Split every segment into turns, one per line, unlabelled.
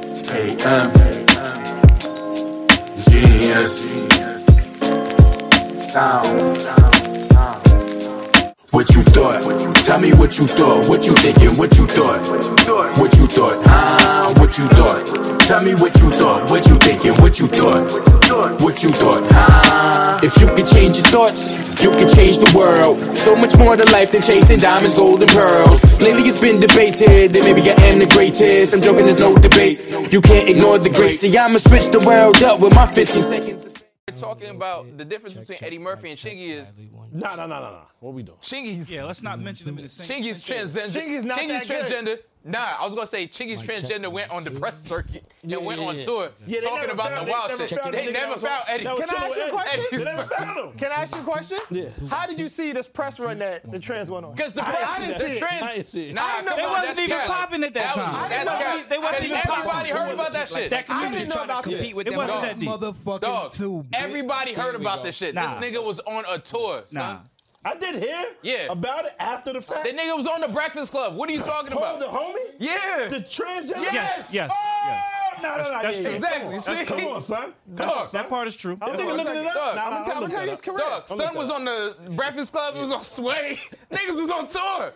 AM Genius Sound what you thought? Tell me what you thought. What you thinking? What you thought? What you thought? Ah, what you thought? Tell me what you thought. What you thinking? What you thought? What you thought? Ah, if you could change your thoughts, you could change the world. So much more to life than chasing diamonds, gold, and pearls. Lately it's been debated that maybe I am the greatest. I'm joking, there's no debate. You can't ignore the great. See, I'ma switch the world up with my 15 seconds.
We're talking about the difference between Eddie Murphy and Chingy is
No, no, no, no, no. What we doing?
Chingy's
Yeah, let's not mention them in the same.
Chingy's transgender.
Chingy's not that good.
transgender. Nah, I was gonna say Chingy's transgender went on the press circuit and went
yeah,
on
yeah.
tour
Yeah, they
talking
never
about
found-
the
they
wild
never
shit.
found the
They
nigga
never
that was-
found Eddie.
that was
Can I ask you a question?
Eddie
They never
Murphy.
found him.
Can I ask you a question?
Yeah.
How did you see this press run that the trans went on?
Because the
I
press,
didn't
the
see it.
trans,
I didn't see it.
nah,
I didn't know
come
they
on,
wasn't
that's
even
cap.
popping at that time.
Was,
I
that's
didn't know
cap.
they- they wasn't
And
even
Everybody
popping.
heard about that shit.
That
I didn't
community
know
trying to
about this.
compete with
It
them.
wasn't
dog.
that deep.
Motherfucking
Dog,
two. bitch.
everybody heard about this shit.
Nah.
This nigga was on a tour. Son.
Nah.
I did hear
Yeah.
about it after the fact.
That nigga was on the Breakfast Club. What are you talking
Hold the
about?
homie?
Yeah.
The transgender?
Yes,
yes,
Oh, no, no, no.
That's- that's
yeah, yeah.
true.
Exactly.
Come on, that's-
See?
come on, son. Come
Dog,
on, son.
That part is true.
I'm thinking
Dog,
looking it up. Nah, nah,
I'm
looking
telling
it
you
up.
his career.
Dog, son
I'm looking
was
up.
on the Breakfast Club. He was on Sway. Niggas was on tour.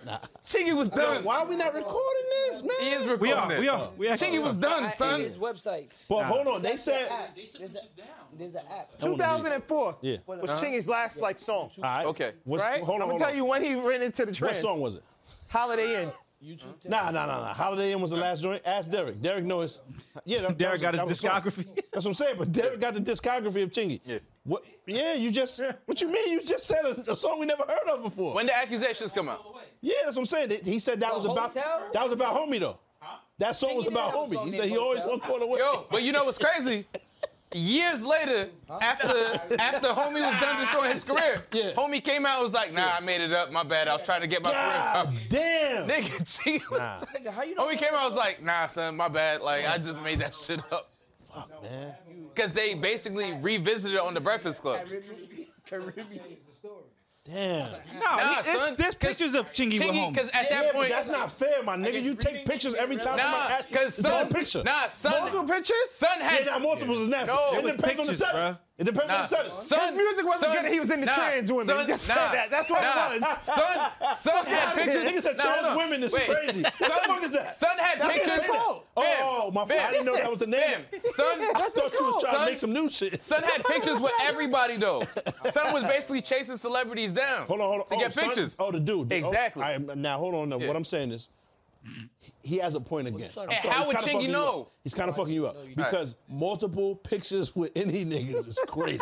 Chingy was done.
Why are we not recording this, man?
He is recording
We are. We are. We actually.
Chingy was done, son.
There's websites.
But hold on. They said.
There's, a, there's an app.
I wanna read it.
2004
Yeah.
was Chingy's last like song,
All right.
Okay.
What's,
right?
Hold on.
I'm gonna
hold on.
tell you when he ran into the
What
trans.
song was it?
Holiday Inn.
Nah, nah, nah, nah. Holiday Inn was the last joint. Ask Derek. Derek knows. Yeah, that, that
Derek
was-
got his
that was the song.
discography.
That's what I'm saying. But Derek got the discography of Chingy.
Yeah.
What? Yeah, you just. What you mean? You just said a, a song we never heard of before.
When the accusations come out.
yeah, that's what I'm saying. He said that was about.
Hotel?
That was about homie though. That song was
Chingy did
about
have a
homie.
song
He said he
named
always
Hotel.
went caught away.
Yo, but you know what's crazy? Years later, after after homie was done destroying his career,
Yeah.
homie came out and was like, nah, I made it up. My bad. I was trying to get my
God
career
damn.
up. Nigga, Chingy was
Nah.
Nigga, how you know?
Homie came out was like, nah, son, my bad. Like, I just made that shit up.
Fuck, man.
Because they basically revisited it on the Breakfast Club.
Caribbean. Caribbean.
Damn.
No,
Nah,
he- there's,
son, 'cause
there's pictures of Chingy, with
Chingy,
home.
because at
Yeah,
that
but
point,
that's not fair, my nigga. You take pictures every time. somebody
nah,
asks you.
because
It's one
son,
picture.
nah, son,
Multiple pictures?
son
Yeah,
had
now multiples is nasty.
No,
it
it was
depends on the
pictures,
setting.
bruh.
It depends on
Nah,
the setting.
son,
His music wasn't
son,
good, he was into
nah,
trans women.
Son,
Just say
nah,
that. That's what it
nah,
was.
Son, son had pictures.
Niggas said
Nah, hold
trans
on.
women is
Wait,
crazy. What the
Son,
fuck is that?
Son had
That's his
pictures.
fault.
Fam,
Oh, my fault. I
fam,
didn't know that was the name.
fam, Son,
I thought you was trying to
Son-
make some new shit.
son had pictures with everybody though. Son was basically chasing celebrities down.
Hold on, hold on.
To
oh,
get
son-
pictures.
Oh, the dude. The- oh,
Exactly.
all right, now, hold on. Now.
Yeah.
What I'm saying is, he- he has a point again. I'm
And
sorry,
how
he's
would
kinda
Chingy
fucking you
know?
up. He's kind of fucking you up because multiple pictures with any niggas is crazy.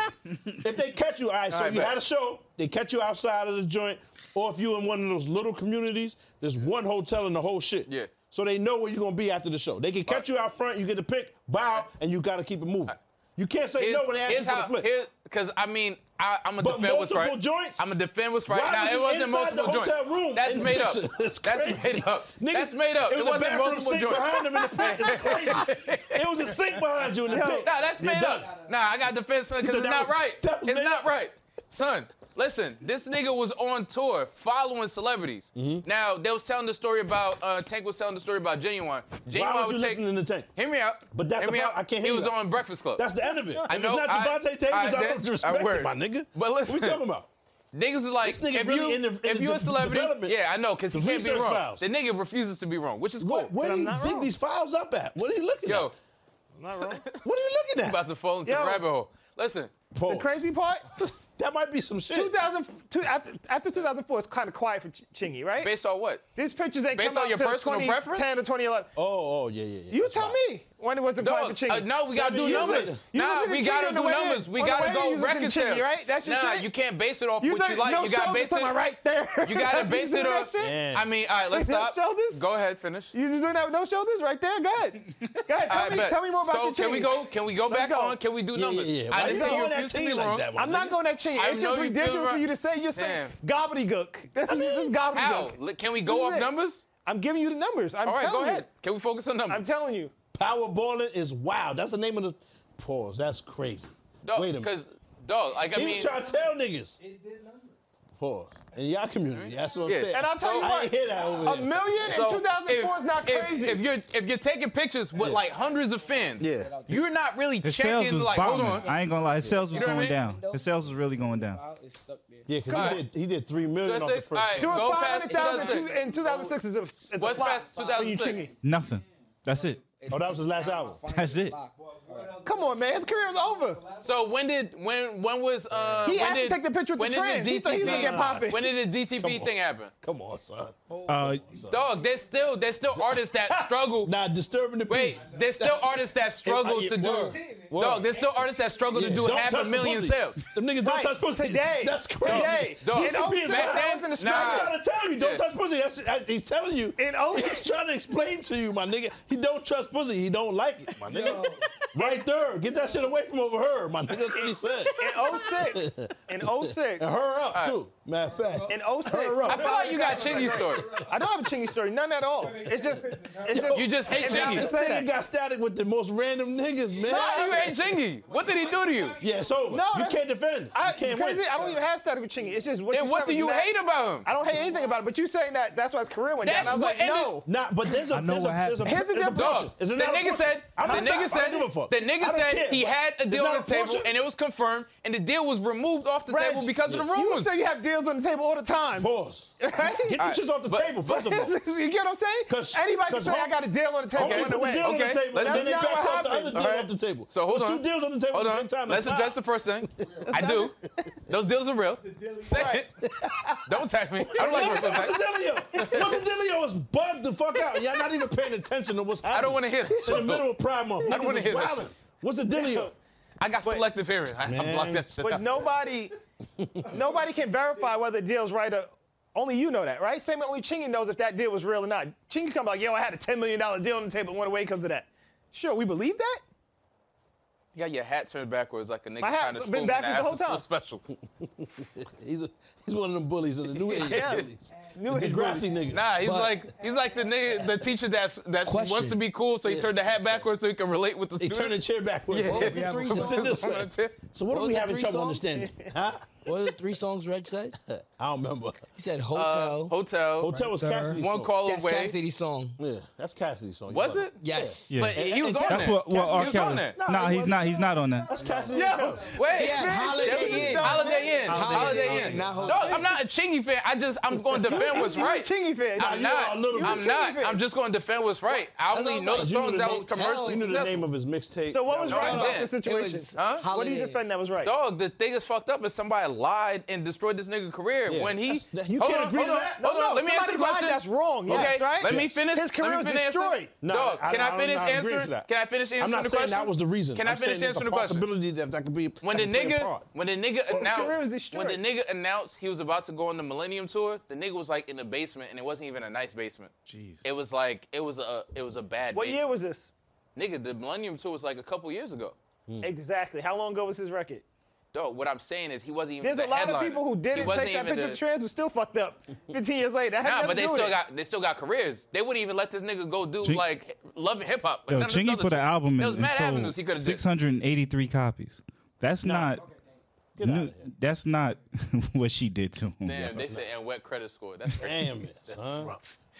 if they catch you, all right. So
right,
you
bet.
had a show. They catch you outside of the joint, or if you in one of those little communities, there's one hotel in the whole shit.
Yeah.
So they know where you're gonna be after the show. They can catch you out front. You get the pick, bow, and you gotta keep it moving. You can't say no when they ask you
here's
for the
how,
flick.
Because I mean, I, I'm gonna
But
defend what's right.
multiple joints?
I'm gonna defend what's right.
Why
Now
was
it
he
wasn't
inside
multiple
the
joints.
hotel room
That's
in the
made up.
picture? It's
That's
crazy.
made up.
Niggas-
That's made up.
It was, a
wasn't
bathroom
multiple
sink
joints.
behind him in the pic. It's crazy. it was a sink behind you in the pic.
Nah, that's
You're
made
done.
up. Nah, I got to defend son because
So
it's
that
not
was-
right.
that was
It's
made
not
up.
right. Son, listen, this nigga was on tour following celebrities.
Mm-hmm.
Now, they was telling the story about, uh, Tank was telling the story about Genuine. Genuine
Why was you
would take,
listening to Tank?
hear me out.
But that's
hear me
about-
out.
I can't hear
He
you
was
out.
on Breakfast Club.
That's the end of it.
I
If
know,
it's not
I-
Devontae Davis,
I
I,
did-
don't
I
respect it,
worry.
my nigga.
But listen.
what you talking about?
Niggas was like,
This nigga
if
really
you
in the- in
if
the
you a
de-
celebrity,
development.
yeah, I know, because he
The
can't be
research
wrong.
files.
The nigga refuses to be wrong, which is cool.
What, where
But
do
I'm
you
not
dig
wrong.
these files up at? What are you looking
Yo,
at? What are you looking
about
at?
to fall into the
Yo.
rabbit hole. Listen,
Pause.
The crazy part?
that might be some shit.
2000, two, after, after 2004, it's kind of quiet for Ch- Chingy, right?
based on what?
These pictures ain't
based
come
on
out
your
till
personal
2010
preference?
or 2011.
Oh, oh, yeah, yeah, yeah.
You
That's
tell
wild.
me when it wasn't
Dog,
quiet for Chingy.
uh, no, we gotta
Seven
do
years
numbers.
later.
You
nah,
listen to
we
Chingy
gotta
on
do
the way in.
numbers. We
On the
gotta
way in, you
go
listen to
record
Chingy,
sales.
right? That's your
nah,
shit?
you can't base it off
You
what
think
you like.
no
you gotta
shoulders
base
to
it.
my right there.
You gotta
You
base
see
it
that
off.
shit?
Yeah.
I mean, all right, let's
You see them
stop.
shoulders?
Go ahead, finish.
You just doing that with no shoulders right there? Go ahead. Go ahead.
I
Tell, me,
bet.
tell me more about
so
your Chingy.
Can we go? Can we go
Let's
back
go.
on? Can we do
Yeah,
numbers?
yeah, yeah.
I
Why
just
you
say you
going at
refuse to
Chingy
be
like
wrong.
that, my
I'm not going at Chingy.
I
It's just
know you feel
ridiculous for
right.
you to say. You're saying gobbledygook. This is, this is gobbledygook.
How? Li- Can we go
This
off
is it.
numbers?
I'm giving you the numbers. I'm
All right,
telling
go
you.
ahead. Can we focus on numbers?
I'm telling you.
Powerballing is wild. That's the name of the pause. That's crazy.
Dog,
Wait a minute.
Because, dog, like, I
He
mean,
was trying to tell niggas. Pause. In your community, that's what I'm
Yeah.
saying.
And I'll tell you
So-
I ain't
what,
hear that over
a
there.
million in 2004 is not crazy.
If, you're if you're taking pictures with like hundreds of fans,
Yeah.
you're not really
His sales
checking.
was
Like, hold
bombing.
on.
I ain't gonna lie. His sales was
know what I
going down.
mean?
His sales was really going down.
File is stuck there.
Yeah, because he,
Alright.
did- he did three million
That's
off the
it.
first.
Alright.
one.
Doing
Go past
500,000
2006.
in 2006 is a, is a
What's
flop.
past
Are you
2006?
kidding?
Nothing. That's it.
Oh, that was his last album.
That's it.
Come on, man. His career is over.
So when did when when was uh
He
when
asked to
did,
take the picture with
when
the
did
trans. He thought he was gonna get popping.
When did the DTP thing happen?
Come on, son.
Uh,
Dog, there's still there's still artists that struggle.
Now disturbing the
Wait,
peace.
there's still artists that struggle
I-
to do.
word. Word.
Dog, there's still artists that struggle to do
Don't
half a
touch the
million
pussy.
sales.
Them niggas don't
Right.
touch pussy.
Today.
That's crazy.
Today.
Dog.
In 06,
Back
I
then?
was in
Nah.
I'm
Australia.
trying to tell you, don't
Yeah.
touch pussy. That's, that, he's telling you.
In 06.
He's trying to explain to you, my nigga. He don't trust pussy. He don't like it, my nigga. Right there. Get that shit away from over her, my nigga. That's what he said.
in 06, in 06,
And her up, too. Matter of fact.
in 06.
Hurry up.
I feel like you got Chingy's story.
I don't have a chingy story, none at all. It's just, it's just
You just hate
it's not
Chingy.
to say
This
that.
nigga got static with the most random niggas, man.
No, you hate Chingy. What did he do to you?
Yeah, it's over.
No,
you
that's-
can't defend.
I,
you can't
crazy,
win.
I don't even have static with chingy. It's just what.
And what
said
do
was
you
mad.
hate about him?
I don't hate anything about it, but you saying that that's why his career went down.
That's
I was
what
like,
ended-
no.
Nah, but there's a
I know
there's
what
a, there's a,
happened.
Here's
there's a
the difference.
portion.
Dog,
Is
the
there not a
nigga
portion?
said
I'm
the
gonna
nigga
stop. I
said
don't give a fuck.
the
I
nigga
don't
said
care.
he had a
It's
deal
not
on
a
the table
portion.
and it was confirmed and the deal was removed off the
Reg,
table because of the
You
rumors.
say you have deals on the table all the time.
Pause.
Right?
Get the shits off the
but-
table, first of all.
you get what I'm saying?
'Cause-
Anybody can
'cause
say
Hulk-
I got a deal on the table.
Only
and
put
went
the deal
away.
on the
Okay,
table,
let's-
and then they
That's not
back
what
off the other
happened.
deal
Alright.
off the table.
So hold
Put
on.
Two deals on the table
Hold
at the
on.
same time.
Let's
That's
address the
not-
first thing. I do. Those deals are real. Second, don't tag me. I don't like
What's the
personal attacks.
dealio? What's the dealio is bugged the fuck out. Y'all not even paying attention to what's happening.
I don't want to hear
In the middle
that.
of Pride Month.
don't wanna
Niggas is
hear this.
wildin'. What's the dealio?
I got selective hearing. I, I blocked that shit
But
out.
nobody, nobody can verify whether the deal's right or. Only you know that, right? Same way only Chingy knows if that deal was real or not. Chingy come like, yo, I had a $10 million deal on the table and went away because of that. Sure, we believe that?
You got your hat turned backwards like a nigga
My hat's
trying to
been
school me in
backwards the whole
after-school
time.
special.
He's, a, he's one of them bullies in the new age
Yeah.
bullies.
New
The
age
grassy niggas.
Nah, he's
But-
like he's like the nigga, the teacher that's that wants
Question.
to be cool, so he turned the hat backwards so he can relate with the
They
students.
turn the chair backwards.
Yeah.
What was the three
Sit
songs?
this
I'm
way.
gonna tell-
So what,
What
are
was
we
the
having
three
trouble
songs?
understanding? Huh?
What are the three songs Reg said?
I don't remember.
He said
Uh,
Hotel.
hotel.
Hotel was
there.
Cassidy's
One
song.
call
That's
away.
Cassidy's song.
Yeah, that's Cassidy's song. You
Was
know.
it?
Yes.
yeah.
But he was on
That's
that.
what, what
Cassidy
R.
was on
Kelly.
that.
Nah, he's not. He's not on that.
That's Cassidy's
Yo.
song.
Wait,
Yeah,
man,
Holiday
that was-
Inn.
Holiday Inn.
Holiday
Holiday
Inn.
Inn.
Not
No,
Holiday
I'm not a Chingy fan. I just I'm going to defend what's
You a
right.
Chingy fan.
I'm
you are a
not.
little bit
I'm
Chingy
not.
fan.
I'm just going to defend what's right. I
That's
only
what I
know the
was
You knew
songs
the
that
name-
was commercially
You knew the
successful.
name of his mixtape.
So what was
That
right about
did.
this
It
situation?
was
Huh?
What do you
Holiday.
defend that was right?
Dog, the thing is fucked up is somebody lied and destroyed this nigga career
Yeah.
when he.
That's- you
hold
can't
on,
agree
hold
to
on,
that.
Hold
No,
on,
no,
let me answer the
somebody lied,
question.
that's wrong,
Okay,
yes, right?
let me finish.
His career
let me
was
finish answering-
destroyed.
No,
Dog,
I-
can
I
I,
don't-
finish
I don't agree to
answering?
that.
Can I finish answering
I'm not
the
saying
question?
that was the reason.
Can
I'm
I finish
saying there's
answering
a
the question?
possibility that that could be
When the
that could play a
nigga,
part.
when the nigga
career was
announced,
destroyed.
when the nigga announced he was about to go on the Millennium Tour, the nigga was like in the basement, and it wasn't even a nice basement.
Jeez.
It was like it was a it was a bad.
What year
basement.
was this?
nigga? The Millennium Tour was like a couple years ago.
Exactly. How long ago was his record?
Dog, what I'm saying is he wasn't even.
There's
the
a lot
headliner.
of people who
He
didn't
wasn't
take that
even
picture
the-
of trans who still fucked up 15 years later. That
Nah,
had
but
nothing to
they
do with
still
it.
got they still got careers. They wouldn't even let this nigga go do
Ching-
like love and hip hop.
Yo,
None of this
Chingy
other
put an
shit.
album
There
in
was mad
and
avenues he
sold
could have did.
683 copies. That's not.
Get
new-
out of here.
that's not what she did to him.
Damn,
yo.
they said and wet credit score. That's crazy.
Damn it, son.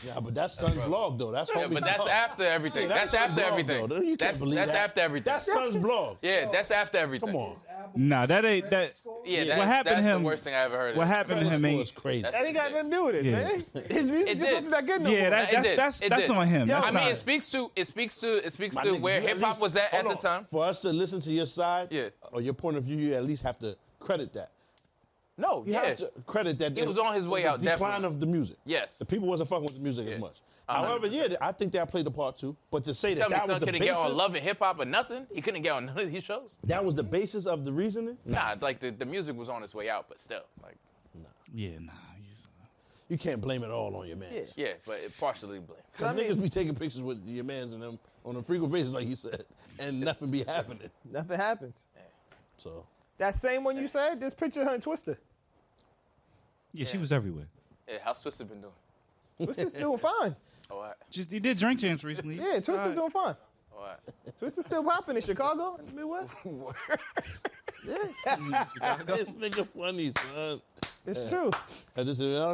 Yeah, but that's son's blog though. That's
Yeah,
homie's
but that's
blog.
after everything.
Yeah,
that's,
son's
after
blog,
everything.
though. You can't
that's
believe
that's
that.
after everything.
That's son's blog.
yeah, that's after everything.
Come on.
Nah, that ain't that.
Yeah, that,
what happened
that's
to
the
him?
worst thing I ever heard. of.
What happened to
That
him?
was
Ain't,
crazy.
That ain't got nothing to do with it,
Yeah.
man. His music just
did.
wasn't that good no
yeah,
more.
that,
It
that's
did.
that's
It
that's
did.
on him. That's
I mean,
not-
it speaks to it speaks to it speaks
My
to
nigga,
where
you at
hip hop
least-
was at at
hold
the
on.
time.
For us to listen to your side
Yeah.
or your point of view, you at least have to credit that.
No,
You
yeah,
have to credit that.
He was on his way
the
out,
Decline
definitely.
of the music.
Yes.
The people wasn't fucking with the music
Yeah.
as much.
A hundred
However, yeah, I think that played a part too. But to say
tell
that
me,
that
son
was the
couldn't
basis,
get on love and hip hop or nothing. He couldn't get on none of these shows.
that was the basis of the reasoning.
Nah, like the, the music was on its way out, but still, like
yeah, nah. he's-
You can't blame it all on your man.
yeah, but it partially blamed.
Cause niggas be taking pictures with your mans and them on a frequent basis, like you said, and nothing be happening.
Nothing happens.
So
That same one you said, this picture of her and Twister.
Yeah, she was everywhere.
Yeah, how's Twisted been doing?
Twister's doing fine.
All right,
Just he did drink champs recently.
Yeah, Twister's
Alright.
doing fine.
all right.
Twister's still popping in Chicago, in the Midwest.
this nigga funny, son. uh,
It's true.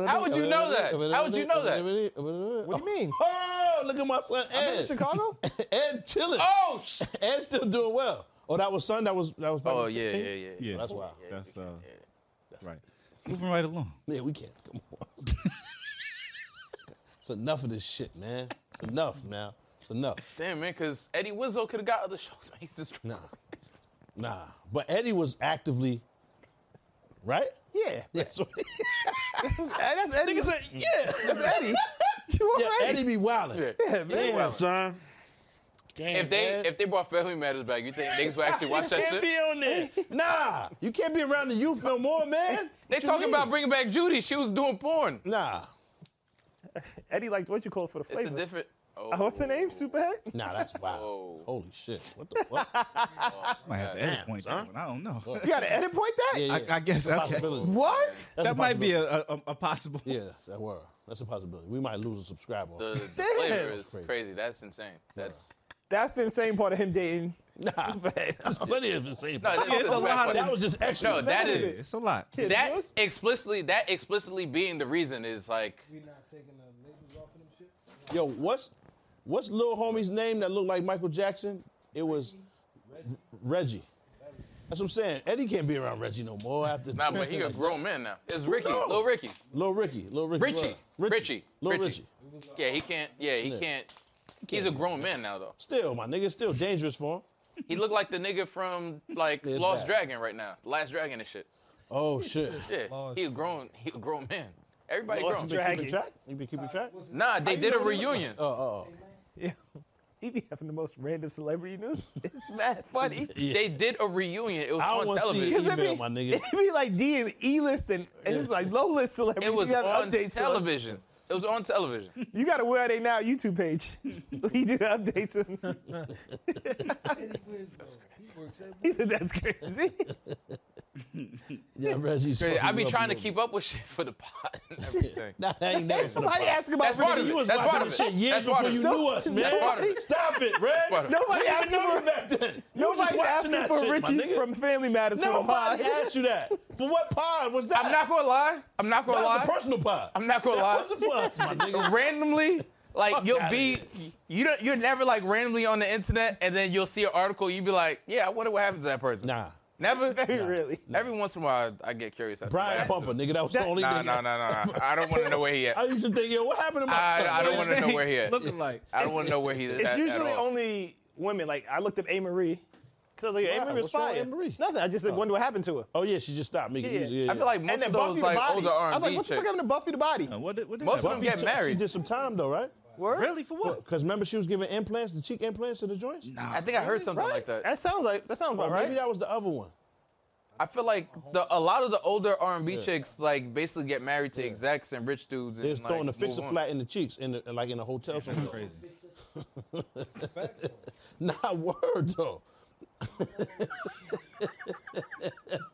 How
would you know that? How would you know that?
What do you mean?
Oh, look at my son
I'm in
Ed.
Chicago?
Ed chilling.
Oh, sh-
Ed's still doing well. Oh, that was son. That was that was. back
oh
in
yeah,
15?
yeah, yeah.
Yeah,
That's why.
that's uh, right. Moving right along.
Yeah, we can't. Come on. it's enough of this shit, man. It's enough now. It's enough.
Damn man, because Eddie Wizzo could have got other shows. He's just
Nah, nah. But Eddie was actively, right?
Yeah.
Yes.
That's Eddie.
Nigga said, yeah.
That's Eddie. You want
yeah.
Eddie?
Eddie be wildin'.
Yeah.
Yeah, man.
Damn,
Son,
Damn,
If they
man.
if they brought Family Matters back, you think niggas would actually watch that
can't
shit?
be on there. Nah, you can't be around the youth no more, man.
They
What you
talking
mean?
about bringing back Judy. She was doing porn.
Nah,
Eddie liked what you call it for the
It's a
flavor.
different. Oh,
Uh, What's the name? Superhead?
nah, that's wild.
Whoa.
Holy shit! What the fuck?
Might have to edit
Damn,
point
son.
that one. I don't know.
You got to edit point that?
Yeah, yeah.
I, I guess okay.
Possibility.
What?
That's
That might be a, a, a possible.
possibility. yeah, that were. That's a possibility. We might lose a subscriber.
the, the
Damn.
flavor is
Crazy.
crazy. That's insane. That's
That's the insane part of him dating.
nah, there's plenty of insane.
no.
it's a lot of-
that was just extra.
No, that
None of
is-
It's a lot.
Kid
that
Juice?
explicitly that explicitly being the reason is like
we not taking the labels off of them shits.
Yo, what's what's little homie's name that looked like Michael Jackson? It was Reggie. That's what I'm saying. Eddie can't be around Reggie no more after.
nah, but he a grown man now. It's Ricky, little Ricky,
Little Ricky, little Ricky,
Richie,
what?
Richie,
little Richie.
Richie. Yeah, he can't. Yeah, he
Yeah.
can't. He's a grown man now though.
Still, my nigga, still dangerous for him.
He look like the nigga from like
It's
Lost
bad.
Dragon right now, Last Dragon and shit.
Oh shit.
Yeah, he a grown. He a grown man. Everybody
Oh, you
grown.
been keeping
Dragon.
track? You been keeping track?
Nah, they did a
know they look like-
reunion.
Oh, oh, oh.
Yeah. He be having the most random celebrity news. It's mad funny.
Yeah.
They did a reunion. It was
I
on
want to see
television.
an
Cause it
email,
be-
my nigga.
It be like D and E list and, and it's like low list celebrities.
It was
you have
on
updates to-
television. It was on television.
You got to wear they now YouTube page. he did updates. And
Eddie Winslow. He works every
he said that's crazy.
Yeah, Reggie's. fucking
I be
up
trying
a
to
little
keep up with shit for the pot and everything.
bit. Nah, that ain't never for the
Nobody
pot.
asked about
That's part
Ricky.
of it.
You was
That's
watching
part of
this
it.
shit years
That's part
before
of
you
it.
knew us,
part of
man.
it.
Stop it,
part of
Red.
it.
Nobody asked
Nobody
for,
back then.
nobody asked
watching
him
that
for
shit, my
Richie
nigga.
from Family Matters. for a
Nobody
pod.
asked you that. For what pod was that?
I'm not gonna lie. I'm not gonna
That was
lie.
a personal pod.
I'm not gonna
that
lie.
wasn't for us, my nigga.
randomly, like
Fuck
you'll
outta
be, you don't, you're never like randomly on the internet, and then you'll see an article, you be like, yeah, I wonder what happened to that person.
Nah.
never.
Very rarely.
Every once in a while, I get curious. as to
Brian
what
Bumper,
happened
nigga, that was the only
to
nigga.
him. Nah, nah, nah, nah, nah. I don't want to know where he
I
at.
used to think, yo, what happened to my
I-
son?
I don't wanna know where he at.
Looking like
I don't want to know where he at.
It's
at
usually
all.
only women. Like I looked up A Marie because I was like,
Why?
A Marie was
What's wrong with
fire.
A. Marie?
Nothing. I just wonder what happened to her.
Oh, yeah, she just stopped making
Yeah.
music. Yeah,
I feel like
yeah.
most
and then
of
Buffy
those
the
like
Body.
older
I
R&B
was like, what the fuck
chicks.
happened to Buffy the Body?
what did, what did
Most of them
happen?
get
She
married.
did some time, though, right?
Word?
Really for what?
Because remember, she was giving implants, the cheek implants to the joints?
I think I heard something like that.
That sounds like that sounds
Or
about
Maybe
right.
that was the other one.
I feel like the a lot of the older R&B chicks like basically get married to execs and rich dudes. And,
They was
like,
throwing the
move
fixer
on.
flat in the cheeks, in the, like in a hotel somewhere.
Crazy.
Not word, though.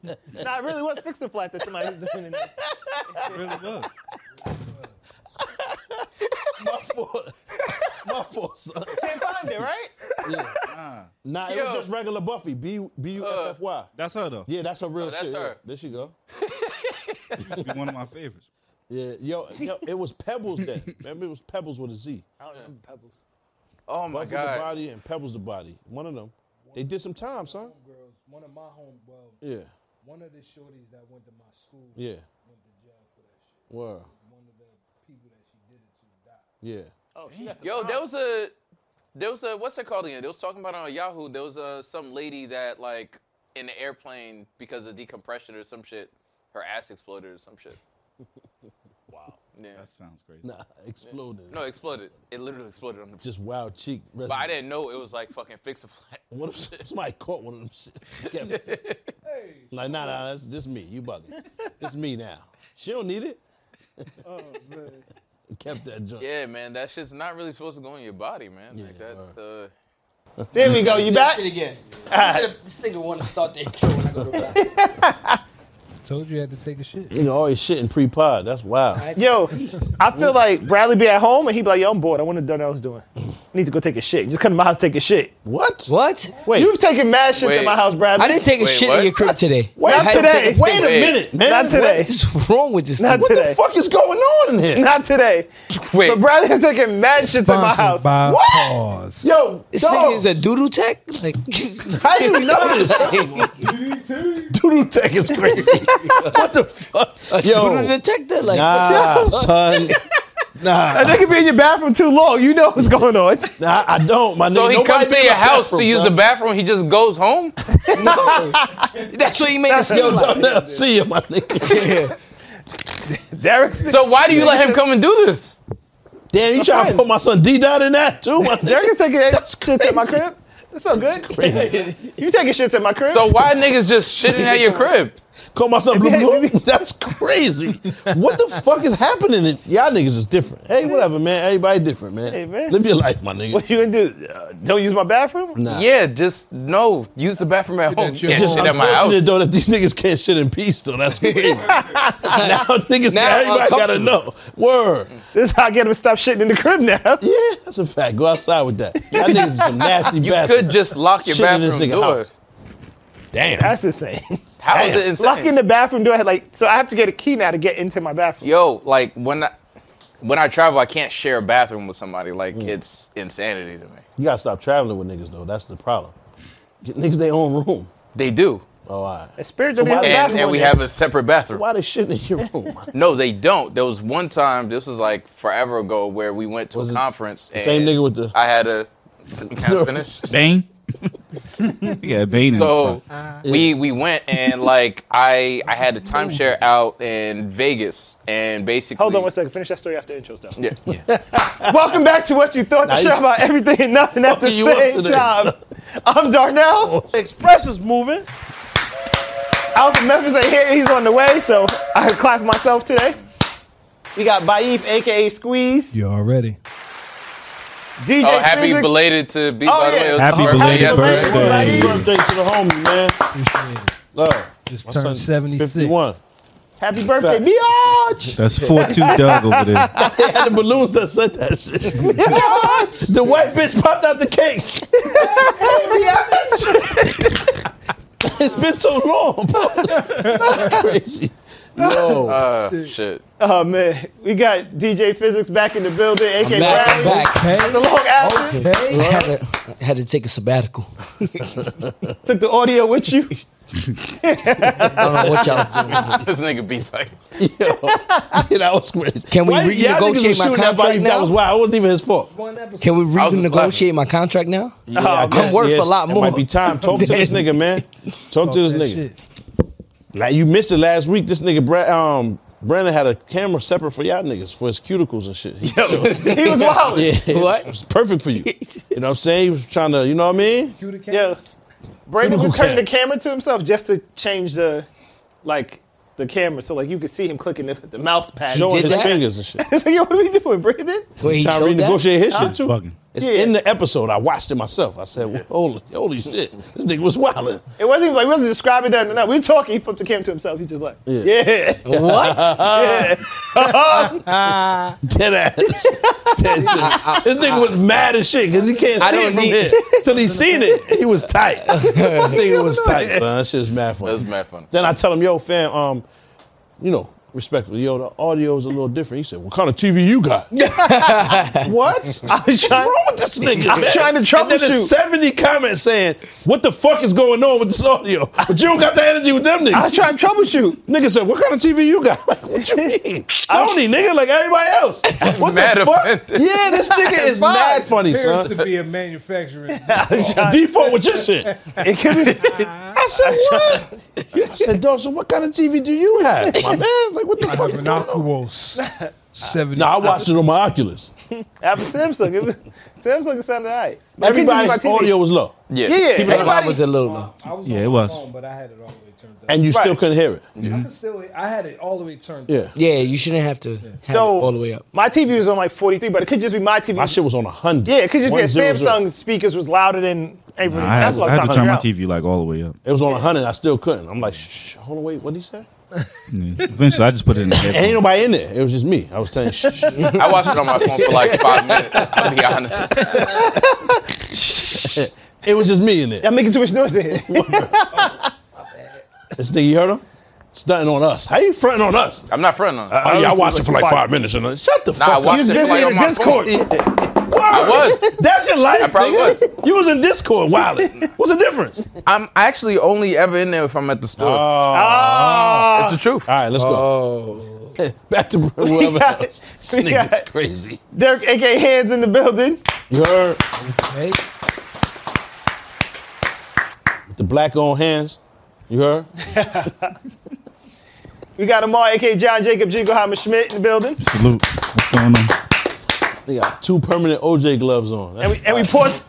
Nah, it really was fixer flat that somebody was doing in there.
It really was.
My fault. My fault, son.
Can't find it, right?
Nah, it was
Yo. Uh.
just regular Buffy. B B U F F Y.
That's her though.
Yeah, that's her real
Oh, that's
shit. yeah.
her.
There she go.
She's one of my favorites.
Yeah, yo, yo, it was Pebbles then. Remember, it was Pebbles with a Z.
I don't remember Pebbles.
Oh my
Buffy the
god.
body and Pebbles the body. One of them. They did some time, son.
girls. One of my home, well,
Yeah,
one of the shorties that went to my school
yeah.
went to jail for that shit.
Wow.
One of the people that she did it to died.
Yeah.
Oh, she got the
Yo, there was a there was a what's it called again? They was talking about it on Yahoo. There was a some lady that like in the airplane because of decompression or some shit, her ass exploded or some shit.
Wow.
Yeah.
That sounds crazy.
Nah, exploded.
No, it exploded. It literally exploded on the
Just wild cheek.
But I didn't know it was like fucking fix a flat.
What if somebody caught one of them shits? Kept-
Hey,
like, nah, nah, that's this me. You bugging. It's me now. She don't need it.
oh man,
Kept that joint.
Yeah, man, that shit's not really supposed to go in your body, man. Like that's uh
There we go. You back?
Shit again. This nigga want to start the intro when I go to the bathroom.
told you I had to take a shit.
Nigga always shitting pre-pod. That's wild.
Yo, I feel like Bradley be at home and he be like, yo, I'm bored. I wonder what Donnell's doing. need to go take a shit. Just come to my house, take a shit.
What?
What?
Wait.
You've taken mad shit at
Wait.
my house, Bradley.
I didn't take a
Wait,
shit
what?
in your crib today.
Wait,
I had to
today.
take a-
Wait a
Wait.
minute, man.
Not today.
What is wrong with this?
Not
thing?
What the
today.
fuck is going on in here?
Not today.
Wait.
But Bradley has taken mad shit at my
Sponsored
house.
By
What?
Pause.
Yo,
This
dog,
thing is a doodoo tech. Like,
how you know this? Doodoo Tech is crazy. what the fuck?
doodoo
Yo,
detector. Like,
nah, son. Nah,
They could be in your bathroom too long. You know what's going on.
nah, I don't. My
So
nigga,
he
nobody
comes
be
to
in
your
my
house
bathroom,
to use
son.
the bathroom. He just goes home.
that's what you make it
Yo,
seem like.
don't never see you, my nigga.
Derek's
So why do you let him come and do this?
Damn, you trying to put my son D down in that too, my
Derek
nigga?
is taking
That's
shits at my
crazy.
crib. That's so good. you taking shits at my crib?
So why niggas just shitting at your crib?
Call my son Blue Blue? That's crazy. What the fuck is happening? Y'all niggas is different. Hey, whatever, man. Everybody different, man.
Hey, man.
Live your life, my nigga.
what you gonna do? Uh, don't use my bathroom?
Nah.
Yeah, just no. Use the bathroom at home. You
your
can't
home.
shit at my house.
though that these niggas can't shit in peace though. That's crazy. now niggas,
Now
everybody gotta
uncomfortable.
know. Word.
This is how I get him to stop shitting in the crib now.
Yeah, that's a fact. Go outside with that. Y'all niggas is some nasty
You
bastards.
could just lock your
Shit in this
bathroom
nigga
door.
house. Damn.
That's insane.
How is
Damn.
it insane?
Locking the bathroom door, like, so I have to get a key now to get into my bathroom.
Yo, like when I when I travel, I can't share a bathroom with somebody. Like
Mm.
it's insanity to me.
you gotta stop traveling with niggas though. That's the problem. Get niggas their own room.
They do,
Oh, all right.
A spirit don't
So why-
have a
And-
bathroom.
and, and
in
we
there.
have a separate bathroom.
Why they shitting in your room? man?
No, they don't. There was one time. This was like forever ago, where we went to
Was
a
it
conference.
the same
and
nigga with the-
I had a. Can I finish?
Bane. yeah, Bane.
So we we went and like I I had a timeshare out in Vegas and basically.
Hold on one second. Finish that story after intros, though.
Yeah.
Welcome back to what you thought the
Now
show
you-
about everything and nothing at the
Fucking you up
same
today.
time. I'm Darnell.
Express is moving.
Alpha Memphis ain't here. He's on the way, so I clap myself today. We got Baif, aka Squeeze,
You already.
DJ
Oh, happy
Physics.
belated to be.
Oh,
by the way,
yeah.
it was
Happy
her
belated
yesterday.
birthday.
Happy birthday to the homie, man. Love.
Just
My
turned
son's
76.
51.
Happy birthday, Biatch!
That's 4 2 Doug over there.
They had the balloons that said that shit. the white bitch popped out the cake. it's been so long. bro. That's crazy. Yo,
Uh, shit.
Oh man, we got DJ Physics back in the building, aka
I'm back, I'm
Bradley.
back.
After long absence,
I had, to, I had to take a sabbatical.
took the audio with you.
I don't know what y'all was doing.
This nigga beats like.
Yeah, that was crazy.
Can we
Why-
renegotiate
y'all niggas was
my
shooting at
contract
Baif? That
now?
was wild. It wasn't even his fault.
One episode.
Can we
I was
renegotiate my contract now?
Yeah, I guess,
worth a
yes.
lot
It
more.
might be time. Talk to this nigga, man. Talk, to this
That
nigga.
shit.
Like you missed it last week. This nigga, Brad, um, Brandon had a camera separate for y'all niggas for his cuticles and shit. He-
He was wild.
yeah,
What?
It was perfect for you. You know what I'm saying? He was trying to, you know what I mean?
Yo, Brady
Who
was
the
turning the
cat?
camera to himself just to change the, like, the camera so like you could see him clicking the, the mouse pad.
did
Showing his
that?
fingers and shit.
It's like, yo, what are we doing, Brandon?
Wait, he
Trying to
showed that?
renegotiate his shit too.
Fucking.
It's
Yeah.
in the episode. I watched it myself. I said, well, holy, holy shit, this nigga was wildin'.
It wasn't even like we wasn't describing that. No, we were talking. He flipped the camera to himself. He's just like, yeah, Uh,
What?
yeah.
Dead ass. Dead shit. This nigga was mad as shit because he can't see
I
it
don't
from
need-
here. Till he seen it, he was tight. this nigga was tight, son. That shit's mad
That was
funny.
mad fun.
Then I tell him, yo, fam, um, you know, respectfully, yo, the audio is a little different. He said, what kind of TV you got? what?
I was
What's
trying.
wrong with this nigga?
I'm
man?
trying to
And then there's
troubleshoot.
70 comments saying, what the fuck is going on with this audio? But you don't got the energy with them
I
niggas.
was trying to troubleshoot.
Nigga said, what kind of TV you got? Like, what you mean? Sony, nigga, like everybody else. What
Mad
the fuck?
offended.
Yeah, this nigga is mad funny,
Appears
son.
to be a manufacturer.
Default with your shit.
It could be.
I said, what? I said, dog, so what kind of TV do you have, my man? Like, what the fuck is going on?
Binoculars. 70.
Nah, I watched it on my Oculus.
After Samsung, it was, Samsung sounded all right. My kids use my
Everybody's
TV.
audio was low,
Yeah.
Yeah, yeah.
Hey, mine
everybody-
was a little low.
I was
Yeah,
on
it
my
was.
Phone, but I had it all the way turned down.
and you still
Right.
couldn't hear it.
I could still. I had it all the way turned
Yeah.
down.
Yeah, you shouldn't have to have
So,
it all the way up.
My TV was on like 43, but it could just be my TV.
My shit was on 100.
yeah, it could just be that
100.
Samsung's speakers was louder than everything.
I had,
That's what
I
I'm
had to
trying
turn my
figure
TV
out.
like all the way up.
It was on 100. I still couldn't. I'm like, shh, hold on, wait, what did he say?
Eventually, I just put it in the
Ain't
headphone.
nobody in there. It was just me. I was telling shh. shh.
I watched it on my phone for like five minutes. I'll be honest.
It was just me in there.
I'm making too much noise in here.
This nigga, you heard him? Stunting on us. How you fronting on us?
I'm not fronting on it.
Oh, yeah, I
was
watched
like
it for like
five-
five minutes. and I- Shut the
Nah, I
fuck
watched it
up.
busy
for like
in
on
the
my
Discord.
phone.
I
was.
That's your life.
I probably
nigga.
was.
You was in Discord wilding. What's the difference?
I'm actually only ever in there if I'm at the store.
Uh, Ah.
That's the truth.
All right, let's go.
oh.
Back to whoever
got-
else. This
we
nigga's
got-
crazy.
Derek, aka Hands in the building.
You heard?
Hey,
The black on hands. You heard?
We got Amar, aka John Jacob Jingleheimer Schmidt in the building.
Salute. What's going on?
They got two permanent OJ gloves on.
And we, and we Ports-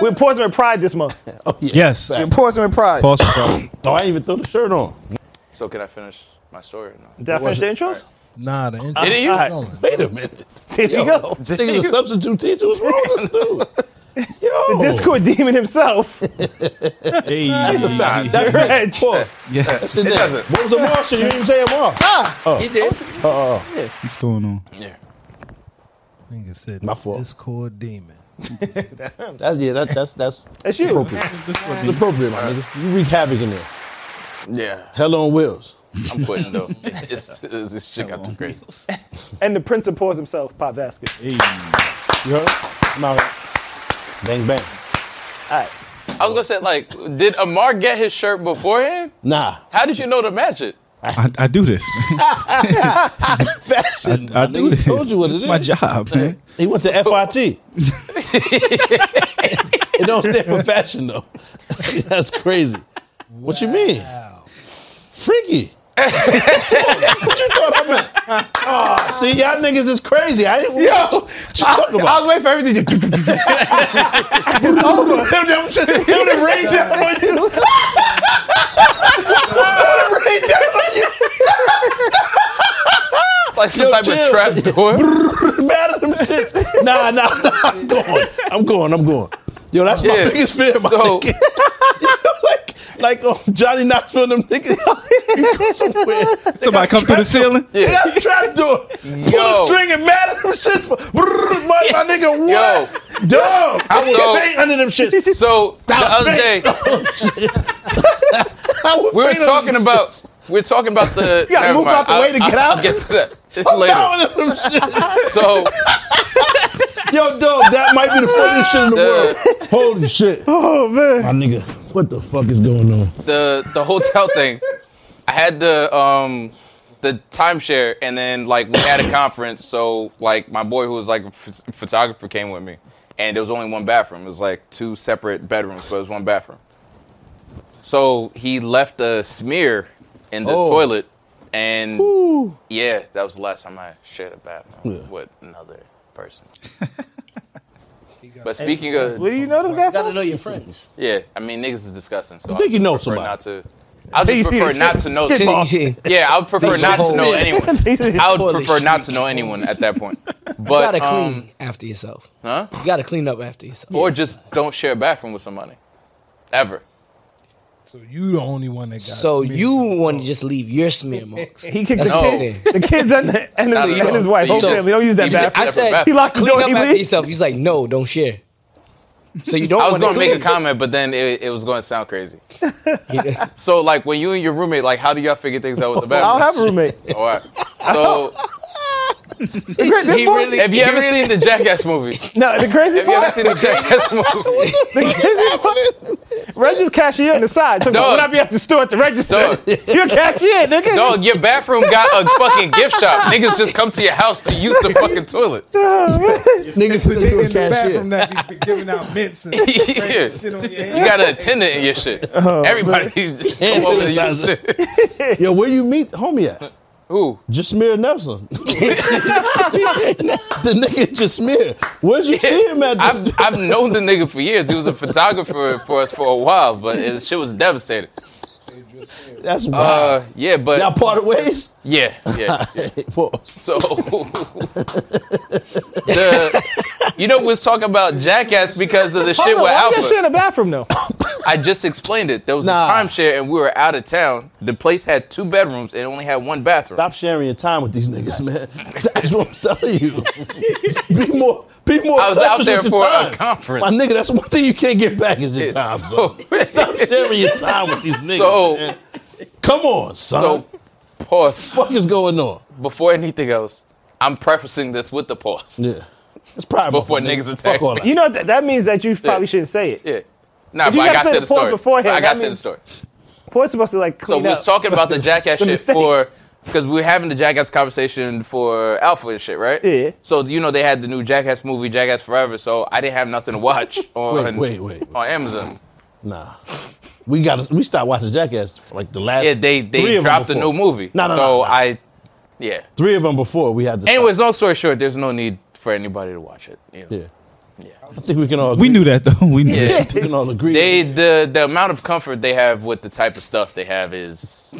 we're Portsmouth Pride this month.
oh, yeah.
Yes.
Fact.
Portsmouth Pride.
Pause for problem.
Oh, I ain't even throw the shirt on.
So can I finish my story? or no?
Did I finish the intros?
nah, the intro.
Did you?
Keep going.
Wait a minute.
There you go.
This nigga's a substitute teacher. What's wrong with this dude? Yo.
Discord demon himself.
Hey.
That's a fact. That's
Reg.
Pause.
Yeah.
Sit down.
doesn't.
What was the Martian? You didn't say him off.
He did.
What's going on?
Yeah.
Nigga said
My fault.
Discord demon.
That's, yeah, that, that's, that's
That's you.
appropriate. It's appropriate, my nigga. You wreak havoc in there.
Yeah.
Hell on wheels.
I'm quitting though. It's, it's, this shit got too crazy.
And the Prince of Paws himself, Pop Vasquez.
Hey.
You heard? I'm out here. Bang, bang.
All right.
I was gonna say like, did Amar get his shirt beforehand?
Nah.
How did you know to match it?
I, I do this. Man.
Fashion. my
I do
nigga
this.
told you what
it's
it
my
is.
job, man.
He went to FIT. it don't stand for fashion, though. that's crazy. What you mean? Freaky. what you thought I meant? Oh, see, y'all niggas is crazy. I didn't.
Yo,
what you talking
I
about?
was waiting for everything to
Him them- him them rain down on you. Him them rain down on you.
It's like some
Yo,
type
chill.
of trap door.
mad at them shits. Nah, nah, nah. I'm going. I'm going. I'm going. Yo, that's my
Yeah.
biggest fear, my
So-
nigga. You know, like, like um, Johnny Knoxville and them niggas. You go somewhere.
Somebody come through the ceiling.
They
Yeah.
got a trap door. Pull the
Yo.
string and mad at them shits. For, brrr, my, my nigga, what?
Yo.
Dog. I would
So-
bang under them shits.
So the other day
I would
we were
bang under
talking
them
about
shits.
we were talking about the.
gotta
never
move
mind.
out the way to
I'll-
get
I'll
out.
get to that
I'm
later.
down under them shits.
So
Yo, dog, that might be the funniest shit in the world.
the
Holy shit.
Oh, man.
My nigga, what the fuck is going on?
the the hotel thing. I had the um the timeshare, and then like we had a conference. So like my boy who was like a ph- photographer came with me, and there was only one bathroom. It was like two separate bedrooms, but it was one bathroom. So he left a smear in the
Oh.
toilet, and yeah, that was the last time I shared a bathroom
Yeah.
with another person. but speaking of
What do you notice
You
that
gotta
for?
know your friends.
yeah, I mean niggas is disgusting. So I
think you know
prefer
somebody.
Not to. I
Think you
just
see
prefer
the
not
shit-
to know.
shit
Till you
Boss.
see-
Yeah, I would prefer
Think
not
you
to know
know.
anyone.
He said-
I would
Toilet
prefer not to
street.
know anyone at that point.
You
But
gotta clean
um,
after yourself.
huh?
You gotta clean up after yourself.
Or just don't share a bathroom with somebody, ever.
So you the only one that got.
So
smeared.
you want to just leave your smear marks.
He kicked
That's
the,
what
No.
it
the kids and, the, and, his,
Not at
and
all.
his wife.
So
Whole
you just-
family. Don't use that
even if-
bathroom.
I said,
He
locked the
clean
door,
up
he
after
leave.
yourself. He's like, no, don't share. So you don't.
I was
wanna
gonna make a
clean.
comment, but then it, it was gonna sound crazy.
He-
So like when you and your roommate, like how do y'all figure things out with the
I'll
bathroom?
have a roommate.
All right. So
The great- this
He
boy-
really-
have you ever seen the Jackass movie?
no, the crazy
Have you ever
part.
seen the Jackass movie?
The crazy part. Reg is cashier on the side. So
Dog.
when I be at the store at the register,
Dog.
you're cashier, nigga.
Dog, your bathroom got a fucking gift shop. Niggas just come to your house to use the fucking toilet.
It's
Niggas
a
said you
nigga in
was
the
cashier.
bathroom that be giving out mints and
Yeah.
shit on your
You
hand.
got an attendant in your shit.
Uh-huh,
Everybody just come over to your shit.
Yo, where you meet homie at?
Who?
Jasmir Nelson. the nigga Jasmir. Where'd you see him at?
I've, I've known the nigga for years. He was a photographer for us for a while, but it, shit was devastating.
That's
Uh,
wild.
yeah,
Y'all
but
parted ways?
yeah, yeah. yeah.
Pause.
So the, you know, we was talking about Jackass because of the shit
Hold on,
with
why was that shit in the
Alpha.
bathroom though?
I just explained it. There was
Nah.
a timeshare, and we were out of town. The place had two bedrooms and only had one bathroom.
Stop sharing your time with these niggas, man. That's what I'm telling you. be more, be more.
I was out
selfish
there
with your
for a
time.
conference.
My nigga, that's one thing you can't get back is your
It's
time.
so-
son. Stop sharing your time with these niggas.
So-
man. come on, son.
So, pause.
what the fuck is going on?
Before anything else, I'm prefacing this with the pause.
Yeah, it's probably
Before niggas attack
Fuck all
me.
that.
You know that, that means that you probably shouldn't say it.
Yeah. Nah,
If
but
you
I
gotta
got
say the
to the
pause
story.
before him,
I
that
got to the
means-
story.
Point's supposed to like
So
clean
we
up.
was talking about the jackass
the
shit
mistake.
for because we were having the jackass conversation for Alpha and shit, right?
Yeah.
So you know they had the new Jackass movie, Jackass Forever. So I didn't have nothing to watch on
wait, wait, wait.
on Amazon.
Nah, we got to we stopped watching Jackass for like the last
Yeah, they
Three
they
of them
dropped a
before.
new movie.
No, no,
so
no, no.
I, yeah.
three of them before we had. To stop.
Anyways, long story short, there's no need for anybody to watch it. you know.
yeah, I think we can all. agree-
We knew that though. We knew
Yeah.
that.
We can all agree.
They the the amount of comfort they have with the type of stuff they have is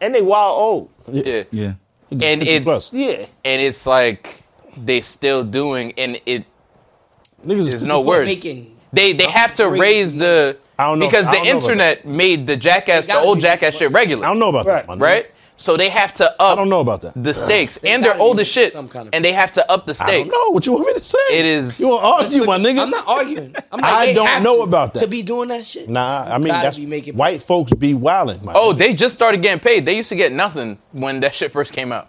and they wild old.
yeah.
Yeah.
and
50
it's
plus.
Yeah.
and it's like they still doing and it
Niggas
is no worse.
Making
They they have to
Great.
raise the
I don't know-
because
I
the
don't know about
internet made the jackass
They
the
gotta
old
be-
jackass shit
I
regular,
don't know about that. my nigga.
right? So they have to up
I don't know about that.
the stakes, and
gotta
they're old
be
as shit,
some kind of-
and they have to up the
I don't
stakes.
know what you want me to say.
It is-
You want to argue, my nigga?
I'm not arguing. I'm like,
I
they
don't
have
know
to,
about that.
To be doing that shit.
Nah, I mean
Gotta
that's
be making-
white folks be wilding. My
Oh,
nigga.
they just started getting paid. They used to get nothing when that shit first came out.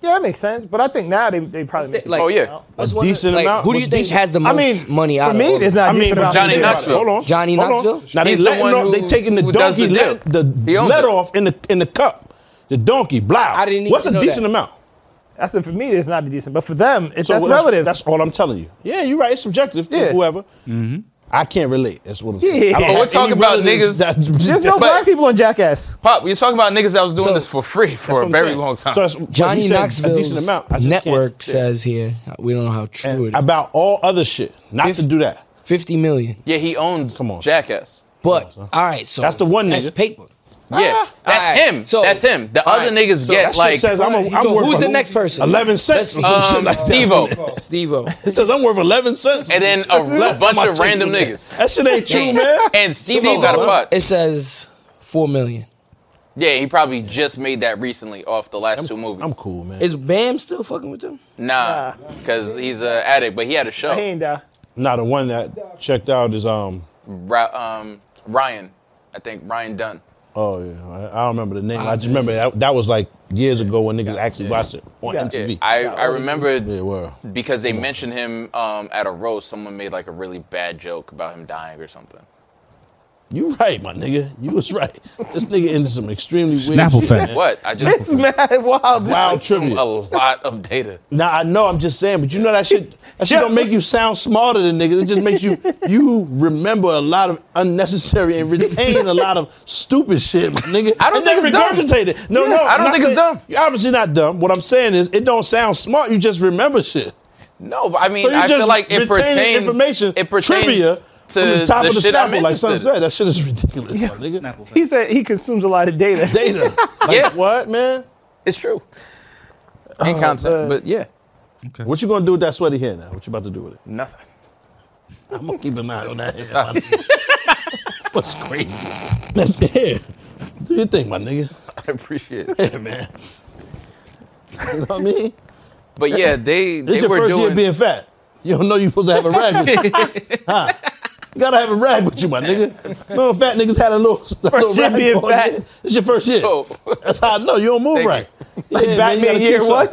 Yeah, that makes sense. But I think now they, they probably make it.
Like,
Oh yeah,
what's
A
one of-
decent
like,
amount-
Who do you
what's
think
decent?
has the most
I mean,
money out
for
of
me,
all of
it's
them?
not
I mean,
decent about
Johnny
me.
Knoxville.
Hold on,
Johnny
hold on.
Knoxville?
Now they
He's the
letting
one
off. they
who-
taking the
who does
donkey
the
let, the
dip. He owns
let
it.
off in the in the cup. The donkey blow.
I didn't even
What's a
know
decent
that.
amount?
I said for me it's not decent, but for them it's that's
what-
relative.
That's all I'm telling you. Yeah, you're right. It's subjective to
Yeah.
whoever.
Mm-hmm.
I can't relate. That's what I'm saying.
Yeah.
I don't
But
we're
have any
talking about
relatives
niggas-
That,
There's no
But-
black people on Jackass.
pop. You're talking about niggas that was doing
So-
this for free for a very long time.
So that's- so he
Johnny
said
Knoxville.
a decent amount. I just can't-
network says here we don't know how true
And
it is.
about all other shit. Not
If-
to do that.
Fifty million.
yeah, he owns
Come on.
Jackass.
But all right, so
That's the one
That's
nigga. Oh.
paper.
Yeah, that's
Alright,
him.
Ah, so-
that's him. The
alright,
other niggas
so
get
That
like
shit says I'm, a, I'm
So
worth
who's
a-
the next person?
11 cents or
Let's-
some
um,
shit like that.
Steve-O.
Steve-O.
It says I'm worth 11 cents.
And then a- a
Last
bunch
time I
of random
checked it.
niggas.
That shit ain't true, man.
and Steve
Steve-O,
got a pot.
It says four million.
Yeah, he probably just made that recently off the last two movies.
I'm cool, man.
Is Bam still fucking with them?
Nah, because he's an addict, but he had a show.
He ain't die.
Now the one that checked out is um
Ra- um, Ryan, I think Ryan Dunn.
oh yeah I, I don't remember the name I just remember that, that was like years ago when niggas actually watched it on
Yeah.
Yeah,
MTV.
I, I remember
yeah, well,
because they mentioned him um, at a roast. Someone made like a really bad joke about him dying or something.
you right, my nigga. You was right. This nigga into some extremely weird
Snapple
shit,
facts.
man.
What? I just
It's mad wild.
Wild
a
trivia.
lot of data.
Now I know I'm just saying, but you know that shit. That shit don't make you sound smarter than niggas. It just makes you you remember a lot of unnecessary and retain a lot of stupid shit, my nigga.
I don't
and then
think it's dumb.
regurgitate it. No, no,
I
I'm
don't
not
think it's
saying-
dumb.
You're obviously not dumb. What I'm saying is, it don't sound smart. You just remember shit.
No, but I mean,
So you
I
just
feel like it
retaining
pertains.
information,
It pertains
trivia
to
from the top of the
shit I'm
Snapple, like son
interested in.
said. That shit is ridiculous, my nigga.
He said he consumes a lot of data.
Data, like
Yeah.
what, man?
It's true.
Oh,
In concept,
man.
but yeah,
What you gonna do with that sweaty hair now? What you about to do with it?
nothing.
I'm gonna keep an eye on that. hair, my nigga. What's crazy? That's hair. Do your thing, my nigga.
I appreciate it.
Yeah, man. You know what I mean?
But yeah, they
This
they
is your
were
first year
doing.
being fat. You don't know you're supposed to have a rag with you. huh? You gotta have a rag with you, my nigga. No fat niggas had a little, a little
year
rag
being
going
fat.
in. It's your first year.
So-
That's how I know you don't move
Thank
right. Yeah,
Back
man, you
me in
gotta
year
keep
one.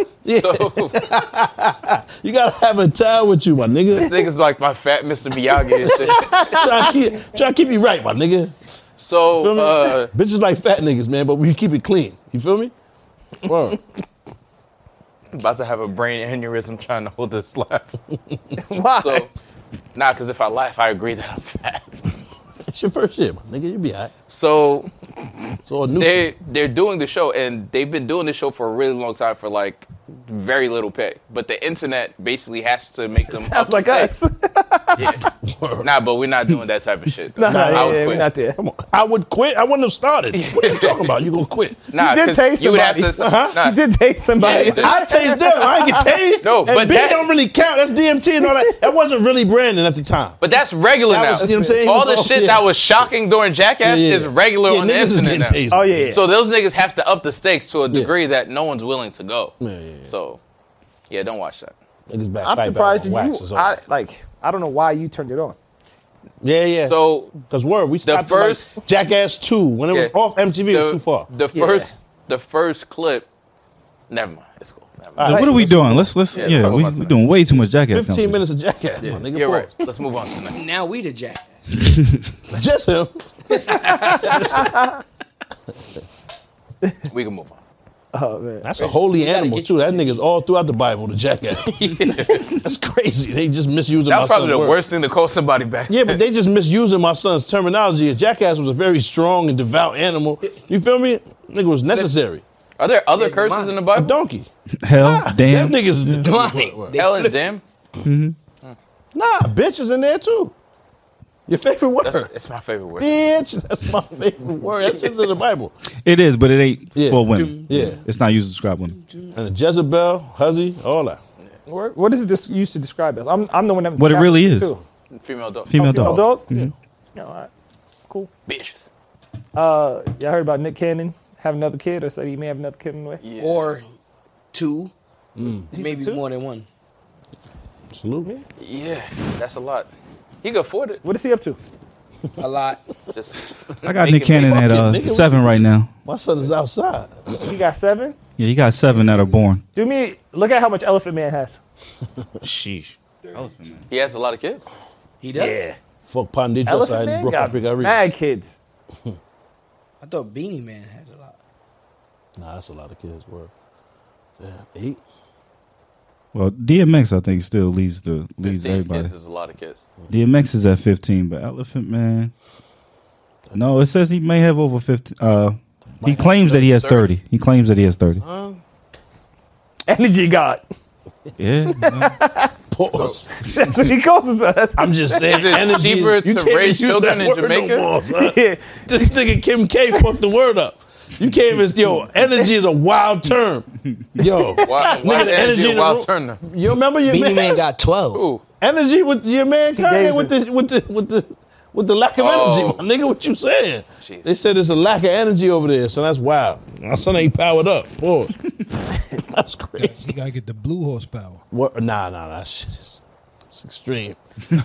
something. Yeah,
so-
you gotta have a child with you, my nigga.
Niggas like my fat Mr. Miyagi and shit.
try, to keep, try to keep you right, my nigga. Feel
So
me?
uh,
Bitches like fat niggas, man, but we keep it clean. You feel me? Word.
about to have a brain aneurysm trying to hold this laugh.
Why?
So nah, because if I laugh, I agree that I'm fat.
It's your first year, my nigga. You be all right.
So
It's all new. to you.
they they're doing the show and they've been doing the show for a really long time for like very little pay. But the internet basically has to make them
Sounds like us.
Yeah. Nah, but we're not doing that type of shit.
No,
though.
no,
I
yeah,
would
yeah, we're
quit.
not there.
Come on. I would quit. I wouldn't have started. What are you talking about? You gonna quit?
Nah,
You did
'cause
taste
you would have
somebody. Uh-huh.
to. Nah,
You did date somebody.
Yeah,
I tased them. I get tased.
No,
and
but
beer
that-
don't really count. That's DMT and all that. That wasn't really Brandon at the time.
But that's regular
That
now.
was- you know what I'm saying?
All the
Oh,
shit
yeah.
that was shocking during Jackass
Yeah, yeah.
is regular
Yeah,
on the
niggas is
internet now.
getting tased.
oh yeah, yeah.
So those niggas have to up the stakes to a degree that no one's willing to go.
Yeah, yeah, yeah.
So, yeah, don't watch that.
Niggas back,
I'm
back,
surprised
back on
that
wax
you.
or
I,
something.
like I don't know why you turned it on.
yeah, yeah.
So
Because word, we stopped at,
first-
like Jackass two when it was
Yeah.
off MTV. it was
the-
too far.
The
Yeah.
first, the first clip. Never mind. It's cool. Never mind.
All right.
what are we doing? Let's let's
Yeah,
yeah,
talk
we
about
we
tonight.
doing way too much jackass.
Fifteen
company.
minutes of Jackass, my nigga.
You're
pause.
right. Let's move on to the next.
Now we the jack.
Just him.
We can move on.
Oh man.
That's a holy
gotta
animal
get-
too. That nigga's all throughout the Bible. The Jackass. That's crazy. They just misusing.
That
my
was probably
son's
the
word.
worst thing to call somebody back.
Yeah, but they just misusing my son's terminology. Jackass was a very strong and devout animal. You feel me? Nigga was necessary.
Are there other
Yeah,
curses
demonic.
in the
A
Bible?
donkey.
Hell,
Them
damn.
niggas is
Demonic. They
Hell and
flipped
damn.
Nah, bitch is in there too. Your favorite word.
That's, that's my favorite word.
bitch. That's my favorite word. That's just in the Bible.
It is, but it ain't
Yeah.
for women.
Yeah.
it's not used to describe women.
And the Jezebel, Huzzy, all that.
What what is it this used to describe us? I'm I'm the one that.
What it really is. Mm-hmm.
Too.
Female dog.
Female dog.
Adult. Yeah. all right. Cool.
Bitches.
Uh, y'all heard about Nick Cannon having another kid, or said he may have another kid in the way?
Yeah.
Or two.
Mm.
Maybe more than one.
Salute me.
Yeah, that's a lot. He could afford it.
What is he up to?
A lot.
Just
I got
make
Nick
it
Cannon
make-
at uh,
nigga.
seven right now.
My son is outside.
He got seven.
Yeah, you got seven that are born.
Do me look at how much Elephant Man has.
Sheesh.
He has a lot of kids.
He does.
Fuck Pandito
Elephant
outside in
Man
Brooklyn,
got
Africa. every-
mad kids.
I thought Beanie Man had a lot.
Nah, that's a lot of kids, bro. Damn, eight.
Well, DMX I think still leads the leads
Fifteen
everybody.
kids is a lot of kids.
DMX is at fifteen, but Elephant Man. No, it says he may have over fifty. Uh, he claims that he has
30.
thirty. He claims that he has thirty.
Energy God.
Yeah, no.
Pause.
That's what he calls himself.
I'm just saying.
Is it
energy is-
cheaper to
you can't even
raise
use
children
that
in
word no
Jamaica?
more, son.
Yeah.
this nigga Kim K fucked the word up. You can't even. Yo, energy is a wild term. Yo,
Why, why
the
the
energy
energy
in
of
the
Wild
room.
Turner?
you remember your
Beanie Man
man's-
got 12.
Ooh,
energy with your man Kanye
gave
with
it-
the with the with the with the lack of
Oh.
energy, my nigga. What you saying?
Jeez.
They said there's a lack of energy over there, so that's wild. My son ain't powered up. Pause. that's crazy.
You gotta get the blue horsepower.
What? Nah, nah, nah. Shit is, it's extreme. I,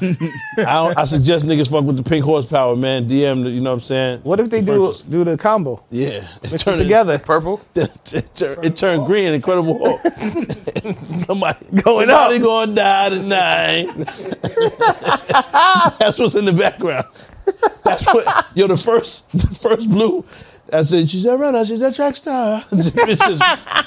don't, I suggest niggas fuck with the pink horsepower, man. DM, the, you know what I'm saying?
What if they do
Purchase.
do the combo?
Yeah, it
Mix them
turned
together.
purple.
It, turned, it turned green. Incredible Hulk. somebody
Going
somebody
up.
gonna die tonight. That's what's in the background. That's what. Yo, the first, the first blue. I said, she's a runner, she's a track star. It's just-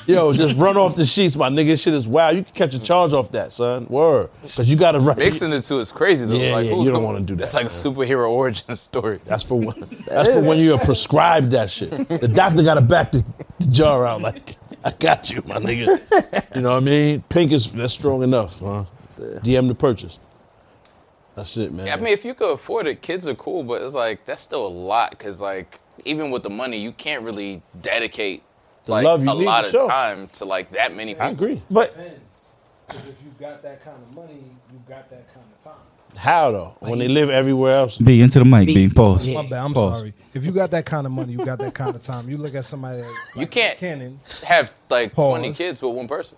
yo, just run off the sheets, my nigga. Shit is wild. You can catch a charge off that, son. Word, because you got to write.
Mixing the two is crazy though.
Yeah,
like,
yeah,
ooh,
you don't
come-
wanna do that,
That's like a
man.
superhero origin story.
That's for when. That's for when you're prescribed that shit. The doctor got to back the, the jar out. Like, I got you, my nigga. You know what I mean? Pink is that's strong enough. Huh? DM to purchase. That's it, man.
I mean, if you could afford it, kids are cool, but it's like that's still a lot because like even with the money, you can't really dedicate
The
like
love you
a
need
lot
to
of
show.
time to like that many people.
I agree.
But
Depends. Because if you got that kind of money, you got that kind of time.
How though? When they live everywhere else,
B into the mic. B,
B.
pause.
Yeah.
My bad. I'm
Pause.
sorry. If you got that kind of money, you got that kind of time. You look at somebody like
You can't-
Cannon.
Have like twenty
Pause.
kids with one person.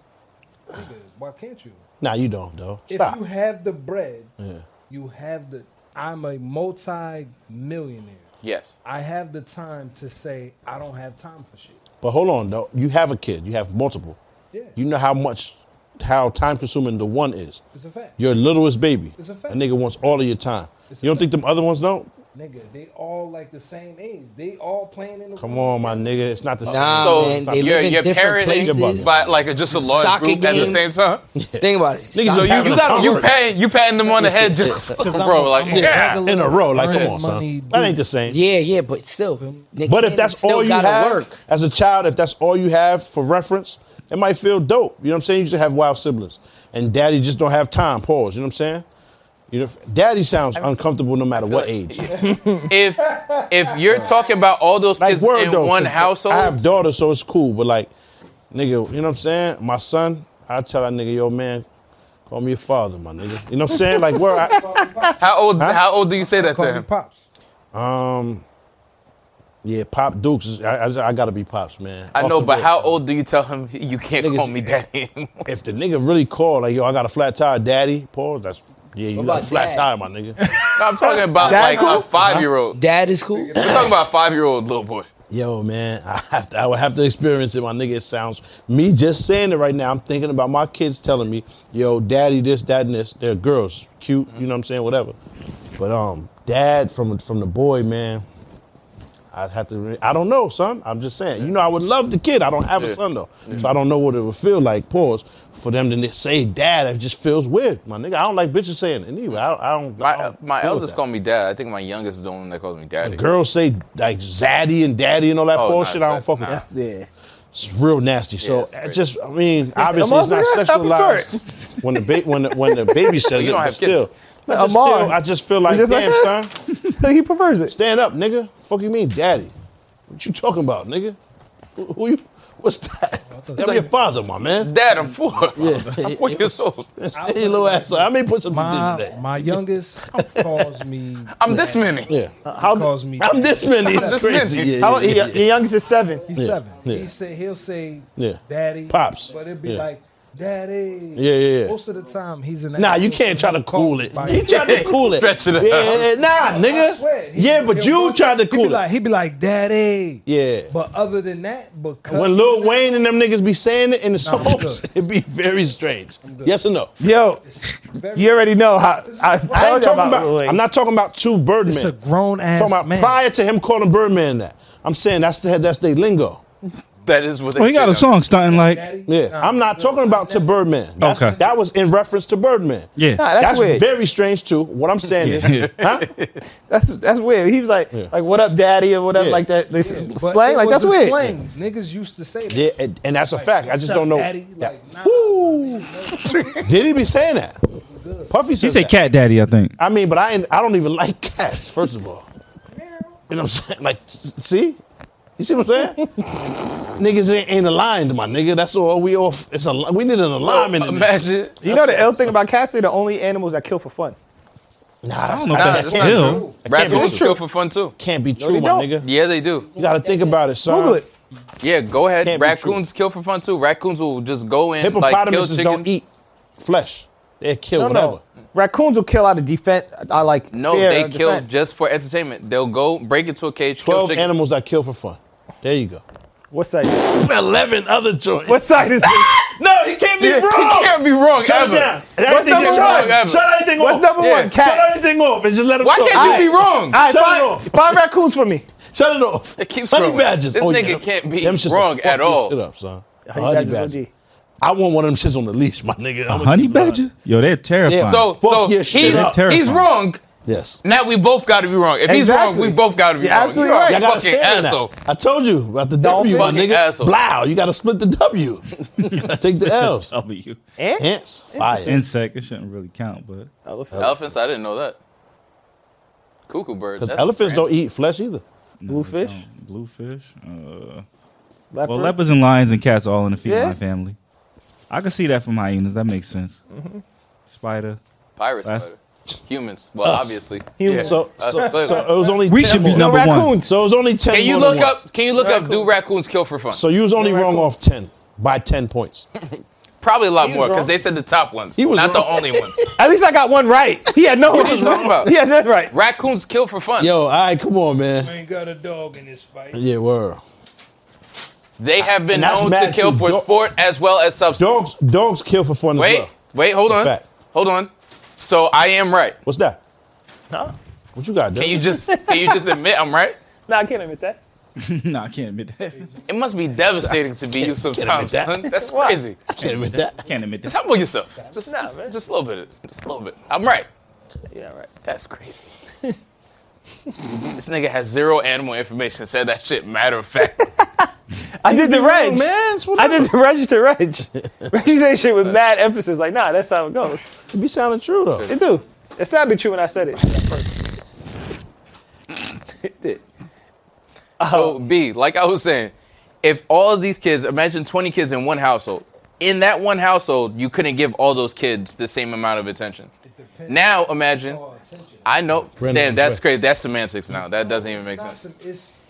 Why can't you?
nah, you don't though. Stop.
If you have the bread,
Yeah.
you have the. I'm a multi-millionaire.
Yes.
I have the time to say I don't have time for shit.
But hold on though. You have a kid. You have multiple.
Yeah.
You know how much, how time consuming the one is.
It's a fact.
Your littlest baby.
It's a fact.
That nigga wants all of your time.
It's a
you don't
fact.
think them other ones don't?
Nigga, they all like the same age. They all playing in the.
Come on, my nigga. It's not the
Uh,
same.
Nah,
So
Um, man, they
you're,
live in
you're
different
parenting
places.
by like just a large
Soccer
group at the
games.
same time.
Think about it.
Niggas
Stop.
just
you,
having a
gotta
conversation.
You
work.
patting you patting them on the head just bro like
I'm a
yeah.
regular
in a row. Like, come
earn
on, son.
money
That
dude.
ain't the same.
Yeah, yeah, but still. nigga,
But if
you
that's
still
all you
gotta
have
work.
as a child, if that's all you have for reference, it might feel dope. You know what I'm saying? You should have wild siblings, and daddy just don't have time. Pause. You know what I'm saying? You know, daddy sounds uncomfortable no matter what age.
If if you're talking about all those
Like
kids
word
in
though,
one
'cause
household,
I have daughters, so it's cool. But like, nigga, you know what I'm saying? My son, I tell that nigga, yo man, call me your father, my nigga. You know what I'm saying? Like, where I,
how old how old do you say that to
Call me
him?
pops.
um, yeah, Pop Dukes. is- I, I, I gotta be pops, man.
I
Off
know,
the
but
rip.
how old do you tell him you can't
Niggas-
call me daddy anymore?
If the nigga really call, like, yo, I got a flat tire, daddy. Pause. That's yeah, you
What
got a
about
flat
dad?
tire, my nigga.
No, I'm talking about
Dad
like
cool?
a five year old.
Dad is cool.
We're talking about a five year old little boy.
Yo, man, I have to, I would have to experience it, my nigga. It sounds me just saying it right now. I'm thinking about my kids telling me, "Yo, daddy, this, that, and this." They're girls, cute, you know what I'm saying, whatever. But um, dad from from the boy, man. I'd have to. Re- I don't know, son. I'm just saying. You know, I would love the kid. I don't have a
Yeah.
son though, so I don't know what it would feel like. Pause for them to say dad. It just feels weird, my nigga. I don't like bitches saying it anyway. I, I don't.
My uh,
I don't
my
deal with
eldest
Oh, that.
called me dad. I think my youngest is the one that calls me daddy.
Girls say like zaddy and daddy and all that
Oh, nah,
bullshit. I don't
that-
fuck
nah.
with that.
Yeah.
It's real nasty.
Yeah,
So
it's
I
crazy.
just, I mean, obviously it's not
Amar, we gotta help him
sexualized when the ba- when the, when the baby says
You
it,
don't
but
have kids.
still. I just,
Amar.
feel, I just feel like,
just like
damn,
that?
son,
So he prefers it.
stand up, nigga. Fuck you mean, daddy? What you talking about, nigga? Who, who you? What's that? That your father, my man.
Dad, I'm four. I'm four
It
years old.
Stay your little ass. up. I may put some dick in
My,
that.
my youngest calls me.
I'm this many.
Yeah.
How calls me?
I'm this many. It's
this
crazy.
many.
Yeah,
How, uh,
yeah,
your,
yeah,
your youngest is seven.
He's
Yeah,
seven.
yeah.
He say he'll say,
Yeah.
"Daddy,
Pops.
but it'd be
Yeah.
like, "Daddy."
Yeah, yeah, yeah.
Most of the time, he's in. That
Nah, you can't try to cool it.
Like,
You tried to cool it.
Stretch it out.
Yeah, nah, nigga.
I swear, he-
yeah, but
he'll
you
go-
tried to
He'd
cool
be like,
it.
he'd be like, "Daddy."
Yeah.
But other than that, because
When Lil Wayne and them niggas be saying it in the
I'm
songs,
good.
it'd be very strange. Yes or no?
Yo, you already know how. I,
I ain't
told you
talking
about,
about,
Lil Wayne.
I'm not talking about two Birdmen.
it's a grown
I'm talking about
ass man.
prior to him calling Birdman that. I'm saying that's the that's their lingo.
That is what they
Well, Oh, he got
say
a
now.
song starting like,
Daddy,
Yeah,
nah,
I'm not
good.
talking about to Birdman. That's-
Okay.
that was in reference to Birdman.
yeah.
Nah, that's,
that's
weird.
very strange too. What I'm saying
Yeah.
is, huh?
that's that's weird. He was like, like, what up, daddy, or whatever,
Yeah.
like that. They s-
But
slang,
it
like
was
that's
a
weird.
Slang. Niggas used to say that.
Yeah, and, and that's a
Like,
fact. I
what's
just
up,
don't know.
Daddy?
Yeah.
Like, nah,
Woo! Did he be saying that? Puffy
He
says
said
that.
Cat Daddy, I think.
I mean, but I ain't, I don't even like cats. First of all, you know what I'm saying? Like, s- see, you see what I'm saying? Niggas ain't, ain't aligned, my nigga. That's all we off. It's a we need an alignment. in this.
Imagine.
uh, You know the ill thing about cats? They're the only animals that kill for fun.
Nah, that's-
don't know if
nah,
that's
that
true.
can't be
Ill.
true. That can't be
Raccoons
true.
kill for fun too.
Can't be true,
they
my
don't.
nigga.
Yeah, they do.
You gotta think about it, son.
Google it.
Yeah, go ahead.
Can't be true.
Raccoons kill for fun too. Raccoons will just go in like kill
Hippopotamuses
chickens.
don't eat flesh. They kill
No,
whatever.
no. Raccoons will kill out of defense. I like
No,
fear
they
of
kill
defense.
just for entertainment. They'll go break into a cage, kill
Twelve
chickens.
animals that kill for fun. There you go.
What side?
Eleven other joints.
What side is this?
No, he can't be
Yeah,
wrong.
He can't be wrong
Shut
ever.
it down.
What's
Everything
number
just
one?
shut, it- shut everything
What's
off.
number
Yeah.
one?
Shut
Cats.
everything off and just let him
Why
cook.
can't you be wrong?
All right,
Shut it
find,
off.
find raccoons for me.
Shut it off.
It keeps
honey
growing.
badgers.
This
Oh,
nigga
yeah.
can't be
Them shits will
wrong
fuck
at
this
all.
Shit up, son.
Honey
Honey
badger's
badger.
OG.
I want one of them shits on the leash, my nigga.
A
I'm gonna
honey
keep it on.
badger? Yo, they're terrifying.
So,
Fuck
so
your
he's,
shit
up.
he's
Terrifying.
wrong.
Yes.
Now we both got to be wrong. If he's wrong,
Exactly.
we both got to be
You're
wrong.
absolutely
You are
right.
a
Y'all gotta
fucking
share in that.
asshole.
I told you about the W, my
Dolphin.
nigga.
Asshole.
Blow. You gotta split the W. Take the L's.
W.
And
Ants, fire.
Insect, it shouldn't really count, but
Elephants, I didn't know that. Cuckoo birds.
Because
that's
elephants
random.
don't eat flesh either.
bluefish,
bluefish. Uh,
leopards.
well, leopards and lions and cats are all in the feline
Yeah.
family. I can see that from hyenas. That makes sense. Spider.
Pirates.
That's-
better. Humans. Well,
Us.
obviously.
Humans.
So,
Yeah.
so,
Us.
so it was only
We
10
should be
more.
number
no
one.
raccoons.
So it was only ten.
Can you
more
look
than one.
up? Can you look up? Do raccoons kill for fun?
So you was only wrong off ten by ten points.
Probably a lot more
wrong.
because they said the top ones,
was
not the
wrong.
only ones.
At least I got one right. He had no.
What are you talking about?
He had nothing right.
Raccoons kill for fun.
Yo, all right, come on, man.
ain't got a dog in this fight.
Yeah, word.
They have been
And that's
known
mad
to kill
too.
for
Dog-
sport as well as substance.
Dogs, dogs kill for fun as
Wait,
well.
wait, hold on,
Fact.
hold on. So I am right.
What's that?
No,
What you got, dude?
Can you just can you just admit I'm right?
no, I can't admit that.
no, I can't admit that.
It must be devastating to be you sometimes,
that.
son. That's crazy.
Can't admit that.
Can't admit that.
Humble yourself. Just, just, just a little bit. Just a little bit. I'm right.
Yeah, right.
That's crazy. this nigga has zero animal information. Said that shit. Matter of fact.
I did the reg.
man, it's what
I did the register reg. Reggie said shit with mad emphasis. Like, nah, that's how it goes.
it be sounding true though.
It do.
It sounded true when I said it. at first. it did.
So B, like I was saying, if all of these kids, imagine 20 kids in one household. In that one household, you couldn't give all those kids the same amount of attention. Now imagine, I know,
Brendan,
damn, that's
right.
crazy. That's semantics now. That doesn't even make
It's not
sense.
some- it's-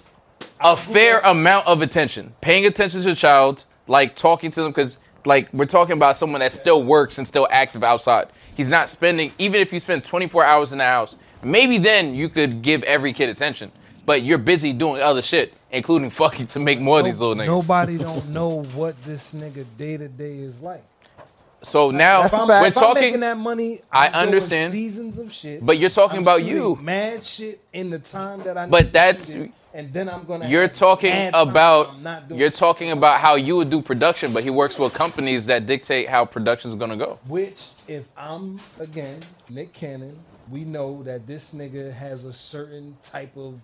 A fair amount of attention, paying attention to the child, like talking to them, because like we're talking about someone that still works and still active outside. He's not spending, even if you spend 24 hours in the house, maybe then you could give every kid attention. But you're busy doing other shit, including fucking to make more of these little niggas.
Nobody don't know what this nigga day to day is like.
So now
If I'm,
we're
if I'm making
talking,
that money.
I
I'm doing
understand.
seasons of shit.
But you're talking
I'm
about
shooting
you.
mad shit in the time that I.
But
need to
that's-
shoot it, and then I'm gonna.
you're
have
talking
mad time
about
I'm not doing.
you're talking about how you would do production, but he works with companies that dictate how production's gonna go.
Which, if I'm again Nick Cannon, we know that this nigga has a certain type of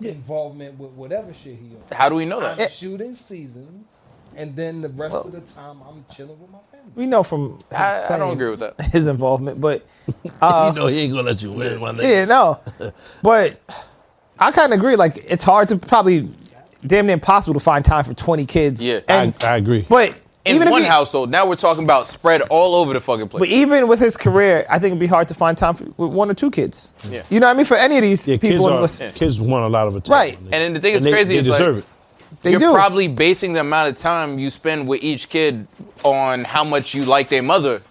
involvement with whatever shit he on.
How do we know
I'm
that?
shooting seasons, and then the rest of the time I'm chilling with my family.
We know from
I, I don't agree with that.
his involvement, but
you know he ain't gonna let you win, my nigga.
yeah, no. But I kind of agree. Like it's hard to probably, damn near impossible to find time for twenty kids.
Yeah.
and
I, I agree.
but
In
even if
one
he-
household, now we're talking about spread all over the fucking
But
place.
even with his career, I think it'd be hard to find time for, with one or two kids.
Yeah.
You know what I mean? For any of these
Yeah, kids,
people,
are,
listen,
kids want a lot of attention.
Right.
nigga.
And then the thing is
they,
crazy
They
is like-
deserve
they
you're
do.
probably basing the amount of time you spend with each kid on how much you like their mother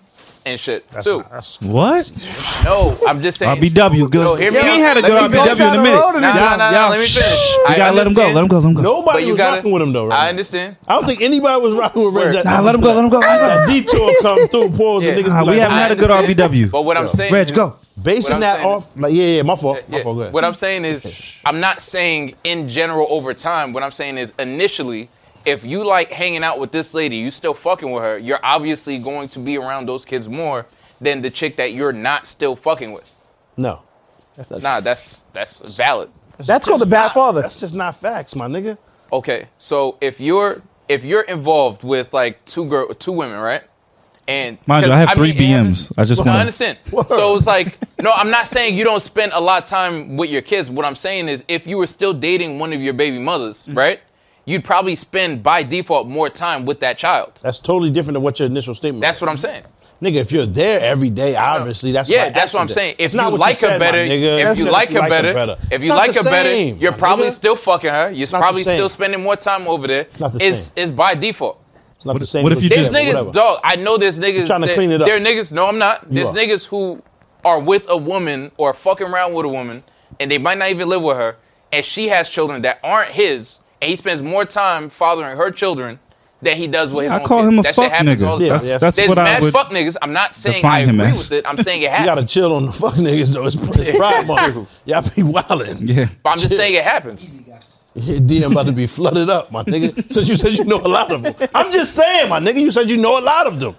and shit
it.
too.
That's, that's,
What?
No, I'm just saying.
RBW. Good.
No, hear me
we
out.
ain't had a
Let
good
me finish.
RBW in a minute.
Nah, nah, nah, nah,
Y'all-
let me
shh.
finish.
We
I
gotta let him go.
understand.
Let him go. Let him go.
nobody
But you
was
gotta-
rocking with him though. Right
I
now.
understand.
I don't think anybody was rocking with Reg.
Word.
at-
Nah, let him go. Let him go. Let him
Ah,
That
go.
detour come through, pause, and
Yeah.
niggas. be
Nah, we
like,
haven't had a good
I understand.
RBW.
But what I'm saying
Reg,
is-
go.
What
basing
I'm
that
saying
off. Like, yeah, yeah, my fault. My
Yeah.
fault. Go ahead.
What I'm saying is, I'm not saying in general over time. What I'm saying is, initially, if you like hanging out with this lady, you still fucking with her. You're obviously going to be around those kids more than the chick that you're not still fucking with.
no,
Nah, that's that's valid.
that's called the
just
bad
not-
father.
That's just not facts, my nigga.
Okay, so if you're if you're involved with like two girl, two women, right? And
Mind you, I have three
and-
BMs. I just
No, I
wanna-
understand. So it's like, no, I'm not saying you don't spend a lot of time with your kids. What I'm saying is, if you were still dating one of your baby mothers,
Mm.
right? You'd probably spend by default more time with that child.
That's totally different than what your initial statement.
That's
was.
what I'm saying.
nigga. If you're there every day, obviously that's
yeah,
by
that's what I'm
accident.
saying. If
It's
you
not what
like
said,
her
my
better,
nigga.
if
That's
you
just
like her better, if you
Not
like
the
her better,
same,
you're
my
probably
nigga.
still fucking her. You're
not the
probably still
same.
spending more time over there. It's
not the
it's,
same.
it's by default.
It's not the same.
what if you
relationship,
There's
just-
niggas,
whatever.
dog. I know there's niggas.
trying to
that-
clean it up.
There are niggas. No, I'm not. There's
are.
niggas who are with a woman or fucking around with a woman, and they might not even live with her, and she has children that aren't his, and he spends more time fathering her children than he does with his.
I
own
call
kids.
him a
that
fuck
shit happens
nigga.
All the
Yeah,
time.
that's
yeah.
that's
There's
what I
mass
would.
fuck niggas. I'm not saying I
define him
agree
as.
with it. I'm saying it
You
happens.
gotta chill on the fuck niggas though. It's, it's Pride Month. Y'all be wildin'.
Yeah.
but I'm just saying it happens.
Your DM about to be flooded up, my nigga. Since you said you know a lot of them, I'm just saying, my nigga. You said you know a lot of them.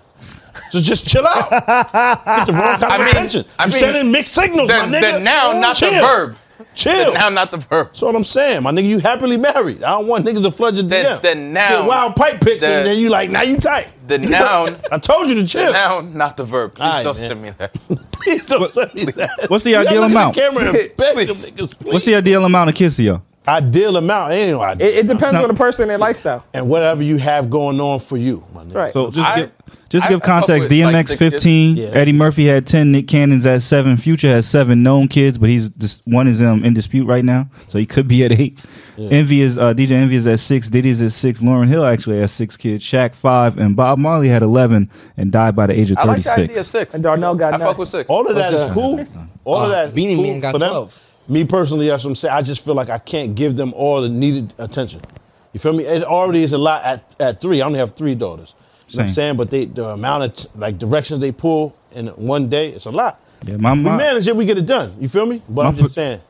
So just chill out. Get the wrong kind of
I mean-
attention.
I
you
mean,
sending mixed signals,
The,
my
the
nigga.
noun, not
chill.
the verb. The
Chill.
noun, not the verb.
That's what I'm saying, my nigga. You happily married. I don't want niggas to flood your DM.
the noun-
Get wild pipe pics,
the-
and then you like, now you tight.
The noun,
I told you to chill.
noun, not the verb. Please
All right,
don't
man.
send me that.
Please don't send me that.
What's the
You
ideal
gotta look
amount?
at the camera and beg them niggas, please.
What's the ideal amount of kids to y'all?
ideal amount? Ain't no ideal.
it, it depends
No.
on the person and their lifestyle.
and whatever you have going on for you, my nigga.
Right.
So just
I-
give, just
I-
give
I fuck
context.
with, like,
DMX
six kids.
15.
Yeah.
Eddie Murphy had 10. Nick Cannon's at 7. Future has 7 known kids, but he's this one is um, in dispute right now. So he could be at 8. Envy is uh, DJ Envy is at 6. Diddy's at 6. Lauren Hill actually has 6 kids. Shaq 5 and Bob Marley had 11 and died by the age of
I like the
36.
idea of six.
And Darnell got
I fuck
nine.
with six.
All of that is
uh,
cool. All of
uh,
that is
Beanie
cool
Man got
for them.
12.
Me personally, that's what I'm saying. I just feel like I can't give them all the needed attention. You feel me? It already is a lot at, at three. I only have three daughters. You know what I'm
Same.
saying? But they the amount of t- like directions they pull in one day, it's a lot.
Yeah, my
We
mom-
manage it, we get it done. You feel me? But
My
I'm just
pa-
saying.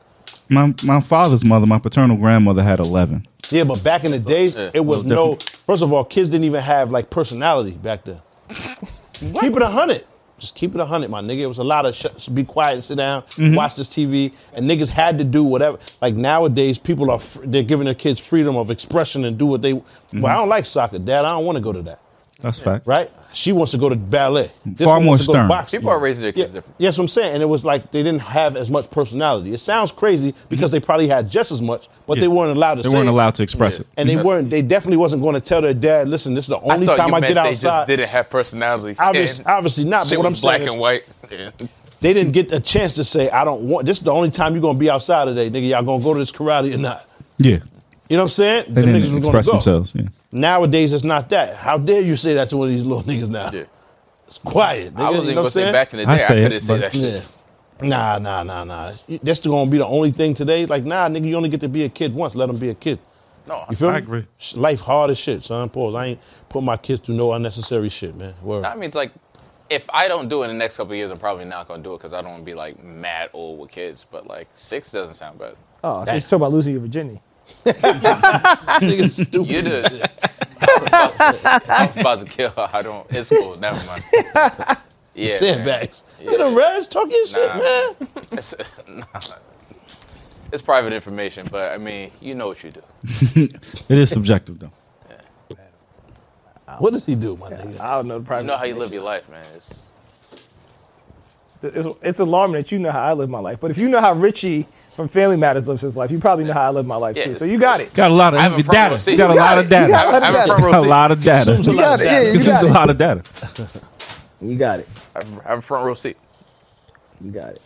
My my father's mother, my paternal grandmother had 11.
Yeah, but back in the days,
yeah.
it was
Little
no.
different.
First of all, kids didn't even have like personality back then. Keep it a hundred. Just keep it a hundred, my nigga. It was a lot of sh- be quiet, sit down,
Mm-hmm.
watch this TV, and niggas had to do whatever. Like nowadays, people are
Mm-hmm.
fr- they're giving their kids freedom of expression and do what they. Well, I don't like soccer, dad. I don't want to go to that.
That's fact.
right? She wants to go to ballet. This
Far
one
more
wants to go to
stern.
boxing.
People are raising their
Yeah,
kids different.
yes, what I'm saying. And it was like they didn't have as much personality. It sounds crazy because they probably had just as much, but
Mm-hmm. Yeah.
they weren't allowed to
They
say
weren't
it.
allowed to express it.
And they weren't. They definitely wasn't going to tell their dad. Listen, this is the
I
only
thought
time
you
I
meant
get
they just
outside.
didn't have personality.
Obviously,
Yeah.
obviously not.
Shit
But what I'm
was black
saying is,
and white. Yeah.
they didn't get a chance to say, "I don't want." This is the only time you're going to be outside today, nigga. Y'all going to go to this karate or not?
Yeah.
You know what I'm saying?
They
Them
didn't
was gonna
express
go.
themselves. Yeah.
Nowadays, it's not that. How dare you say that to one of these little niggas now?
Yeah.
It's quiet. Nigga.
I wasn't
you
even
know what
gonna
I'm
say
saying?
back in the
I
day. I,
say it,
couldn't say
but-
that shit.
Yeah. Nah, nah, nah, nah. That's gonna be the only thing today. Like, nah, nigga, you only get to be a kid once. Let them be a kid.
No,
You feel
I
me?
agree.
Sh- Life hard as shit, son. Pause. I ain't put my kids through no unnecessary shit, man. Word.
I mean, it's like if I don't do it in the next couple of years, I'm probably not gonna do it because I don't want to be like mad old with kids. But like six doesn't sound bad.
Oh, I thought you were talking about losing your virginity.
Nigga's stupid.
You did. I was about to kill her. I don't. It's cool. Never mind. Yeah. man.
Sandbags. Get them rest. Talk your shit, man.
It's, nah. It's private information, but I mean, you know what you do.
It is subjective though.
What does he do, my nigga?
I don't know the
You
private.
know how you live your life, man. It's,
It's, it's alarming that you know how I live my life. But if you know how Richie from Family Matters lives his life, you probably know how I live my life
Yeah,
too.
it's-
So you got it.
Got a lot
I have a
of
front row
data.
seat.
You got a
You
lot
got
of
it. You
data.
got
I have
it.
a front row
Got a
seat.
lot of
Consumes a
data.
lot
got
of
it.
data.
Yeah, you
Consumes
got
a
it.
lot of data.
You got it.
I have I have a front row seat.
You got it.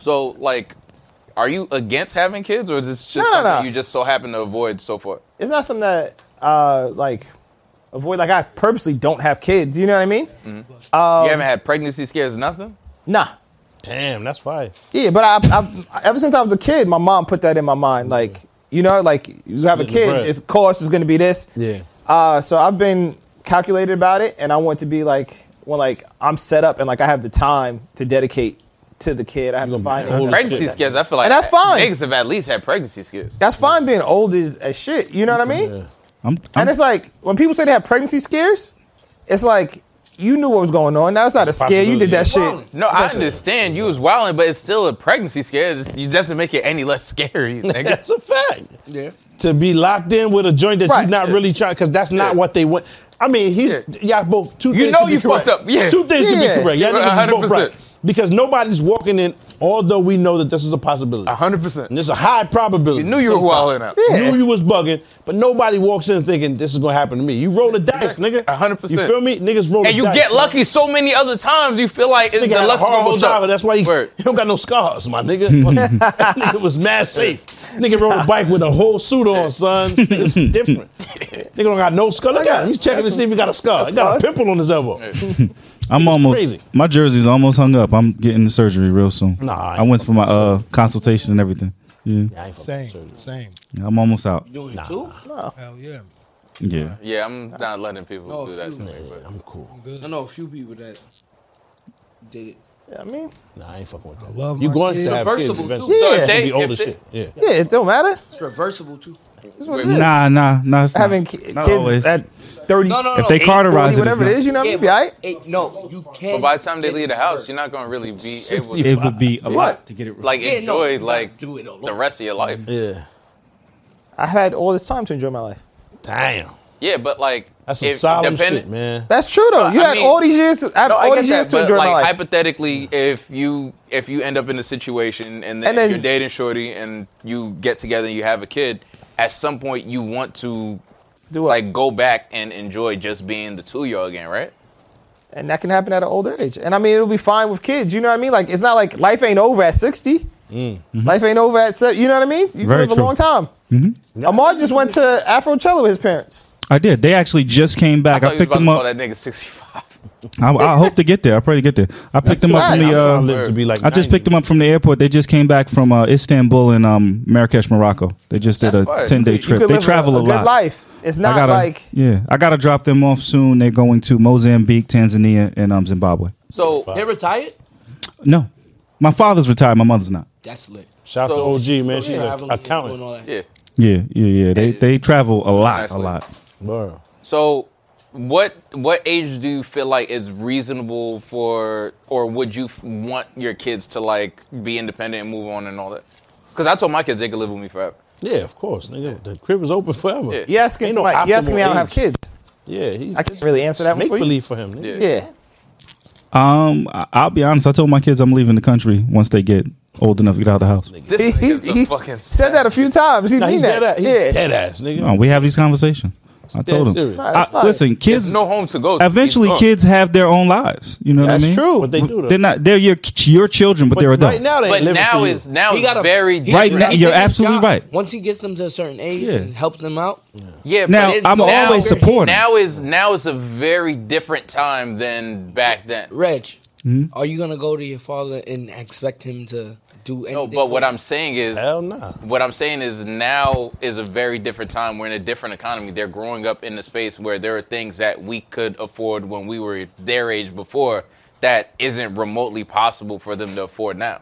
So, like, are you against having kids, or is this just
No, no,
something
no.
you just so happen to avoid so far?
It's not something that uh like avoid. Like I purposely don't have kids. You know what I mean?
Mm. you haven't had pregnancy scares, nothing.
Nah.
Damn, that's fire.
Yeah, but I, I ever since I was a kid, my mom put that in my mind. Like you know, like you have a
Yeah, the
kid,
bread.
it's cost is going to be this.
Yeah.
Uh, so I've been calculated about it, and I want to be like when like I'm set up and like I have the time to dedicate to the kid. I have to find
old
it.
as
Pregnancy scares, I feel like
And that's fine.
Niggas have at least had pregnancy scares.
That's fine being old as, as shit. You know what I mean?
I'm,
And
I'm
it's like when people say they have pregnancy scares, it's like you knew what was going on. Now it's not a scare. You did that shit.
No, I understand you was wilding, but it's still a pregnancy scare. It's- It doesn't make it any less scary, nigga.
That's a fact.
Yeah.
To be locked in with a joint that
Right.
you're not really trying, because that's not
Yeah.
what they want. I mean, he's y'all both two.
You
things
know
to be
you
correct.
fucked up, yeah.
two things to
Yeah.
be correct. Y'all
You're
niggas is both
100%.
right because nobody's walking in, although we know that this is a possibility.
hundred percent.
And it's a high probability.
Ah. You knew you were wilding out.
Knew you was bugging, but nobody walks in thinking this is gonna happen to me. You roll the dice, nigga.
A hundred percent.
You feel me, niggas roll the dice.
And you get
son.
lucky so many other times, you feel like it's,
Nigga
the
had a
luck's gonna
horrible
hold up.
childhood. That's why he,
Word.
he don't got no scars, my nigga. that nigga was mad safe. Nigga rode a bike with a whole suit on, son. It's different. nigga don't got no scar. Look at him. He's checking to see if he got a scar. He got a pimple on his elbow.
I'm almost
crazy.
my jersey's almost hung up. I'm getting the surgery real soon.
Nah, I
I
ain't
went for my uh, consultation and everything. Yeah,
I ain't fucking
Same,
serious.
same.
I'm almost out.
Doing it too?
Hell yeah.
Yeah,
Yeah, I'm not letting people
No,
do that.
excuse
to me,
Yeah,
but-
I'm cool.
I know a few people that did it.
I mean,
Nah, I ain't fucking with that.
love
you
my
going
kids.
to have kids
Reversible, too.
eventually.
Yeah.
It's gonna
They-
be older
if they-
shit. Yeah.
yeah, it don't matter.
It's reversible too.
Wait,
nah, nah, nah. it's not.
Having ki-
Not
kids
always.
at 30,
No, no, no.
if they
eight,
carterize
40,
it,
whatever it is, you know what I
Yeah,
mean? Be all right?
eight- no, you can't.
But by the time they
get
leave
it
the house,
reversed.
you're not gonna really be able
60.
to
it would be a lot to get it.
like
Yeah, no,
enjoy
you gotta
like
do it all
the
over.
rest of your life.
Yeah.
I had all this time to enjoy my life.
Damn.
Yeah, but like
That's some
if-
solid
depending-
shit, man.
That's true though. You
I
had
mean-
all these years. I had
No, I
all
get
these years
that,
to
but
enjoy my
like
life.
hypothetically, if you if you end up in a situation and then,
And then-
you're dating shorty and you get together and you have a kid, at some point you want to
Do what?
like go back and enjoy just being the two year old again, right?
and that can happen at an older age. And I mean, it'll be fine with kids. You know what I mean? Like it's not like life ain't over at 60.
Mm.
Life ain't over at se- you know what I mean? You can
Very
live
true. Mm-hmm.
a long time. Amar just went to Afrocello with his parents.
I did. They actually just came back. I,
thought you was about
picked them
to call
up.
that nigga sixty five.
I, I hope to get there. I pray to get there. I picked them up
right.
from
I'm
the.
trying to
Uh,
live to be like
I just
90.
picked them up from the airport. They just came back from uh, Istanbul and um, Marrakesh, Morocco. They just did
That's
a
fine.
ten day
You
You
trip.
could
They
live
travel a,
a, good
lot.
life. It's not
I gotta,
like
yeah, I gotta drop them off soon. They're going to Mozambique, Tanzania, and um, Zimbabwe.
So
They retired?
No, my father's retired. My mother's not.
That's lit.
Shout
So-
out to OG, man. She's an
Traveling and doing
accountant.
all that.
yeah.
Yeah, yeah, yeah. They they travel a lot, a
Nicely.
lot.
Bro.
So, what what age do you feel like is reasonable for, or would you f- want your kids to like be independent and move on and all that? Because I told my kids they could live with me forever.
Yeah, of course, nigga. The crib is open forever.
Yeah.
You asking,
Ain't no
somebody- you asking me? I don't
optimal
have
age.
kids.
Yeah, he,
I can't really answer that one
Make
for you.
believe for him. Nigga.
Yeah.
Yeah.
Um, I- I'll be honest. I told my kids I'm leaving the country once they get old enough to get out of the house.
This
He, he,
nigga's a
he
fucking
said that a few times. He
Nah,
mean
he's
that.
dead, ass, he's
yeah.
dead ass, nigga.
Oh, we have these conversations. I
Dead
told
serious.
them.
Nah, that's
I-
fine.
listen, kids.
no home to go. to.
Eventually,
He's gone.
kids have their own lives. You know
That's
what I mean?
true.
But they do though.
They're not. They're your your children, but,
But
they're adults.
Right now, they
But
ain't living
now
for you.
is now
He
is
got a
very
he-
Right
different.
now-
he
you're
did his
absolutely
job.
right.
Once he gets them to a certain age
Yeah.
and helps them out,
Yeah, but
Now,
it's-
I'm always supportive.
Now is now is a very different time than back then.
Reg, are you gonna go to your father and expect him to do anything?
No, but what
for
I'm saying is
Hell nah.
what I'm saying is now is a very different time. We're in a different economy. They're growing up in a space where there are things that we could afford when we were their age before that isn't remotely possible for them to afford now.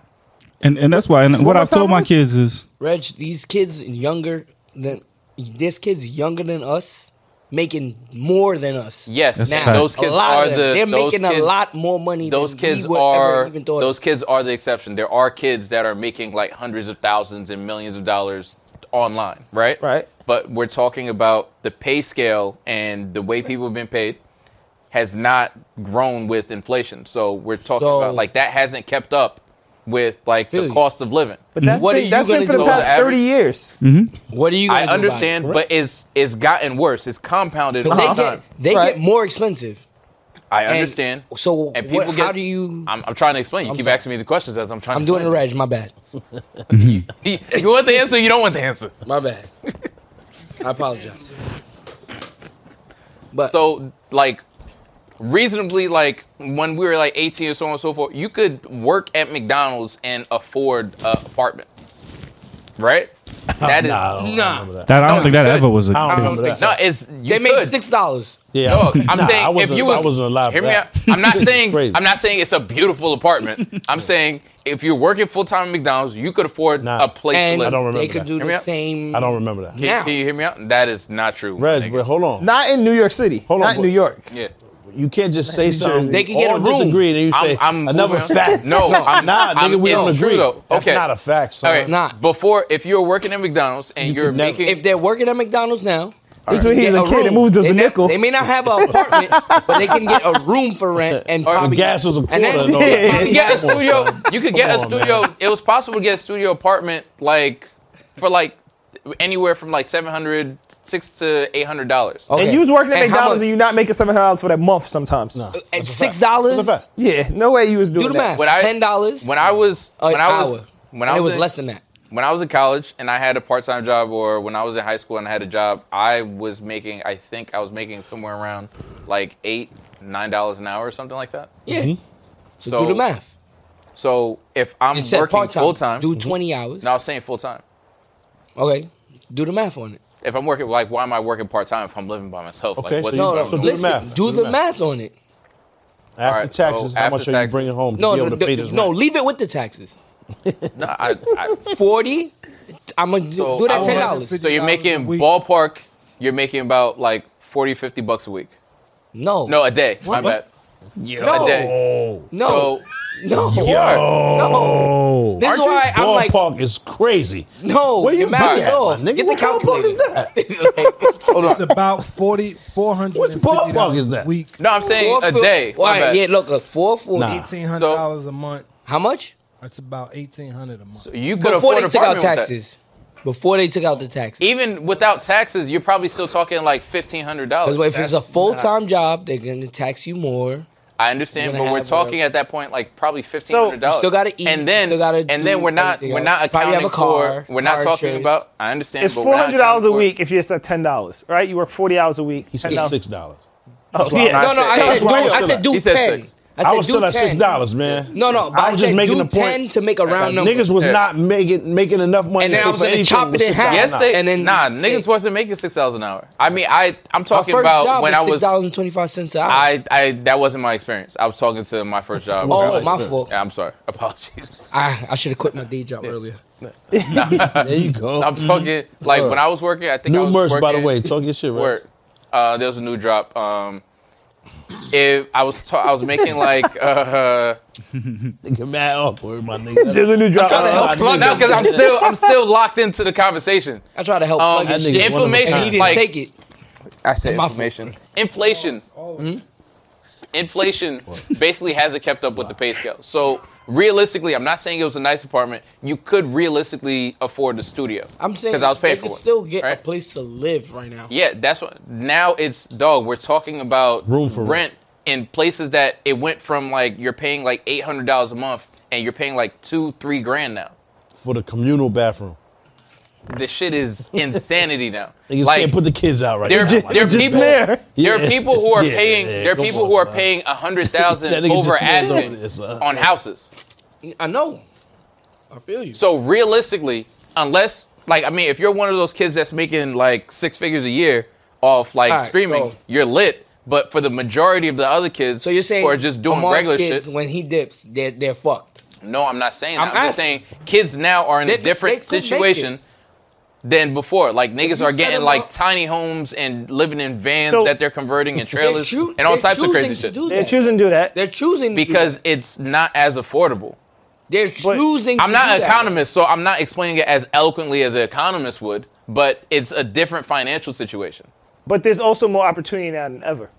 and and that's why. And what
more
I've told
time?
my kids is,
you? Reg, these kids younger than this kid's younger than us, making more than us.
Yes,
That's
now
a fact.
those kids
a lot
are
of them.
the
they're
those
making a
kids-
lot more money.
Those
than
kids
we would
are
ever even thought.
those kids are the exception. There are kids that are making like hundreds of thousands and millions of dollars online, right?
Right.
But we're talking about the pay scale and the way people have been paid has not grown with inflation. So we're talking
So-
about like that hasn't kept up with like
Feel
the
you.
cost of living.
But that's
What are
been,
you
that's
gonna
been for the
do?
past
Average?
30 years.
What are you?
I
Gonna do about it?
understand, but it's it's gotten worse. It's compounded
'Cause
over
They
time.
get they
Right.
get more expensive.
I
And
understand.
so what- how do you-
I'm, I'm trying to explain. You
I'm
keep
sorry.
asking me the questions as I'm trying.
I'm
to
doing it
explain.
Reg. My bad.
You want the answer? You don't want the answer.
My bad. I apologize. But
So like reasonably like when we were like 18 and so on and so forth, you could work at McDonald's and afford an apartment. Right? That is
Nah, I don't
Nah.
remember that.
that I don't
No,
think that
good.
ever was a
I don't remember that.
no, it's you
they make
could.
six dollars.
Yeah,
Dog, I'm
nah,
saying
I wasn't,
if you
I
was,
wasn't alive.
hear
for
me out.
that.
I'm not
This is
saying
crazy.
I'm not saying it's a beautiful apartment. I'm saying if you're working full time at McDonald's, you could afford
Nah.
a place
And
to
I
live.
don't remember
they could
that.
do
me
the
out.
same.
I don't remember that.
Can, can you hear me out? That is not true.
Reg,
nigga.
but hold on.
Not in New York City.
Hold on,
Not in
but-
New York.
yeah.
You can't just say something.
They can get
all
a room.
disagree and you say
I'm, I'm
another
moving on.
fact.
No, I'm
nah,
I'm-
nigga, we
it's
don't
true,
agree.
though.
That's
okay.
not a fact. Son.
All right,
Nah.
Before, if you're working at McDonald's and you are
could never-
making,
If they're working at McDonald's now,
This is when he was
get
a
a
kid
room.
and moved us
they
a
may-
nickel.
They may not have an apartment, but they can get a room for rent and
Or
probably
gas was a quarter.
And then-
and all that.
you could get a
Come on,
studio,
son.
you could get
Come
a
on,
studio.
man.
It was possible to get a studio apartment like for like anywhere from like 700 six to eight hundred dollars.
Oh.
Okay.
And you was working at
And how
McDonald's
much-
and you not making seven dollars for that month sometimes.
at six dollars.
That's a fact.
Yeah, no way you was doing
Do the math.
that.
When I-
$10
When I was
An
when I was
hour.
when I
it
was
was
in-
less than that.
when I was in college and I had a part time job, or when I was in high school and I had a job, I was making. I think I was making somewhere around like eight nine dollars an hour or something like that.
Yeah. Mm-hmm. So,
So-
do the math.
So if I'm
It said
working
part time.
full time,
Do twenty hours.
no, I was saying full time.
Okay. Do the math on it.
if I'm working, like, why am I working part time if I'm living by myself?
Okay,
like, what's
so you-
No, no.
So do the
listen,
math.
do the math on it.
After
right, so
taxes, how
after
much are you
taxes.
bringing home to
No,
be able
no,
to pay
no,
this
no,
rent?
leave it with the taxes.
no, I, I,
Forty. I'm gonna
so,
do that
I-
ten dollars.
So you're making
$50 a week.
ballpark, you're making about like 40, 50 bucks a week.
No.
No, a day.
What? Oh.
My bad.
No.
A day.
No. No.
So, you are.
No.
Oh,
This is why I'm like,
ballpark is crazy.
no.
Where you
your math
been
is
at, my
off. Get
nigga?
the
What ballpark
calculator.
is that?
It's about 40, 400
Which ballpark is that?
Week,
No, I'm saying a
Four-
day.
All
My
right,
bad.
yeah, look, a four forty.
Nah.
eighteen hundred dollars a month.
How much?
That's about eighteen hundred a month.
You could
Before
afford
they
an
took out
apartment with that.
taxes. Before they took out the taxes.
Even without taxes, you're probably still talking like fifteen hundred dollars.
Because if it's a full time job, they're gonna tax you more.
I
You're
understand,
gonna
but we're
have
talking
a-
at that point like probably fifteen hundred dollars.
you still gotta eat,
and then
you still gotta
and
do
then we're not
everything
we're
else.
not
Probably
accounting
have a car,
for we're not
car
talking
insurance.
about. I understand,
It's
but we're
four
not
hundred dollars a
accounting for-
week if you're at ten dollars, right? You work forty hours a week.
He said
$10.
six dollars.
Oh, yeah.
No, no, I
That's
said, do,
why I
I
was
said
still
do
at- he said
ten.
six.
I said
I was
do
still at
10.
six dollars, man.
No, no, but
I
I,
was
said
just making
do
the point.
ten to make a round
Like,
number.
Niggas was
Yeah.
not making making enough money.
And then
to
I
pay
was
for
gonna
anything
chop it
with
in
$6 an
half.
Yes,
hour.
they.
And then-
nah, niggas
Say-
wasn't making six dollars an hour. I mean, I I'm
My
talking
first
about
job
when
was
I was.
six dollars and twenty five cents an hour.
I I that wasn't my experience. I was talking to my first job.
oh, my fault.
Yeah, I'm sorry. Apologies.
I, I should have quit my day job earlier.
There you go.
I'm talking like when I was working. I think I
New
was
merch, by the
working-
way. Talk your shit, right?
Word. Uh, there was a new drop. Um, if I was ta- I was making like uh,
Nigga, mad awkward, my nigga.
There's a new drop.
trying to help
Uh,
plug
no because I'm still I'm still locked into the conversation.
I tried to help
Um,
plug his
that nigga
shit,
one of a
information
and he didn't
like
take it.
I said
My
information. Inflation. Mhm. Inflation basically hasn't kept up with the pay scale. So realistically, I'm not saying it was a nice apartment. You could realistically afford the studio.
I'm saying
because I was paying
they
for
can
it.
still get
right?
a place to live right now.
Yeah, that's what. Now it's dog. We're talking about
Room for
rent in places that it went from like you're paying like eight hundred dollars a month and you're paying like two, three grand now.
For the communal bathroom.
This shit is insanity now.
Niggas can't put the kids out right
there,
now.
there
my
are
nigga.
people.
there.
There
Yeah,
are people
it's-
who are
yeah,
paying.
yeah,
there are
come
people
on,
who are
son.
playing a hundred
That
thousand
nigga
over
just knows
asking
all this, huh?
on houses.
I know. I feel you.
So realistically, unless like I mean, if you're one of those kids that's making like six figures a year off like
All right,
streaming,
so-
you're lit. But for the majority of the other kids,
So you're saying
who are just doing
Amar's
regular
kids,
shit.
when he dips, they're they're fucked.
No, I'm not saying.
I'm
that. I'm just
asking.
saying kids now are in
They-
a different
they could make it.
situation than before. Like niggas
you
are
set
getting
them
like
up-
tiny homes and living in vans
So-
that they're converting and
They're
trailers
choo-
and all
they're
types of
choosing
crazy
to
shit
do
They're
that.
choosing to do that.
They're choosing to do
because
that.
it's not as affordable.
they're choosing.
I'm
to
not
do
an
that.
economist, so I'm not explaining it as eloquently as an economist would, but it's a different financial situation.
But there's also more opportunity now than ever.
Mm-hmm.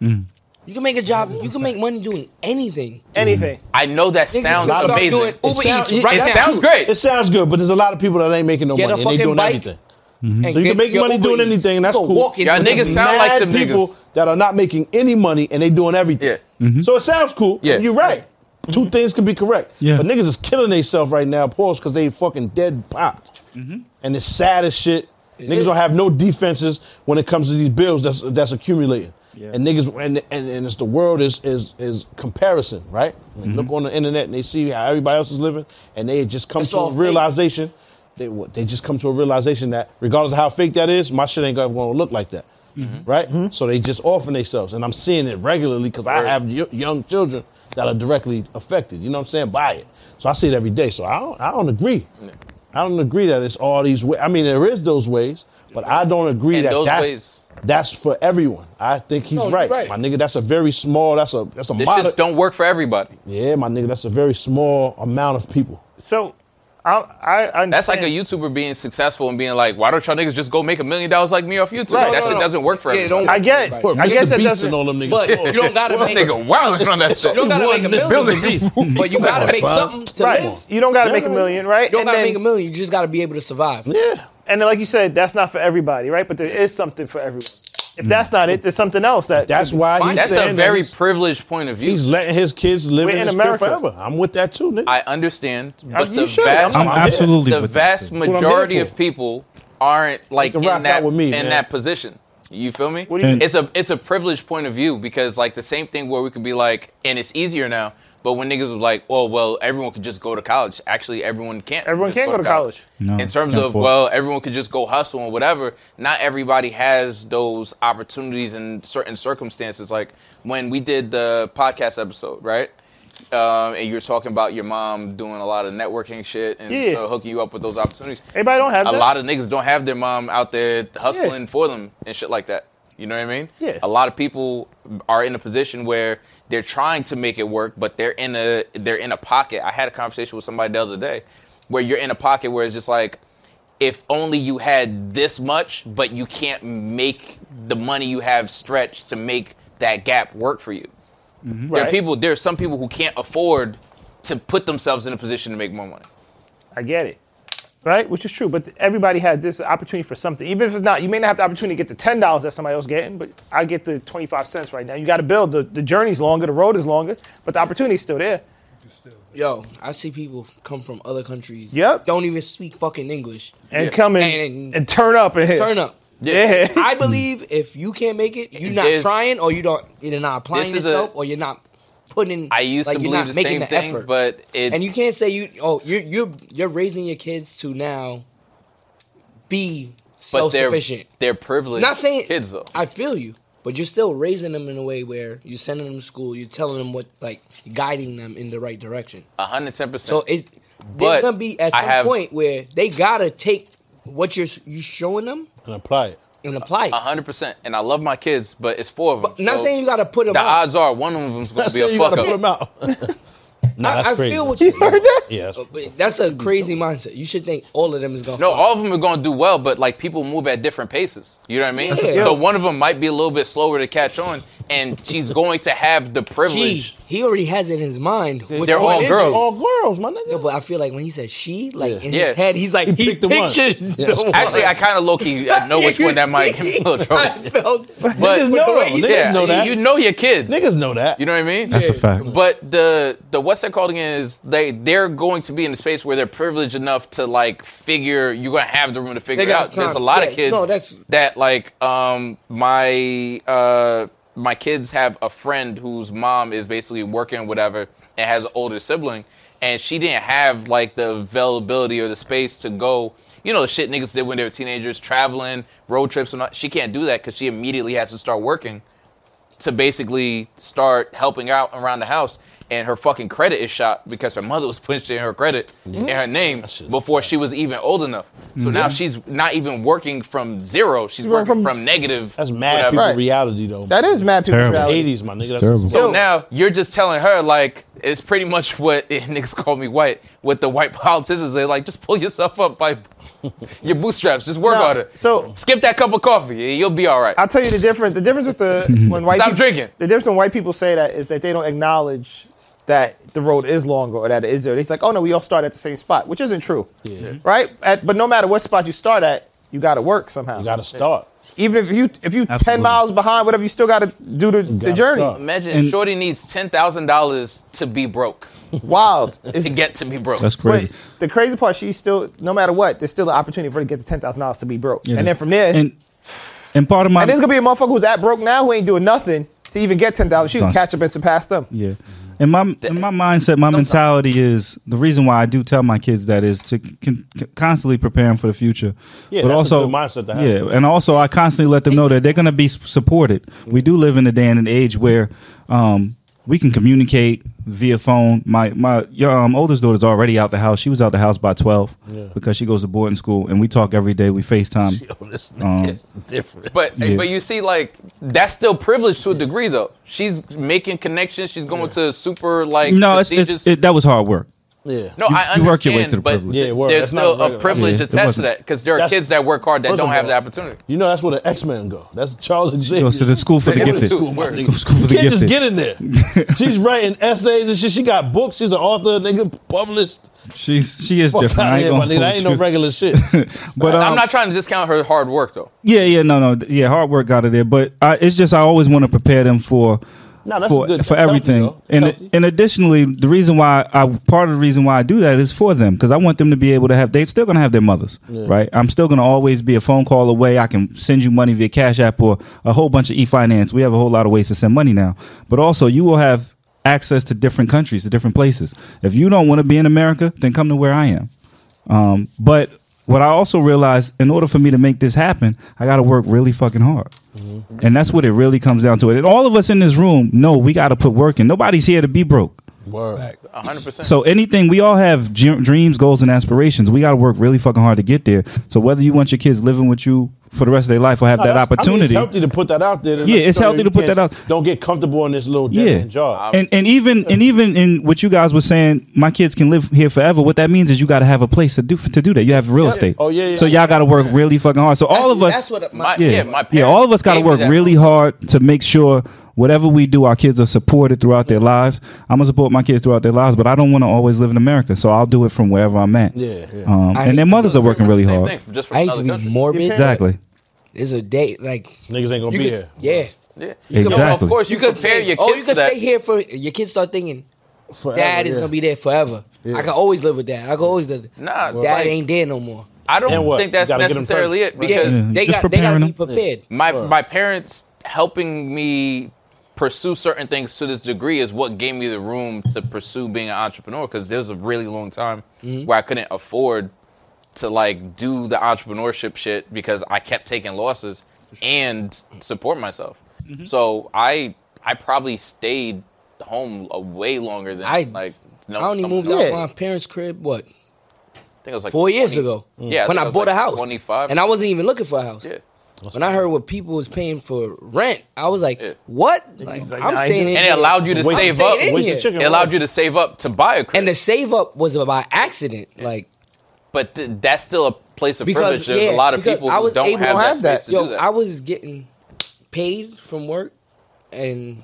You can make a job. You can make money doing anything.
Anything.
I know that
Niggas
sounds
start
amazing.
doing Uber
sound-
Eats right
it
now.
sounds great.
It sounds good, but there's a lot of people that ain't making no
Get a
money and they
fucking
doing
bike.
everything.
And
So you
get
can make
your
money
Uber
doing
Eats.
anything, and that's
You can
cool.
walk in
Y'all
doing
niggas
anything.
sound like them
people
niggas.
that are not making any money and they doing everything. Mm-hmm.
Yeah.
So it sounds cool.
Yeah.
You're right. Two things can be correct.
Mm-hmm. Yeah.
But niggas is killing themselves right now, pause, because they fucking dead popped.
Mm-hmm.
And it's sad as shit. niggas
is.
don't have no defenses when it comes to these bills that's that's accumulating.
Yeah.
And niggas and, and and it's the world is is is comparison, right? Like,
Mm-hmm.
Look on the internet and they see how everybody else is living, and they just come
It's
to
all
a
fake.
realization. They what, they just come to a realization that regardless of how fake that is, my shit ain't gonna look like that, right? So they just offering themselves, and I'm seeing it regularly because I have y- young children that are directly affected. You know what I'm saying by it. So I see it every day. So I don't I don't agree. I don't agree that it's all these ways. I mean, there is those ways, but I don't agree
And
that
those
that's
ways-
that's for everyone. I think he's
No, you're
right.
right.
my nigga. That's a very small. That's a that's a
This
moderate.
shit don't work for everybody.
yeah, my nigga. That's a very small amount of people.
So I, I understand.
That's like a YouTuber being successful and being like, why don't y'all niggas just go make a million dollars like me off YouTube?
Right.
that
No, no,
shit
no.
doesn't work for
Yeah, it
everybody.
don't
I get.
Right.
I
Mr.
get that
Beast
doesn't.
and all them niggas.
But you don't gotta
That
make. You
nigga wilding on that shit.
don't gotta make a
building
million, but you gotta make
son.
something to
Right.
live.
You don't got to make a
no, no.
million, right?
You don't
and
gotta
then,
make a million. You just gotta be able to survive.
yeah.
And then, like you said, that's not for everybody, right? But there is something for everyone.
Mm.
If that's not it, there's something else that.
That's why he's
That's
saying
a very
that he's,
privileged point of view.
he's letting his kids live
We're
in,
in
his crib
America.
forever. I'm with that too, nigga.
I understand, but
you
the
should.
vast,
I'm
I'm dead.
absolutely
the
with
vast
that.
what I'm here
majority
for.
of people aren't like
can
in
rock out
that
with me,
in
man.
that position. You feel me?
do you
mean?
it's a it's a privileged point of view because like the same thing where we could be like, and it's easier now. But when niggas was like, "Oh well, everyone could just go to college." Actually, everyone can't.
Everyone
just
can't go to college.
No,
in terms
can't
of
afford it.
well, everyone could just go hustle and whatever. Not everybody has those opportunities in certain circumstances. Like when we did the podcast episode, right? Um, and you're talking about your mom doing a lot of networking shit and
Yeah.
so hooking you up with those opportunities.
Everybody don't have
a
that.
lot of niggas don't have their mom out there hustling
Yeah.
for them and shit like that. You know what I mean?
Yeah.
A lot of people are in a position where they're trying to make it work, but they're in a they're in a pocket. I had a conversation with somebody the other day where you're in a pocket where it's just like if only you had this much, but you can't make the money you have stretched to make that gap work for you. There are
Right.
people. There are some people who can't afford to put themselves in a position to make more money.
I get it. Right? Which is true. But everybody has this opportunity for something. Even if it's not, you may not have the opportunity to get the ten dollars that somebody else getting, but I get the twenty five cents right now. You gotta build. The the journey's longer, the road is longer, but the opportunity's still there.
Yo, I see people come from other countries.
Yep.
Don't even speak fucking English.
And
Yeah.
come in
And-
and, turn up and hit.
Turn up.
Yeah.
I believe if you can't make it, you're not
There's-
trying, or you don't, you're not applying
This is a-
yourself, or you're not putting.
I used
like,
to
you're
believe
not
the
making
same
the
thing,
effort.
but it's,
and you can't say you oh you're you're you're raising your kids to now be
but
self
they're
sufficient.
they're privileged.
Not saying
kids though.
I feel you, but you're still raising them in a way where you're sending them to school, you're telling them what like guiding them in the right direction.
hundred and ten percent.
So it
But
there's gonna be at
I
some
have-
point where they gotta take what you're you showing them
and apply it.
and apply it.
hundred percent. And I love my kids, but it's four of them.
Not
Uh, so
saying you got to put them
the
out.
odds are one of them's going to be
you
a fuck
gotta put
up.
him out. Nah,
I,
that's
I
crazy.
feel what you heard that.
Yeah, that's-
That's a crazy mindset. You should think all of them is gonna.
No,
fuck.
all of them are going to do well, but like people move at different paces. You know what I mean?
Yeah.
So one of them might be a little bit slower to catch on, and she's going to have the
she.
privilege.
He already has it in his mind. Which
They're
one
all
is it?
girls.
All girls, my nigga.
No, but I feel like when he said she, like in
Yeah.
his head, he's like he,
picked the one.
pictured
Yeah.
the one.
Actually, I kind of low key I know which one that might give me a little
I
trouble.
felt
But
Niggas know
way
though.
you-
Niggas
yeah,
know that.
you know your kids.
Niggas know that.
You know what I mean?
That's a fact.
But the the what's that called again is they they're going to be in a space where they're privileged enough to like figure you're gonna have the room to figure
They
it
got
out. There's a
time.
lot of
Yeah,
kids
no, that's-
that like um my uh my kids have a friend whose mom is basically working or whatever and has an older sibling and she didn't have like the availability or the space to go you know the shit niggas did when they were teenagers traveling road trips and all. she can't do that because she immediately has to start working to basically start helping out around the house. And her fucking credit is shot because her mother was punched in her credit in her name
shit's
before she was even old enough. So now she's not even working from zero. She's working from,
from-
negative.
That's mad
whatever.
people
Right.
reality though.
That is mad people's
Terrible.
reality.
Eighties, my nigga. That's
terrible.
So
Yo.
now you're just telling her like it's pretty much what niggas call me white. What the white politicians they like, just pull yourself up by your bootstraps. Just work
No,
on it.
so-
skip that cup of coffee. and You'll be all right.
I'll tell you the difference. The difference with the when white
Stop
people,
drinking.
The difference when white people say that is that they don't acknowledge that the road is longer or that it is there. It's like, oh no, we all start at the same spot, which isn't true.
Yeah.
Right? At, but no matter what spot you start at, you got to work somehow.
You gotta start.
Even if you if you ten
Absolutely.
miles behind, whatever, you still got to do the, the
gotta
journey.
start.
Imagine
And-
Shorty needs ten thousand dollars to be broke
Wild. It's,
to get to be broke.
That's
but
crazy.
the crazy part, she's still no matter what, there's still an opportunity for her to get to ten thousand dollars to be broke,
Yeah.
and then from there, and,
and and part of my
there's gonna be a motherfucker who's at broke now who ain't doing nothing to even get ten dollars. She can
Don't-
catch up and surpass them.
Yeah.
Mm-hmm.
And my and my mindset, my mentality is the reason why I do tell my kids that is to con- con- constantly prepare them for the future.
Yeah,
but
that's a
also
good mindset to have.
Yeah, and also I constantly let them know that they're going to be s- supported.
Mm-hmm.
We do live in a day and an age where um, we can communicate via phone. My my your um, oldest daughter's already out the house. She was out the house by twelve because she goes to boarding school, and we talk every day. We FaceTime.
Yo, this
Um,
nigga is different.
But eh,
Yeah.
but you see, like that's still privilege to a degree, though. She's making connections. She's going to super like
no, it's,
prestigious-
it's, it, that was hard work.
yeah.
no,
you-
I understand.
you work your way to the
but
privilege.
Yeah, it was.
there's
That's not
still a
regular.
privilege
Yeah, it
attached to
wasn't.
that because there are
That's-
kids that work hard that
First
don't
of
have
all,
the opportunity.
You know that's where the X Men go. That's Charles Xavier.
Goes to the school for the
It was
gifted.
too work.
School- School for the
You can't just
gifted.
get in there. She's writing essays and shit. She got books. She's an author, nigga, published.
She's she is
Fuck
different.
outta
I ain't
here, my
gonna
nigga. That ain't no
hold you.
regular shit.
But um,
I'm not trying to discount her hard work though.
Yeah, yeah, no, no, th- yeah. Hard work out of there, but I, it's just I always want to prepare them for
No, that's
for,
good. That's
for
healthy,
everything.
though.
and
Healthy.
and additionally, the reason why I part of the reason why I do that is for them because I want them to be able to have. They're still gonna have their mothers, right? I'm still gonna always be a phone call away. I can send you money via Cash App or a whole bunch of e-finance. We have a whole lot of ways to send money now, but also you will have access to different countries, to different places. If you don't want to be in America, then come to where I am. Um, but what I also realized, in order for me to make this happen, I got to work really fucking hard. And that's what it really comes down to. It. And all of us in this room know we got to put work in. Nobody's here to be broke.
Word.
100. percent
So anything, we all have j- dreams, goals, and aspirations. We got to work really fucking hard to get there. So whether you want your kids living with you for the rest of their life or have
No,
that
that's- I mean,
opportunity,
it's healthy to put that out there.
Yeah, it's healthy to put that out.
Don't get comfortable in this little
yeah,
dead job.
and and even and even in what you guys were saying, my kids can live here forever. What that means is you got to have a place to do to do that. You have real estate.
Oh, yeah, yeah,
so y'all got to work really fucking hard. So all
That's-
of us,
That's what my,
My-
yeah,
yeah,
yeah,
my
all of
parents
us got to
gave me
work
that.
really hard to make sure whatever we do, our kids are supported throughout their lives. I'm gonna support my kids throughout their lives, but I don't want to always live in America, so I'll do it from wherever I'm at.
Yeah, yeah.
Um,
I
and their
hate
mothers
to
are working really
Same
hard.
thing, just from
I hate to
another
be
country.
morbid. but
Exactly.
There's a day like
Niggas ain't gonna
you
be
could,
here.
yeah.
Yeah.
You
of
could- Exactly.
course, you,
could
compare
say,
your kids
Oh, you
to
could
that.
stay here for your kids. Start thinking
Forever,
dad is
yeah.
gonna be there forever.
Yeah.
I can always live with dad. I can always live.
Nah,
dad
like-
ain't there no more.
I
And
don't
what?
think that's
Gotta get 'em
necessarily
first,
it
right?
because
Yeah.
They
just
got they gotta
preparing
be
them.
prepared.
my my parents helping me pursue certain things to this degree is what gave me the room to pursue being an entrepreneur because there was a really long time
Mm-hmm.
where I couldn't afford to like do the entrepreneurship shit because I kept taking losses and support myself. So I I probably stayed home a way longer than
I-
like no
I only
someone
moved
else.
out
Yeah.
my parents' crib what
I think it was like
four years
20
ago.
Yeah,
when
think
I,
it was
bought
like
a house,
25
and I wasn't even looking for a house.
yeah.
when I heard what people was paying for rent, I was like,
Yeah.
"What? Like,
like,
I'm
nah, I
staying in
ain't
And it
here.
allowed you to
Waste-
save
I'm
up.
staying in
Waste of
here.
chicken.
It allowed you to save up to buy a crib.
And the save up was by accident, like
but th- that's still a place of
because
privilege. There's a
yeah,
lot of
because
people
I
who
was
don't
able
have,
to
that, space to
Yo,
do that.
I was getting paid from work, and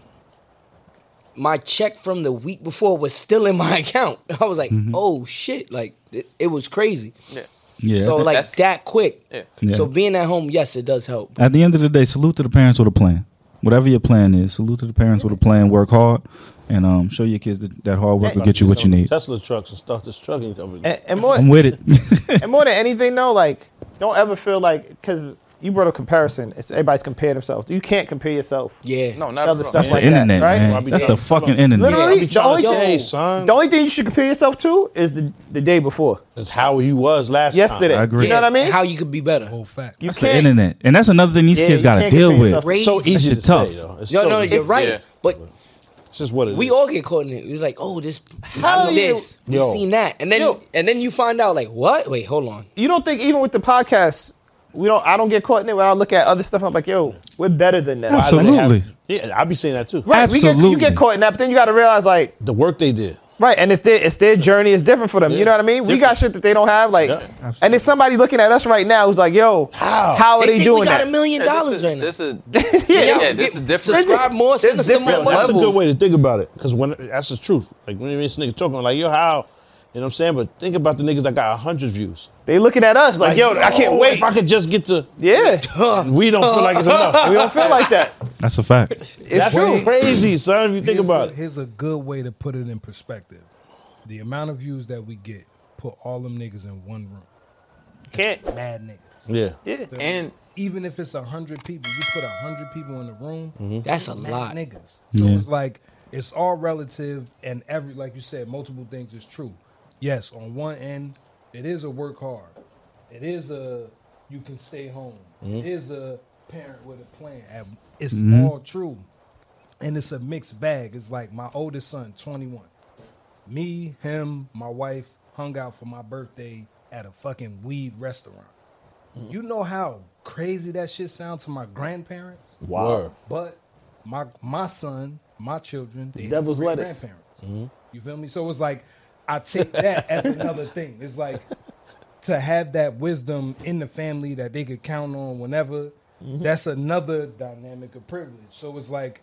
my check from the week before was still in my account. I was like,
Mm-hmm.
"Oh shit!" Like it, it was crazy.
yeah.
Yeah.
So like
That's-
that quick.
Yeah.
Yeah.
So being at home, yes, it does help.
At the end of the day, salute to the parents with a plan. Whatever your plan is, salute to the parents with a plan. Work hard and um, show your kids that, that hard work will get you what you need. Eh.
Tesla trucks and start this trucking company.
And, and more,
I'm with it.
and more than anything, though, like don't ever feel like because you brought a comparison. It's everybody's compared themselves. You can't compare yourself.
Yeah.
No, not
Other
a
stuff
problem.
like
internet,
that, right?
man.
I'll be
That's the
done.
fucking
Come on.
internet.
Literally,
Yeah,
the only,
yo,
thing,
son.
the only thing you should compare yourself to is the, the day before,
That's how you was last
yesterday.
I
time.
agree.
You know what I mean?
And How you could be better.
Oh,
Whole fact.
you
That's the internet, and that's another thing these
Yeah,
kids
you
got to
can't
deal
compare
with.
yourself.
Crazy.
So easy
That
to
shit tough.
say though. It's
Yo,
so
no,
easy.
you're right.
yeah.
But
It's just what it is.
we all get caught in it. It's like, oh, this,
How
I
you-
this, we
Yo.
seen that, and then
Yo.
and then you find out like, what? Wait, hold on.
you don't think even with the podcast, we don't. I don't get caught in it when I look at other stuff. I'm like, yo, we're better than that.
Why they have-
Absolutely.
yeah, I'll be saying that too.
Right, we get, you
Absolutely.
get caught in that, but then you got to realize, like,
The work they did.
right, and it's their it's their journey is different for them. You know what I mean? We got
Different.
shit that they don't have, like,
Yeah.
and it's somebody looking at us right now who's like, "Yo,
How?
are they,
think
doing
we got
that?"
a million
Yeah,
dollars right now.
this is, This is, yeah, yeah, this is different.
Subscribe more. Send us some more
Yo,
money.
that's a good way to think about it. Because when that's the truth. Like when this nigga talking, like yo, how? You know what I'm saying? But think about the niggas that got hundred views. oh,
They looking at us like, "Yo, I can't wait."
If I could just get to,
yeah,
we don't feel like it's enough.
we don't feel like that.
That's a fact.
It's
That's
true.
crazy, son. If you think
here's
about
a,
it,
Here's a good way to put it in perspective. The amount of views that we get, put all them niggas in one room.
Can't.
Mad niggas.
yeah.
And
Even if it's a hundred people, you put a hundred people in the room,
That's a
mad
lot.
niggas. So
Yeah.
it's like it's all relative and every like you said, multiple things is true. Yes, on one end, it is a work hard. It is a you can stay home.
Mm-hmm.
It is a parent with a plan. And It's all true. And it's a mixed bag. It's like my oldest son, 21. Me, him, my wife hung out for my birthday at a fucking weed restaurant.
Mm-hmm.
You know how crazy that shit sounds to my grandparents?
Wow.
But my my son, my children, they
Devil's
have great
lettuce.
grandparents.
Mm-hmm.
You feel me? So it's like I take that as another thing. It's like to have that wisdom in the family that they could count on whenever.
Mm-hmm.
That's another dynamic of privilege. So it's like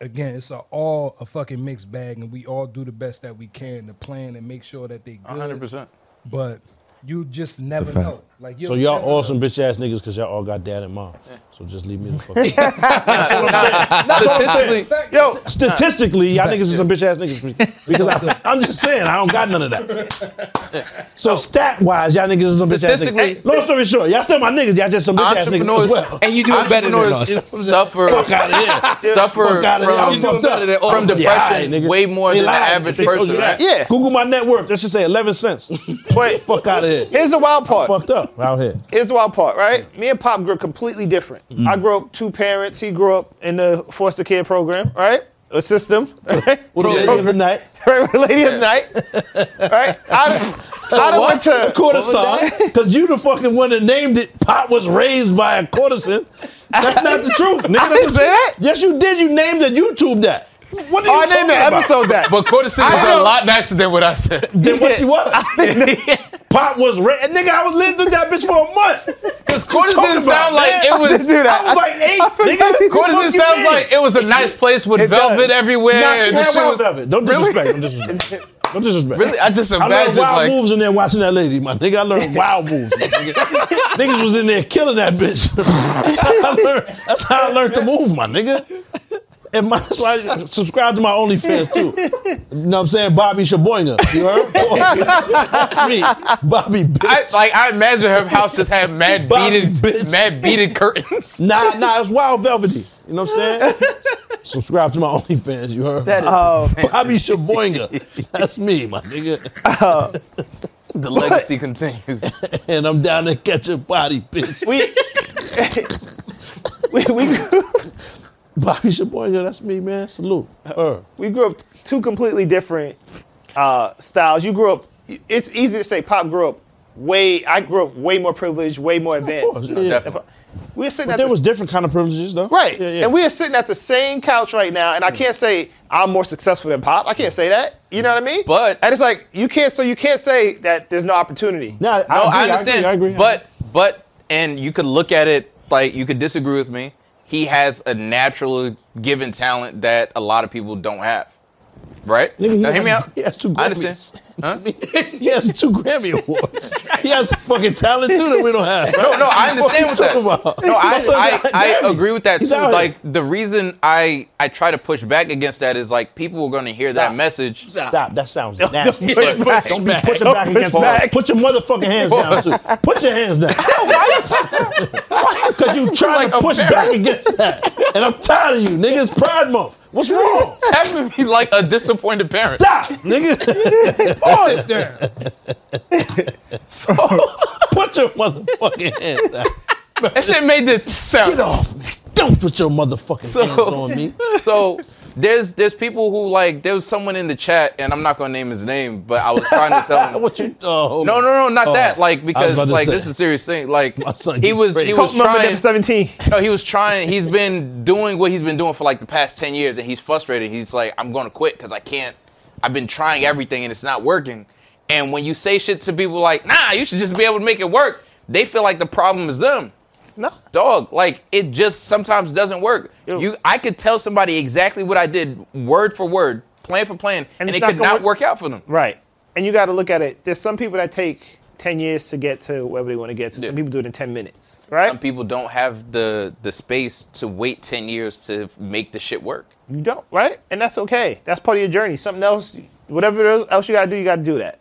again, it's a, all a fucking mixed bag, and we all do the best that we can to plan and make sure that they good.
100%.
But you just never
fact.
know. Like
So y'all all some bitch ass niggas because y'all all got dad and mom. So just leave me the fuck. alone.
Statistically,
Yo,
Statistically, y'all niggas is some bitch ass niggas because I, I'm just saying I don't got none of that. So stat wise, y'all niggas is some bitch ass
Statistically-
niggas. Long story short, y'all still my niggas. Y'all just some bitch ass niggas as
entrepreneurs,
well.
And you doing better than
entrepreneurs
us.
suffer
Fuck out of here.
suffer
Fuck out of here. I'm
from
fucked up.
all
from
of
Yeah,
depression
all right, nigga.
way more
They
than the
lied.
average
They told
person,
you that.
right?
Yeah.
Google my net worth. That should say 11 cents.
wait.
Fuck out of here.
Here's the wild part.
Fucked up out here.
Here's the wild part, right? Me and Pop grew up completely different.
Mm-hmm.
I grew up two parents. He grew up in the foster care program, right? A system, right?
What do you the night?
right? Lady of Night, right? I, I done went to
Cortisol. Because you the fucking one that named it. Pop was raised by a courtesan. That's not the truth. Nigga,
I didn't
That's-
say that.
Yes, you did. You named the YouTube that. What are
Oh,
you
I
talking
named the
about?
episode that.
But Cordyceps
I
was a
know.
lot nicer than what I said.
Then what she was? Pop was ra- and nigga, I was lived with that bitch for a month.
Because
Talking
Cordyceps
about
sound like
that.
it was.
Dude,
I was like eight. Nigga,
Cordyceps sounds like it was a nice place with
It does.
velvet everywhere.
Nah, she
and the
had
shit
wild
was-
velvet. Don't disrespect. Don't disrespect. Don't disrespect.
Really, I just
I learned
imagine
wild
like
moves in there watching that lady, my nigga. I learned wild moves. my nigga. Niggas was in there killing that bitch. I learned, that's how I learned to move, my nigga. And my so I subscribe to my OnlyFans too. You know what I'm saying? Bobby Shaboinga. You heard? That's me. Bobby bitch.
I, like I imagine her house just had mad
Bobby
beaded,
bitch.
mad beaded curtains.
nah, nah, it's wild velvety. You know what I'm saying? subscribe to my OnlyFans, you heard?
That is
Bobby Shaboinga. That's me, my nigga.
the legacy continues.
And I'm down there catching body, bitch.
we, Um, we, we, grew,
Bobby Shaboyga, that's me, man. Salute. Her.
we grew up two completely different uh, styles. You grew up, it's easy to say Pop grew up way, I grew up way more privileged, way more advanced.
Yeah.
Definitely.
We were sitting
But
at
there
the-
was different kind of privileges though.
Right.
Yeah, yeah.
And we are sitting at the same couch right now, and I can't say I'm more successful than Pop. I can't say that. You know what I mean?
But-
and it's like you can't. So you can't say that there's no opportunity.
No, I,
No,
agree,
I, understand.
I agree. I agree.
But but and you could look at it like you could disagree with me. He has a naturally given talent that a lot of people don't have. Right?
Nigga, he
Now, hear
has-
me out.
he has two
I understand. Huh?
he has two Grammy awards. he has fucking talent too that we don't have.
No, no, I understand what
What
that.
you talking about?
No, I,
That's what
I,
I'm
I
saying.
agree with that too.
He's out here.
Like the reason I I try to push back against that is like people are going to hear that
Stop.
message.
Stop. That sounds nasty.
push back.
Don't be pushing back against
push back.
walls. Put your motherfucking hands down too. Put your hands down. Because you trying to
like
push back
embarrassed.
against that, and I'm tired of you, nigga. It's Pride Month. What's wrong?
That would be like a disappointed parent.
Stop, nigga. Pause it there. put your motherfucking hands down.
That shit made the sound.
Get off. Don't put your motherfucking
So-
hands on me.
So there's there's people who like there was someone in the chat and I'm not gonna name his name, but I was trying to tell him.
What you? Oh,
No, no, no, not
Oh.
that.
I
Like
was
because
about to
like
say.
this is a serious thing. Like
My son
he
gets
was he
raped.
was
Pope number
trying.
number 17.
No, he was trying. He's been doing what he's been doing for like the past ten years, and he's frustrated. He's like, I'm going to quit because I can't. I've been trying everything and it's not working. And when you say shit to people like, Nah, you should just be able to make it work. They feel like the problem is them.
No.
Dog, like it just sometimes doesn't work. You, I could tell somebody exactly what I did, word for word, plan for plan,
And
and,
it's
it
not
could
gonna
not
work-
work out for them.
Right. And you got to look at it. There's some people that take 10 years to get to wherever they want to get to.
Yeah.
Some people do it in 10 minutes. Right.
Some people don't have the the space to wait ten years to make the shit work.
You don't, right? And that's okay. That's part of your journey. Something else, whatever else you gotta do, you gotta do that.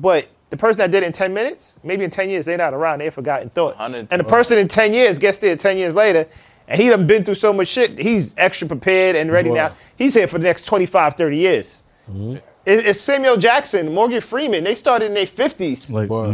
But the person that did it in 10 minutes, maybe in 10 years, they're not around. They forgotten thought.
110.
And the person in 10 years gets there 10 years later, and he done been through so much shit, he's extra prepared and ready now. He's here for the next 25, 30 years.
Mm-hmm.
It- It's Samuel Jackson, Morgan Freeman. They started in their 50s.
Like,
Boy.
mm.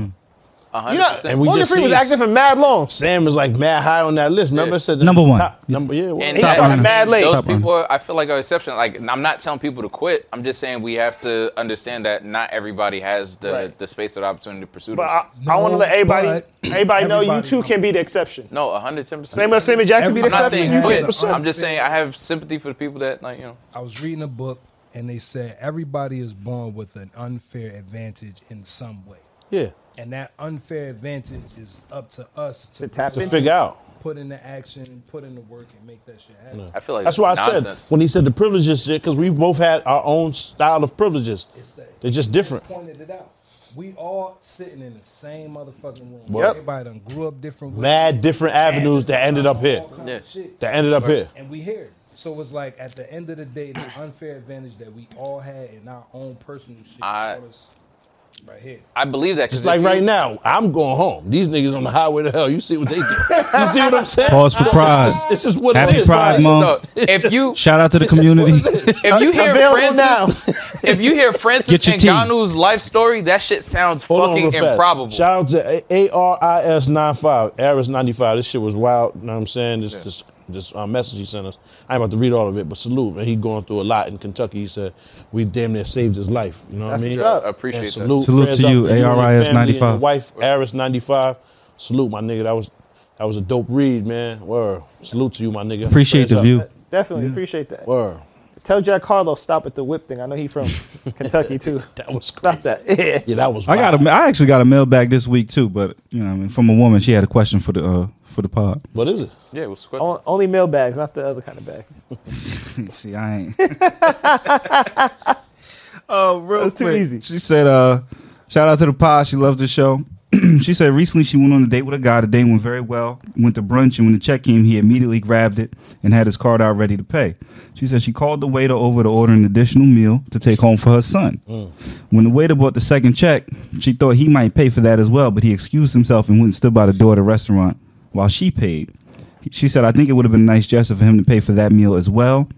you know,
we
Morgan
just
Freeman was
see-
acting for mad long.
Sam is like mad high on that list. Remember, I said the
Number one.
top- number yeah. what-
And
He
that-
started mad late.
Those
Top
people, are, I feel like, are exception. Like, and I'm not telling people to quit. I'm just saying we have to understand that not everybody has the,
Right.
the space or the opportunity to pursue
But I,
this.
I want to let
No,
everybody,
but
everybody know you
everybody-
too can be the exception.
No, 110. percent
Samuel, Samuel Jackson be the
I'm not
Everybody-
exception.
saying
Everybody
quit.
has a-
I'm just saying I have sympathy for the people that, like, you know.
I was reading a book and they said everybody is born with an unfair advantage in some way.
yeah.
And that unfair advantage is up to us to,
tap
put-
To figure out.
put in the action, put in the work, and make that shit happen.
I feel like
That's why I
nonsense.
said when he said the privileges shit because we both had our own style of privileges.
It's that-
They're just
you
different.
Pointed it out. We all sitting in the same motherfucking room.
Yep.
Everybody done grew up different. ways.
Mad different avenues that ended up here.
All kinds of
Yeah.
shit.
That ended up here.
and we here. So it's like at the end of the day, the unfair advantage that we all had in our own personal shit
I-
brought us right here.
I believe that. 'cause
It's like
if you-
right now, I'm going home. These niggas on the highway to hell. You see what they do. You see what I'm saying?
Pause for pride.
It's just what it
Happy
is.
Pride Month.
No, if you
Shout out to the community.
if you hear
Available
Francis, if you hear Francis
Get your tea.
Ngannou's life story, that shit sounds
Hold on
fucking
real fast.
improbable.
Shout out to A R I S 95, Aris 95. This shit was wild. You know what I'm saying? This this, this uh, message he sent us. I ain't about to read all of it, but salute. And he going through a lot in Kentucky. He said, We damn near saved his life. You know what I mean?
I appreciate
And
that.
salute.
Salute
Prayers
to
up
you,
and your
ARIS
family and your
95.
Wife, Aris 95. Salute, my nigga. That was that was a dope read, man. Word. Salute to you, my nigga.
Appreciate the
Prayers up.
view.
Definitely appreciate that.
Word.
Tell Jack Harlow stop at the whip thing. I know he from Kentucky too.
That was crazy.
Stop that. Yeah.
Yeah, that was
I got
wild.
a, I actually got a mail back this week too, but you know, what I mean, from a woman, she had a question for the uh, for the pod.
What is it?
yeah, it was quick.
O- Only mail bags, not the other kind of bag.
See, I ain't.
Oh,
Real it's too easy.
She said, uh, shout out to the pod. She loves the show. she said recently she went on a date with a guy. The date went very well. Went to brunch, and when the check came, he immediately grabbed it and had his card out ready to pay. She said she called the waiter over to order an additional meal to take home for her son. When the waiter brought the second check, she thought he might pay for that as well, but he excused himself and went and stood by the door of the restaurant while she paid. She said, I think it would have been a nice gesture for him to pay for that meal as well.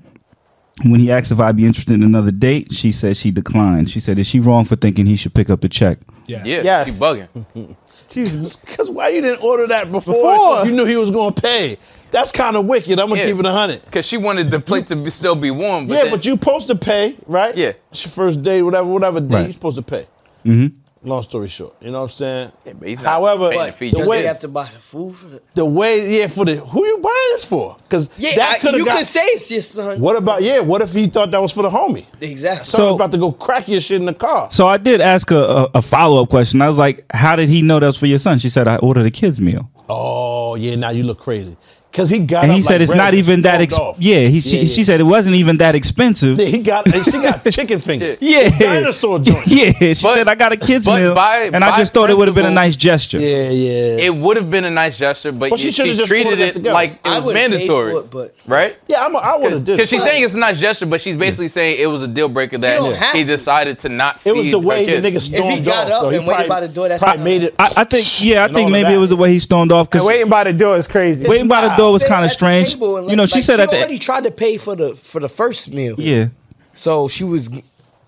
When he asked if I'd be interested in another date, she said she declined. She said, "Is she wrong for thinking he should pick up the check?"
Yeah.
yeah,
Yes.
you bugging.
Because why you didn't order that before,
Before.
you knew he was going to pay? That's kind of wicked. I'm going to
Yeah.
keep it 100.
Because she wanted the plate to be, still be warm. But
yeah,
then-
but you supposed to pay, right?
Yeah.
It's your first day, whatever, whatever day,
Right. Mm-hmm.
you're supposed to pay. Long story short, you know what I'm saying?
Yeah, but he's not
However,
paying
the,
the fee
Does
just
way
they have to buy the food for the?
the way yeah for the who you buying this for? Because
Yeah,
that
I-
could have
you
got.
can say it's your son.
what about yeah? What if he thought that was for the homie?
Exactly.
Someone's
So-
about to go crack your shit in the car.
So I did ask a, a, a follow up question. I was like, "How did he know that was for your son?" She said, "I ordered a kids meal."
Oh yeah, now you look crazy. Cause he got
and
up
he said
like
it's not
Reynolds,
even that
stormed
ex-
off.
yeah he she,
Yeah, yeah.
she said it wasn't even that expensive
Yeah, he got and she got chicken fingers.
yeah
Dinosaur joint.
yeah she
But-
said i got a kids
but
meal
by-
and i
by
just thought it would have been a
principle-
nice gesture
Yeah, yeah.
It would have been a nice gesture, but,
But she
you- she,
should've just
treated
ordered that
it
together.
like it
I
was
would've paid
mandatory,
for it, but-
right?
yeah, I'm a, I would have did Mm.
Because
it.
she's saying it's a nice gesture, but she's basically saying it was a deal breaker that
You don't have
he
to.
decided to not.
it was
feed
the
her
way the
kids.
nigga stormed
got
off.
up
though. He
and waited by the door, that's
probably
not-
made it.
I, I think yeah i
And all
think
of
maybe
that.
it was the way he stormed off because
Waiting by the door is crazy.
waiting by the door was kind of strange you know she said
that
at
they already
the
tried to pay for the for the first meal.
yeah
So she was.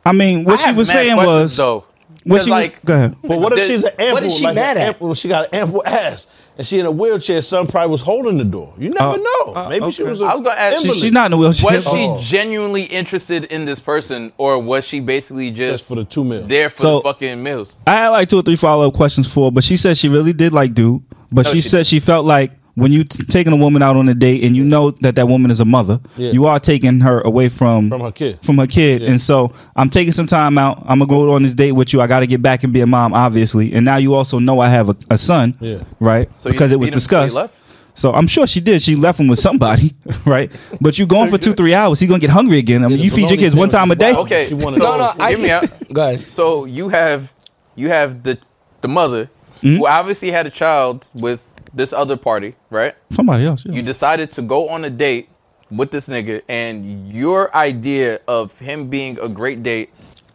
i mean what
I
she
have
was
mad
saying
questions,
was
though,
what
'Cause,
she was,
like
go ahead.
But what if
Did-
she's an ample?
what is she
like
mad
an
at?
Ample, she got an ample ass, and she in a wheelchair. Son probably was holding the door. You never
Uh,
know.
uh,
Maybe she
okay.
was. a
I was gonna ask-
She-
invalid.
she's not in a wheelchair
was she
Oh.
genuinely interested in this person, or was she basically just,
Just for the two meals.
there for
So-
the fucking meals?
I had like two or three follow up questions for, her, but she said she really did like dude, but
No,
she,
she
said she felt like when you t- taking a woman out on a date and you know that that woman is a mother,
Yeah.
you are taking her away from
From her kid.
from her kid, and so I'm taking some time out. I'm gonna go on this date with you. I got to get back and be a mom, obviously, and now you also know I have a, a son,
Yeah.
right?
So you
because it was
beat him till he
discussed.
left?
So I'm sure she did. She left him with somebody, right? But you going for two, three hours, he's gonna get hungry again. I mean,
the
you feed your
bologna
kids one time a
sandwich.
day.
Wow.
Okay,
She
so,
wanted
No, no, I-
hear me out.
Go ahead.
So you have you have the the mother
Hmm?
who obviously had a child with this other party, right?
Somebody else. yeah.
You decided to go on a date with this nigga, and your idea of him being a great date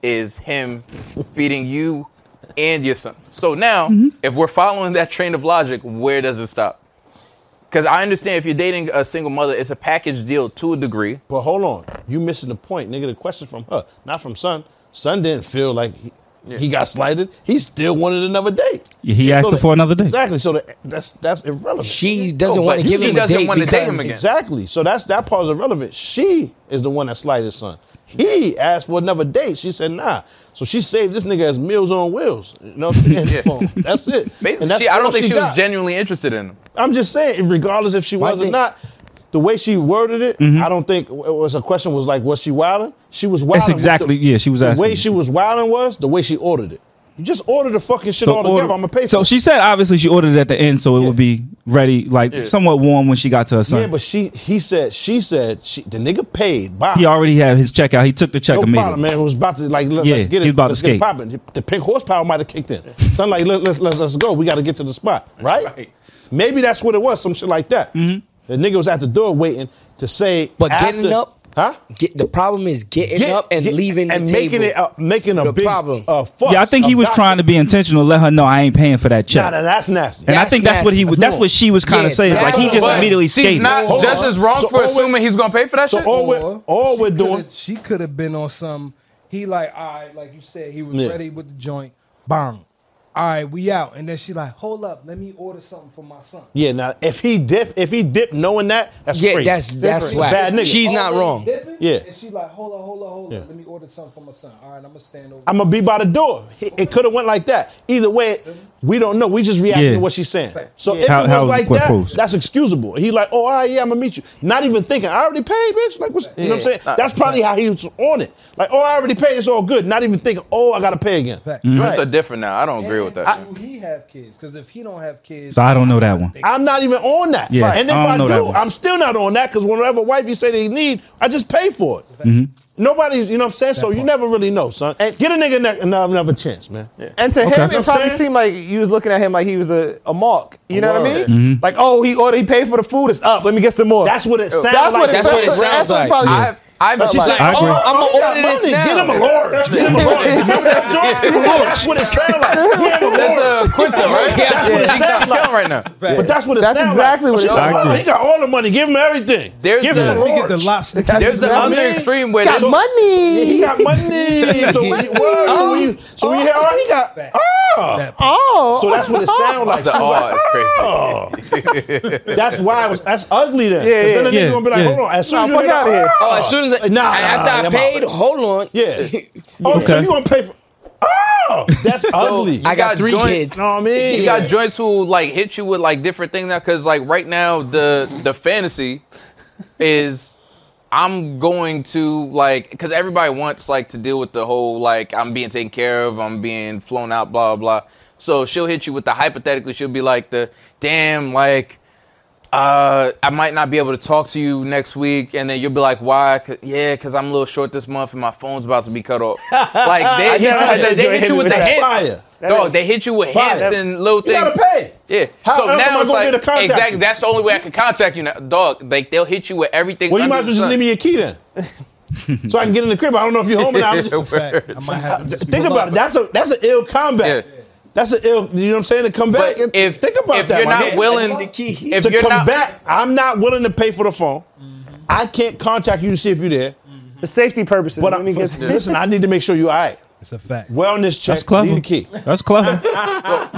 is him feeding you and your son. So now, if we're following that train of logic, where does it stop? Because I understand if you're dating a single mother, it's a package deal to a degree.
But hold on, you missing the point, nigga. The question from her, not from son. Son didn't feel like he, he got slighted. He still wanted another date.
Yeah, he asked her
the-
for another date.
Exactly. So the, that's that's irrelevant.
She doesn't
No,
want
but
to give
he
him a
doesn't
date
wanna
because
date him again.
Exactly. So that's that part is irrelevant. She is the one that slighted son. He asked for another date. She said nah. So she saved this nigga as meals on wheels. You know, what I'm saying?
Yeah.
Boom. that's it.
Basically,
And that's
she- I
all
don't think she was
got.
genuinely interested in him.
I'm just saying, regardless if she
My
was or
thing-
not, the way she worded it, I don't think it was a question. Was like, was she wilding? She was wilding.
Mm-hmm. That's
with
exactly-
the,
yeah, she was
the
asking.
way she was wilding was the way she ordered it. You just order the fucking shit all together.
order-
I'm gonna pay.
So
for it.
she said obviously she ordered it at the end so it would be ready, like somewhat warm when she got to her son.
yeah, but she he said she said she, the nigga paid. Bye.
he already had his check out. He took the check
No problem,
immediately.
man. It was about to like let,
Yeah,
us get it.
he was about to
let's get it
skate.
popping. The pink horsepower might have kicked in. So I'm like, let, let's let's let's go. We got to get to the spot, right? Maybe that's what it was. Some shit like that.
Mm-hmm.
The nigga was at the door waiting to say,
But
after-
getting up,
huh?
Get, the problem is getting
Get-
up and
get-
leaving
and
the
making
table.
it up, making a
The
big
problem.
Uh, fuss
Yeah, I think he was
about
trying to
it.
be intentional, let her know I ain't paying for that
Nah,
check.
nah, that's nasty.
and I
that's
think that's what he was.
nasty.
That's what she was kind of
Yeah,
saying. Like he
that's-
just
But
immediately
he's
skated.
Not
Hold
just
on.
as wrong
So
for
all we-
assuming he's gonna pay for that
so
shit.
all we're,
Or
all
she
we're
coulda-
doing.
She could have been on some. He like, all right, like you said, he was
Yeah.
ready with the joint. Bang. All right, we out. And then she like, hold up, let me order something for my son.
Yeah, now if he dip, if he dipped knowing that, that's
Yeah,
crazy.
that's- that's
He's a
whack.
Bad nigga.
She's
Already
not wrong.
dipping,
Yeah.
And she like, hold up, hold up, hold up.
Yeah.
Let me order something for my son. All right, I'm gonna stand over.
I'm gonna be by the door. He- It could have went like that. Either way, we don't know. We just reacting
Yeah.
to what she's saying. So if
How-
it was
how was
like
the
that,
proposed?
that's excusable. He like, oh, all right, yeah, I'm gonna meet you. Not even thinking, I already paid, bitch. Like, what's, you know what I'm saying? That's probably how he was on it. Like, oh, I already paid. It's all good. Not even thinking, oh, I gotta pay again.
Fact.
Joints are different now. I don't Mm-hmm. agree with that.
And Do he have kids? Because if he don't have kids,
So I don't know that one.
I'm not even on that.
Yeah,
And if
I don't
I,
know that
do,
one.
I'm still not on that because whatever wife you say they need, I just pay for it.
Mm-hmm.
Nobody, you know what I'm saying? so you never really know, son. Get a nigga ne- another, another chance, man.
And to
Okay.
him, it probably
Understand?
seemed like you was looking at him like he was a, a mark. You know what I mean?
Word.
Mm-hmm.
Like, oh, he ordered, he paid for the food. It's up. Let me get some more.
That's what it sounds like.
That's what it
That's what it
sounds
sounds like.
like. Probably-
I've, I've,
She's
like,
like,
I agree.
oh, I'm gonna order
He got
this
money.
now.
Get him a large. Get him a large. Remember that joint? That's what it sounded like. Get him a
that's
large.
a Quinto, right?
That's what it
He got
sounds like.
count right now.
But that's what it
That's
sound
exactly
like. But
what it
she's
sound
like,
like.
"Oh, He got all the money. Give him everything.
There's
Give
the-
him a
we
large.
get the lobster.
There's the other
Exactly.
extreme where
got
there's-
Yeah,
money.
he got money. so we, word, so we, so we hear, oh, he got, oh.
oh.
So that's what it sound like.
the awe is crazy.
Oh. that's why it was, that's ugly then.
Yeah, yeah,
then the nigga
yeah,
gonna be like,
yeah.
hold on, as soon
Nah,
as you
fuck
hear that,
outta here.
Oh, as soon as I,
Nah,
after
nah,
I
nah,
paid, hold on.
Yeah. Oh,
Okay.
you gonna pay for Oh, that's ugly.
I got three
joints,
kids.
know what I mean?
You got joints who like hit you with like different things now because like right now the the fantasy is I'm going to like because everybody wants like to deal with the whole like I'm being taken care of, I'm being flown out, blah blah. So she'll hit you with the hypothetically. She'll be like the damn like. Uh, I might not be able to talk to you next week, and then you'll be like, "Why? 'Cause- yeah, because I'm a little short this month, and my phone's about to be cut off." Like they hit
never
you
had
with
that
the, they
joint
hit
hit
you
me
with
with
the
that.
hints.
Fire.
Dog, they hit you with
Fire.
hints and little
You
things.
gotta pay.
Yeah.
How
so
else am
now
I
it's
gonna
like
be the contact?
exactly. That's the only way I can contact you now, dog. Like they'll hit you with everything.
Well, you
under
might as well
the
just
sun.
leave me your key then, so I can get in the crib. I don't know if you're home or not. I'm just-
Fact, I might have to just
think
pull
about it.
up.
That's a that's an ill comeback.
Yeah.
That's an ill. You know what I'm saying? To come back.
But if
think about
if
that.
you're
my
not
nigga.
willing,
The key.
if
to
you're
come
not Mm-hmm.
back, I'm not willing to pay for the phone. I can't contact you to see if you're there.
For safety purposes.
But
let
I,
me get-
listen, I need to make sure you're all right.
It's a fact.
Wellness check.
That's clever.
Need the key.
That's clever.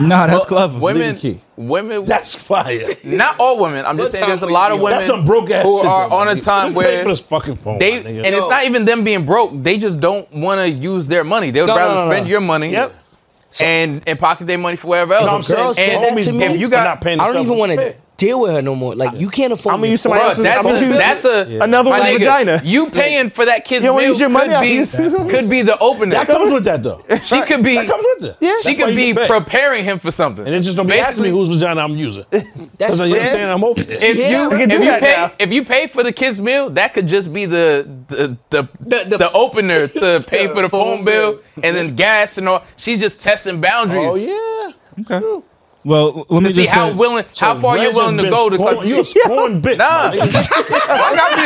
nah, that's clever.
women,
Leave the key.
women,
That's fire.
not all women. I'm just saying, there's a lot of women
That's some broke ass
who
shit.
are
though,
on
my
a
nigga.
time
Just pay
where
for this fucking phone.
they
my nigga.
and it's not even them being broke. They just don't want to use their money. They would
No, no,
rather
no, no.
spend your money.
Yep.
And and pocket their money for wherever
You know
else.
what I'm
Girls
saying?
said that to
Homies
me.
if you
for
got-
not paying
I don't
themselves
even want to
respect.
deal with her no more. Like you can't afford.
I'm gonna
your
use somebody
Bruh,
else's.
that's
I'm gonna
a,
use
that's a
another
my
one's
nigga,
vagina.
You paying for that kid's
You don't wanna
meal
use your
could
money out
be
these-
could be the opener.
That comes with that though. That
she could be
comes with that. Yeah.
she could be preparing him for something.
And it just don't be asking me whose vagina I'm using.
That's
Because you know what I'm
bad.
saying? I'm open.
if
Yeah,
you
we
can do
if you
that
pay
now.
if you pay for the kid's meal, that could just be the the the, the,
The- the-
opener to pay for the
phone
phone bill
bill.
and then gas and all. She's just testing boundaries.
oh yeah.
Okay. Well, l- let me
To see
just
how
say-
willing, how far
Reg
you're
has
willing to
been
go to
scorn-
cut
You a scorn bitch.
Nah, I got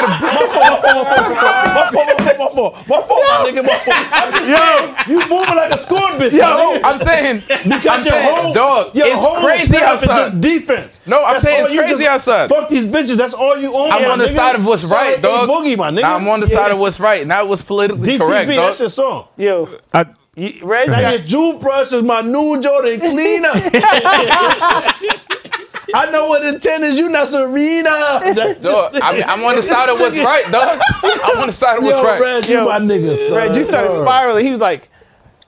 me the
My fault, my fault, my fault, my fault, my nigga, my fault. I'm just saying, you moving like a scorn bitch. Yo,
I'm saying, I'm
your
saying,
whole,
dog,
your
it's
whole
crazy
setup is
outside.
just defense.
No, I'm saying
all
it's
you
crazy
just-
outside.
Fuck these bitches. That's all you own.
I'm
my
on the
nigga.
side of what's
Sound
right,
like
dog.
A Boogie, my nigga.
Nah, I'm on the side
Yeah.
of what's right, not what's politically
DTB,
correct, dog.
that's your song.
Yo,
I,
you, Reg,
Now
got-
your toothbrush is my new Jordan cleaner. I know what intent is. You not Serena. That's
Dog, I'm, I'm on the side of what's right, dog. I'm on the side of what's
Yo,
right.
Reg, you
Yo,
my nigga, son.
Reg, you started spiraling. He was like,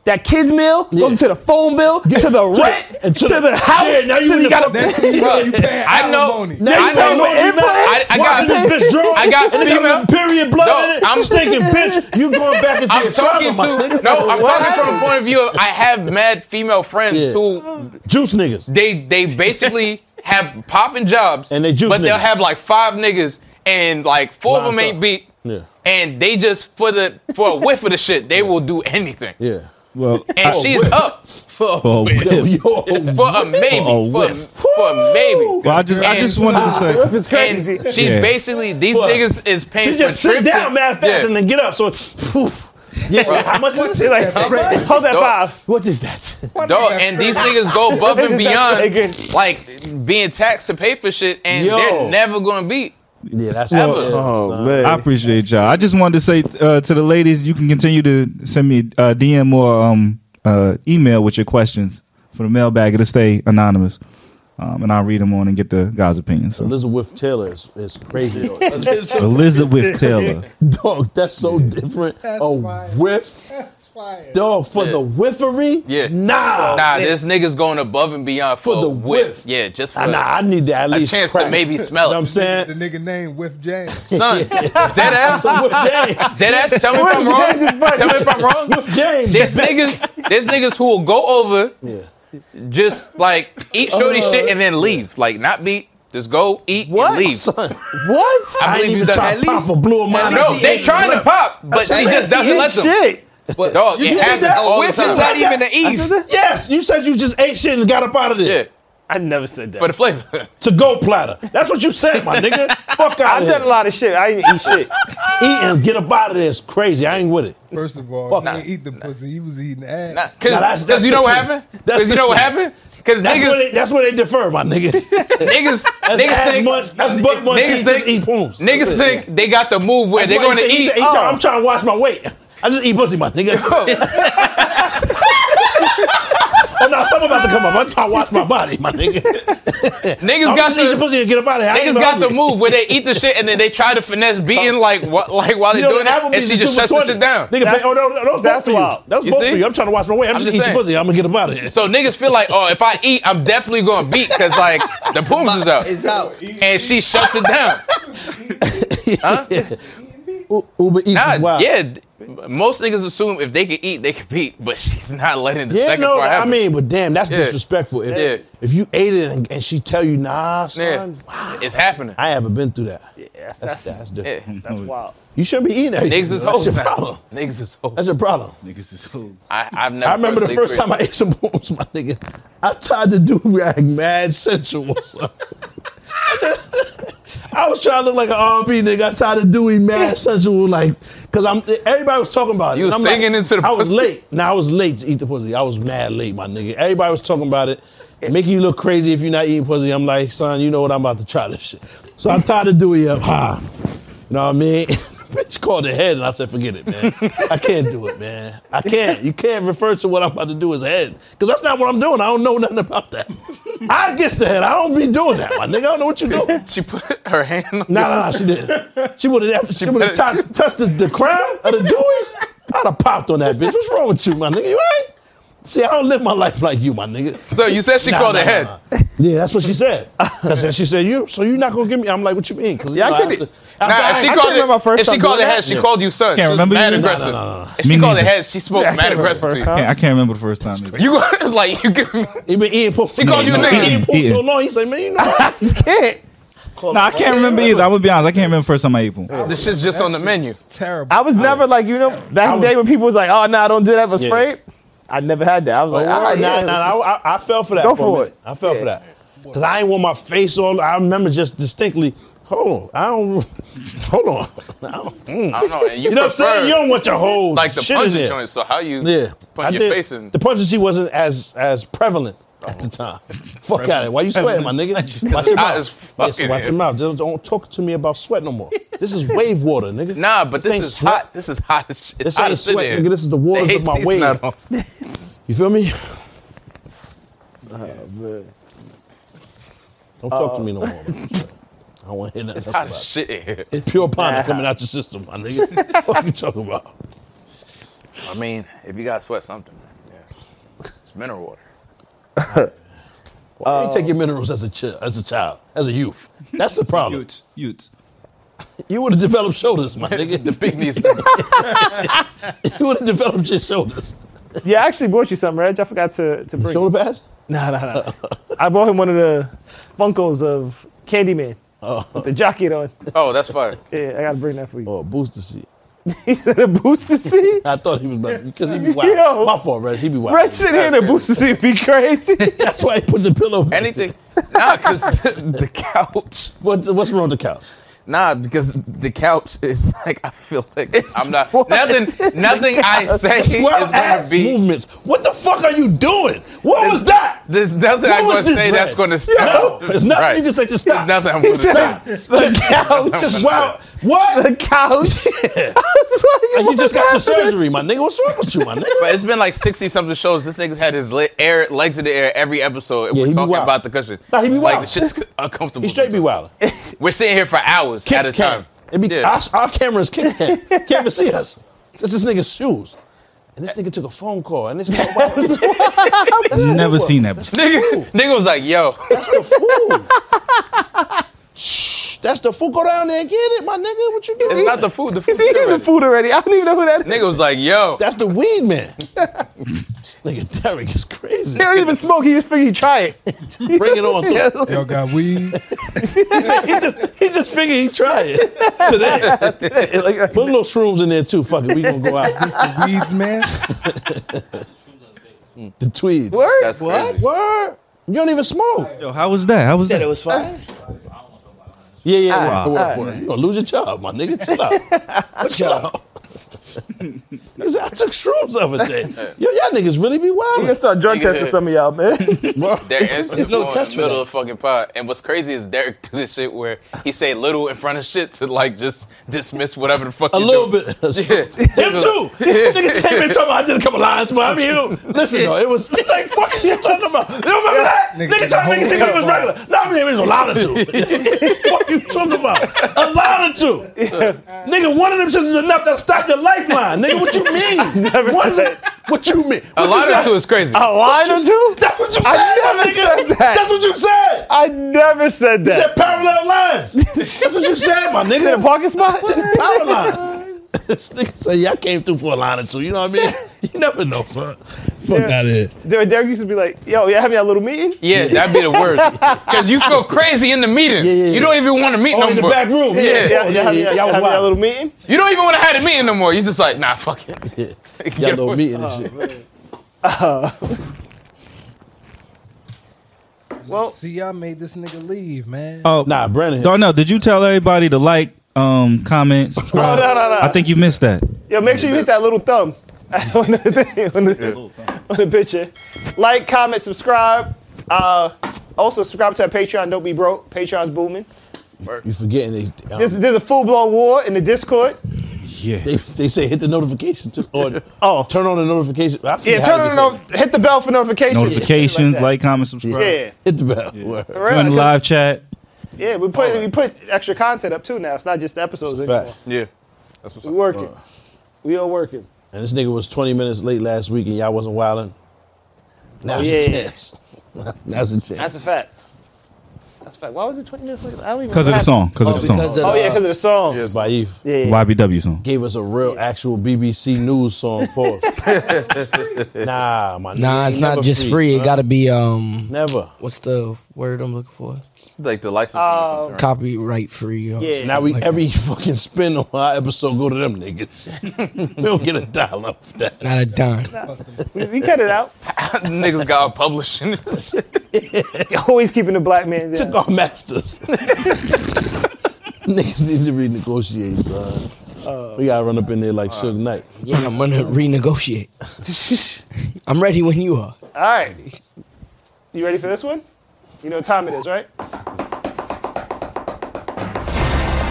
that kid's meal goes to the phone bill, to the rent,
and
to, the, house.
Yeah, now you
to
in the
the, gotta,
fuck-
Bruh, I know,
Now
I
you
know,
paying no
I,
input.
I got,
Watching this bitch draw.
I got
and it
female-
got period blood
No,
in it.
I'm-
I'm thinking, bitch, you going back and
I'm
saying,
talking
"Son of a
to
nigga."
no, I'm
What?
talking from the point of view of I have mad female friends
Yeah.
who
juice niggas.
they they basically have popping jobs,
And they juice
but they'll
niggas.
have like five niggas, and like four of them
Lined
ain't
up.
beat,
Yeah.
and they just for the for a whiff of the shit, they will do anything,
Yeah.
well,
and she's up
well,
Yo,
well,
yo.
for a maybe,
For a
for, a,
whiff.
for a maybe.
I just, I just
And-
wanted to say,
It's crazy.
And she
Yeah.
basically these
Well,
niggas is paying
She
for
just sit
trips
down
and-
mad fast
yeah.
and then get up. So, whew. yeah. How much is
He's
this?
like, Reg, hold that
Dog.
five.
What is that?
Dog, and these niggas go above and beyond, like being taxed to pay for shit, and
Yo.
they're never gonna beat.
Yeah, that's
Ever.
what it is,
Oh,
son.
I appreciate y'all. I just wanted to say uh, to the ladies, you can continue to send me uh, DM or um, uh, email with your questions for the mailbag. It'll stay anonymous, um, and I'll read them on and get the guys' opinions. So.
Elizabeth Taylor is, is crazy.
Elizabeth Taylor.
dog, that's so different. a whiff. Dog, for the whiffery?
Yeah.
Nah.
Nah, this nigga's going above and beyond for,
For
a
the whiff.
Yeah, just for
Nah, nah, I need that at
a
least.
chance
crack.
to maybe smell
You know what I'm
it.
The
saying?
nigga name with James.
Son, dead ass,
With James.
dead ass. Tell me if I'm wrong. Tell me if I'm wrong.
With James.
There's niggas, there's niggas who will go over, just like eat shorty
Oh.
shit and then leave, like not beat. Just go eat and leave.
Son,
What?
I
I
believe
ain't
you
even
done.
trying
At
to pop a blue in my
No,
No,
they
she
trying to
ain't.
pop, but she just doesn't let them.
Shit.
Dog, it happens
that?
all the
Whiff is
time.
not even an eve.
Yes, you said you just ate shit and got up out of there.
Yeah,
I never said that.
for the flavor.
To go platter. That's what you said, my nigga. Fuck out
I've
of
done a
here.
lot of shit. I ain't eat shit.
Eat and get up out of there is crazy. I ain't with it.
First of all,
Fuck
he
nah.
didn't eat the pussy. He was eating ass.
Nah, Cause,
Nah, that's-
'cause
that's
you know what
different.
happened?
That's
Cause you know what happened?
different.
Cause
That's where, they,
niggas,
that's where they defer, my nigga.
niggas,
That's
niggas
as
think,
much. That's butt much.
niggas
Niggas
think-
eat pooms.
niggas think they got the move where they're
That's why
going
he
to
said- he
eat.
said, he try- I'm trying to watch my weight. I just eat pussy, my nigga.
Oh,
I'm now something about to come up. I just watch my body, my nigga.
Niggas
I'm
got
just need your
the
pussy and get up out of here. I ain't
niggas
even
got the
hungry.
move where they eat the shit and then they try to finesse beating like what like while
You
they're
know,
doing
the
that,
Applebee's
and she
is
just
two for
shuts it
20.
down.
Nigga, pay, oh, no, no, that was
That's
both for you.
wild.
That was
You
both
see?
for you. I'm trying to watch my weight. I'm,
I'm
just,
just
eating
saying.
pussy. I'm gonna get up out of here.
So niggas feel like, oh, if I eat, I'm definitely gonna beat because like the pooms is out,
It's out.
and she shuts it down.
U- Uber Eats
Nah,
is wild.
yeah. d- Most niggas assume if they can eat, they can beat, but she's not letting the
Yeah,
second
no,
part
I
happen.
mean, but damn, that's
Yeah.
disrespectful. If,
Yeah.
if you ate it and, and she tell you, nah, son,
yeah, it's happening.
I haven't been through that.
Yeah, that's,
That's, that's
Yeah.
different.
Oh,
that's wild.
You shouldn't be eating that.
Niggas is
That's
hoes
your
now.
problem.
Niggas is hoes.
That's your problem.
Niggas is who.
I, I've never.
I remember the
personally
first time I ate some bones, my nigga. I tried to do rag mad sensual. son. I was trying to look like an R&B nigga. I tried to do it mad sensual, like, cause I'm. Everybody was talking about it.
You
and
was
I'm like-
singing into the
I was
pussy?
late. Now I was late to eat the pussy. I was mad late, my nigga. Everybody was talking about it, making you look crazy if you're not eating pussy. I'm like, son, you know what? I'm about to try this shit. So I'm tired of doing it up high. You know what I mean? Bitch called ahead, and I said, forget it, man. I can't do it, man. I can't. You can't refer to what I'm about to do as head. Because that's not what I'm doing. I don't know nothing about that. I get the head. I don't be doing that, my nigga. I don't know what you doing.
experienced. She put her hand. On
No, no, no, she didn't. She would have she would
better-
have touched, touched the, the crown of the dewey. I'd have popped on that bitch. What's wrong with you, my nigga? You all right? See, I don't live my life like you, my nigga.
So you said she
Nah,
called
nah,
ahead.
nah, nah. Yeah, that's what she said. I said, she said, you, so you not gonna give me? I'm like, what you mean? Cause,
Yeah, I
you
could
know,
be-
after-
Nah,
after
if she
I-
called
remember my
it,
first
if she
time
called
doing
ahead,
that.
she called you son.
Can't
She was
remember
mad
either.
aggressive.
No, no, no, no.
If she
Me
called
neither.
ahead, she spoke
Yeah, I
mad
can't remember the
aggressive to
first
you.
time.
Can't, I can't remember the first time. either.
You go like you give
He been eating pussy.
She called you a
No,
nigga.
He eating pussy
Yeah.
so long. He said, man, you know. what?
No, I can't remember either. I'm gonna be honest. I can't remember the first time I ate one.
the shit's just on the menu.
Terrible.
I was never like you know back in the day when people was like, "Oh no, nah, don't do that." I was afraid. I never had that. I was like,
Nah,
"All right,
nah,
yeah,
Oh, nah,
this is-
I, I, I fell for that.
Go
a
for
minute.
it.
I fell for that because I ain't want my face all. I remember just distinctly. Hold on, I don't. Hold on. I don't- mm.
I don't know. And you,
You know what I'm
prefer
saying? You don't want your whole
like the
shit in
punching
there.
joint. So how you
Yeah,
put your face in? Oh.
The pungency wasn't as as prevalent at the time. Fuck out of it. Why you sweating, my nigga? Watch
hot
your mouth.
as fuck
Yes,
in
watch
here.
your mouth. Don't, don't talk to me about sweat no more. This is wave water, nigga.
Nah, but this,
ain't
is
sweat.
hot. This is hot. as shit. It's
This
hot
ain't
as shit
sweat,
in
nigga.
here.
This is the waters
The
of my
AC 's
wave.
not on.
You feel me? Don't talk to me no more. man. I don't want to hear nothing
It's
else
hot
about
as
it.
shit in here.
It's pure ponder
mad
coming
hot.
out your system, my nigga. what you talking about?
I mean, if you got sweat, something. It's mineral water.
Why you take your minerals as a child, as a child, as a youth? That's the problem.
Youth, youth.
You would have developed shoulders, my
the
nigga.
big knees.
you would have developed your shoulders.
yeah, I actually bought you something, Reg. I forgot to to bring.
Shoulder pads?
Nah, nah, nah. I bought him one of the Funkos of Candyman. With the jockey on.
Oh, that's fire.
Yeah, I gotta bring that for you.
Oh, booster seat.
He said a booster seat?
I thought he was better because he be wild.
Yo.
My fault, Reg. He be wild.
Red shit here in a
crazy.
booster seat be crazy.
That's why he put the pillow. back
Anything?
there.
Nah, because the couch.
What's, what's wrong with the couch?
Nah, because the couch is like I feel like I'm not nothing. Nothing I say is
Well,
gonna
ass
be.
movements. What the fuck are you doing? What was that?
There's nothing
What
I'm
was
gonna
this,
say that's
Reg?
gonna
No,
stop.
there's nothing you can say. Just stop.
There's nothing I'm gonna
Stop.
say.
Just, just wow. What? The couch. like, you just got your surgery, my nigga. What's wrong with you, my nigga?
But it's been like sixty something shows. This nigga's had his le- air, legs in the air every episode, and
Yeah, he
we're
be
talking
wild.
about the cushion.
Nah, he be
like
wild.
the shit's uncomfortable.
He straight be wild.
We're sitting here for hours at
Kicks
a time.
cam. It be
Yeah.
our, our cameras kick cam. Can't even see us. That's this nigga's shoes. And this nigga took a phone call. And this nigga,
Never seen that. before.
Nigga, nigga was like, "Yo,
that's the food. Shh, that's the food. Go down there and get it, my nigga. What you
it's
doing?
not the food. The food's
He's eating the
already."
food already. I don't even know who that is.
Nigga was like, "Yo,
That's the weed man. this nigga Derek is crazy.
He don't even smoke, he just figured he'd try it.
Bring it on through.
Y'all got weed.
he just he just figured he'd try it today. Put a little shrooms in there too. Fuck it, we gonna go out.
Weeds, man.
The tweeds.
Word?
that's
what?
crazy."
Word. You don't even smoke.
Yo, how was that? How was
Said
that?
it was fine.
Yeah, yeah. Wow. You're gonna lose your job, my nigga. Chill out.
Good job.
Because I took shrooms the other day. Yo, y'all niggas really be
We gonna
wild.
start drug testing some of y'all, man.
Derek Anderson
There's no
flew
test
in the middle
for that.
of the fucking pot. And what's crazy is Derek do this shit where he say little in front of shit to like just dismiss whatever the fuck
A
you
little
doing.
bit.
Yeah.
Them too.
Yeah.
Niggas came in talking about I did a couple lines, but I mean, you know, listen though, it was it's like fucking you talking about. You remember that?
Nigga
Nigga,
did
trying
the
to make it
whole
seem like it was
album.
regular. No, I mean, it was a lot of two. What you talking about? A lot of two. Nigga, one of them shits is enough to stop your lifeline. Nigga, what you mean?
never
One of
said
them- What you mean?
A
What you
lot
said?
of two is crazy.
A line or two?
That's what you said.
I never
nigga.
said that.
That's what you said.
I never said
You
that.
said parallel lines. That's what you said, my nigga.
In a parking spot?
Power line. this nigga say, yeah, I came through for a line or two. You know what I mean? You never know, son. Fuck
Yeah.
out of here.
Derek Derek used to be like, yo, y'all having a little meeting?
Yeah, that'd be the worst. Because you feel crazy in the meeting.
yeah,
You don't even want to meet
Oh,
no
in the
more.
back room. Yeah,
Yeah.
yeah,
Y'all
yeah. yeah,
having
yeah, Y'all
y'all
was
having a
wild.
little meeting?
You don't even want to have a meeting no more. You're just like, nah, fuck it.
Y'all
Get
know
away.
meeting and shit.
Oh.
See, y'all made this nigga leave, man.
Oh,
Nah, Brandon.
Darnell, did you tell everybody to like, um, comment,
Uh,
subscribe?
no, no, no.
I think you missed that.
Yo, make sure you hit that little thumb on the, thing, on, the on the picture. Like, comment, subscribe. Uh, also, subscribe to our Patreon. Don't be broke. Patreon's booming.
You forgetting they, um,
There's, there's a full blown war in the Discord.
Yeah.
they they say hit the notification too. Or
Oh.
turn on the notification. I forget
Yeah,
how
turn
they
on
say
the notif- hit the bell for notifications.
Notifications,
Yeah,
like, comment,
that.
subscribe.
Yeah. yeah.
Hit the bell. Word.
For real,
Join the
'cause-
live chat.
Yeah, we put we put extra content up too now. It's not just the episodes anymore.
Fact.
Yeah. That's what's
We
up.
working. We all working.
And this nigga was 20 minutes late last week and y'all wasn't wilding. Now's
yeah.
your chance. Now's the chance.
That's a fact. That's a fact. Why was it 20 minutes late? I don't even
Because of the
what
song. Because of the
because
song.
of
happened. Oh yeah,
the-
because of the song.
That's why you
Yeah.
YBW song.
gave us a real actual BBC news song for Nah, my
Nah,
nigga,
it's
never
not just free. It
huh?
gotta be um.
Never.
What's the word I'm looking for?
Like the license.
Uh,
Copyright free. Or
Yeah.
Now we
Like-
every fucking spin on our episode go to them niggas. we don't get a dollar for that.
Not a dime.
We, we cut it out.
Niggas got publishing.
Always keeping the black man
Took
down.
our masters. niggas need to renegotiate, son. we gotta run up in there like Suge Knight.
Yeah, I'm gonna renegotiate. I'm ready when you are.
All right. You ready for this one? You know what time it is, right?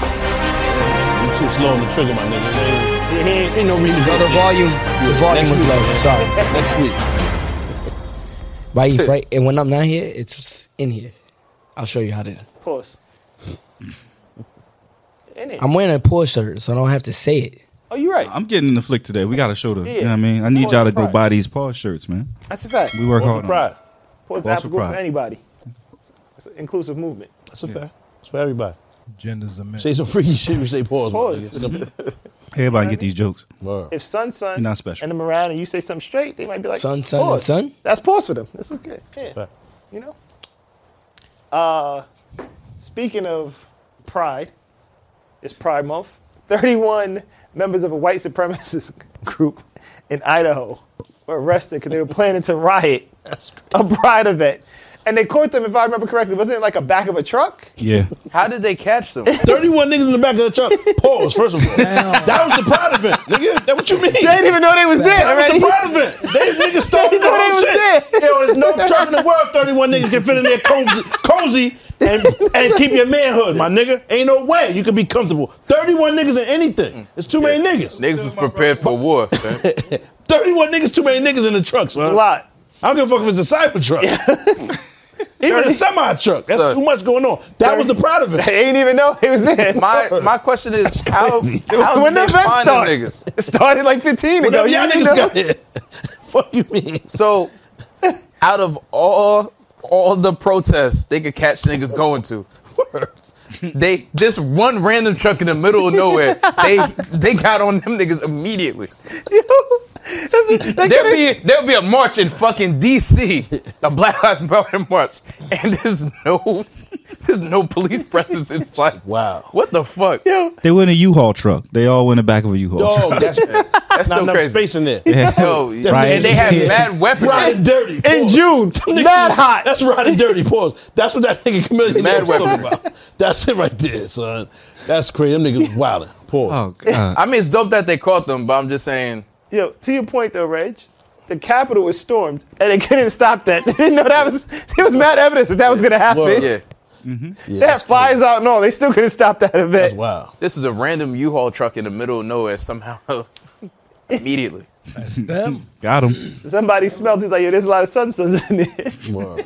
You too slow on the trigger, my nigga. Ain't,
Mm-hmm.
ain't no
Oh, the
renegotiating.
volume, the volume
Next
was
week.
low. I'm Sorry.
Next week.
Right, right. And when I'm not here, it's in here. I'll show you how to.
Pause. In it.
I'm wearing a poor shirt, so I don't have to say it.
Oh, you right.
I'm getting in the flick today. We got to show the. You
Yeah.
know what I mean? I need
Pause
y'all
for
to go
pride.
buy these Paul shirts, man.
That's a fact.
We work
What's the
hard. on it.
pride?
Pause
Pause for
Apple Group for
pride.
anybody. It's an inclusive movement.
That's a fact. It's for everybody.
Gender's a myth.
Say some freaky shit. We say pause. my
Pause.
nigga.
Everybody can get these jokes.
Word.
If Sun Sun
You're not
and
special.
them around and you say something straight, they might be like,
Sun, sun, and
pause.
sun?
That's pause for them. That's okay. Yeah.
Fact.
You know? Uh, speaking of pride, it's Pride Month. 31 members of a white supremacist group in Idaho were arrested because they were planning to riot
That's crazy.
a pride event. And they caught them, if I remember correctly, wasn't it like a back of a truck?
Yeah.
How did they catch them?
31 niggas in the back of the truck. Pause, first of all. that was the pride event, nigga. That what you mean?
They didn't even know they was there
That was
already.
the pride event. They niggas started the
They
whole
was
shit.
there.
Yo, there's no truck in the world 31 niggas can fit in there cozy, cozy and, and keep your manhood, my nigga. Ain't no way you can be comfortable. 31 niggas in anything. It's too many niggas.
Niggas was prepared for war. man.
31 niggas, too many niggas in the truck,
A
son.
lot.
I don't give a fuck if it's a cyber truck. Even a semi truck. That's
Son.
too much going on. That was the pride event.
They didn't even know they was there.
My my question is how how did they
When the event
find them
started.
niggas?
It started like 15 ago.
Whatever
You
y'all
didn't
niggas
know.
got here. Fuck you mean?
So, out of all all the protests they could catch niggas going to, they this one random truck in the middle of nowhere, they they got on them niggas immediately.
That's- they
There'll
could've-
be there'll be a march in fucking D.C. a Black Lives Matter march, and there's no there's no police presence in sight.
Wow.
what the fuck?
Yo,
They were in a U-Haul truck. They all went in the back of a U-Haul
Dog,
truck.
that's
That's
not
so
enough
crazy.
space in there.
Yo,
Right.
and they have
Yeah.
mad weapons.
Riding dirty.
in
pause.
June, mad hot.
That's riding dirty. Pause. That's what that nigga Chameleon
Mad
was talking
weapon.
about. That's it right there, son. That's crazy. Them niggas wildin'. Pause.
Oh God.
I mean, it's dope that they caught them, but I'm just saying.
Yo, to your point though, Reg, the Capitol was stormed and they couldn't stop that. They didn't know that was there was mad evidence that that was gonna happen.
Word.
Yeah,
Yeah,
They had flies out and all. They still couldn't stop that event.
Wow.
this is a random U-Haul truck in the middle of nowhere somehow. Immediately,
Them.
Got him.
Somebody smelled. He's like, yo, there's a lot of sunsons in there.
Word.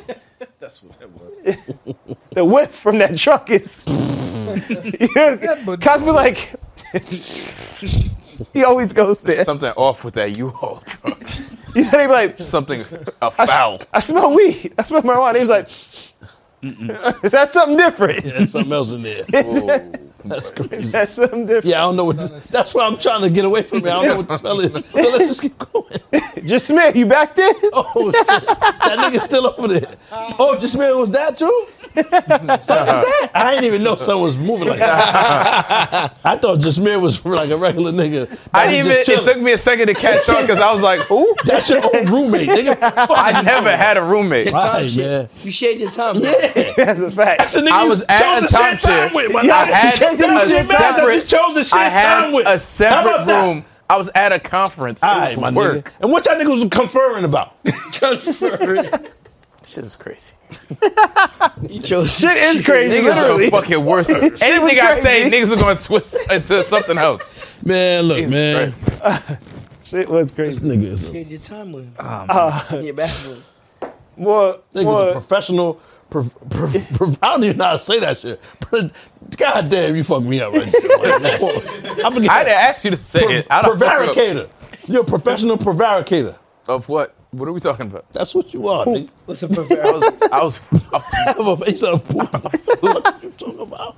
The whiff from that truck is. you know,
but-
cops be like, he always goes there.
something off with that U-Haul truck.
You know, they be like,
Something a foul.
I smell weed. I smell marijuana. He was like, is that something different?
There's something else in there. That's crazy.
That's something different.
Yeah, I don't know what. This, that's what I'm trying to get away from. It. I don't know what the smell is. So let's just keep going.
Just Smith, you back there?
Oh, shit. that nigga's still over there. Oh, just man, was that too? Son, was that? I didn't even know someone was moving like that. I thought Jasmine was like a regular nigga. that
I didn't
was
even.
just
It
chilling.
took me a second to catch on because I was like, "Who?"
That's your old roommate, nigga. Fuck
I never had a roommate.
Right, man.
You shared your time.
That's a fact.
That's the nigga
I was
you
at
chose
a
to share
timeshare.
with, my
I
nigga.
had
You chose to
a
share time
separate-
with. You chose to share
I
time
had
with.
a
How about
separate
that?
room. I was at a conference. It
All
was
right, my
work.
nigga. And what y'all niggas was conferring about?
Shit is crazy.
You chose
Shit is crazy,
Niggas
literally.
are fucking worse. Anything I say, niggas are going to twist into something else.
Man, look,
Jesus
man.
Christ.
Shit was crazy.
This nigga is a, nigga
shared your time with. in your bathroom.
What?
is a
what?
professional. Pro, pro, pro, I don't even know how to say that shit. But God damn, you fucked me up right there. Like, pause. I forget.
I didn't ask you to say it. I don't fuck
prevaricator. You're a professional prevaricator.
up. Of what? What are we talking about?
That's what you are, nigga.
What's a
I
prefer?
was, I was, I was
Have a face of poop. What you talking about?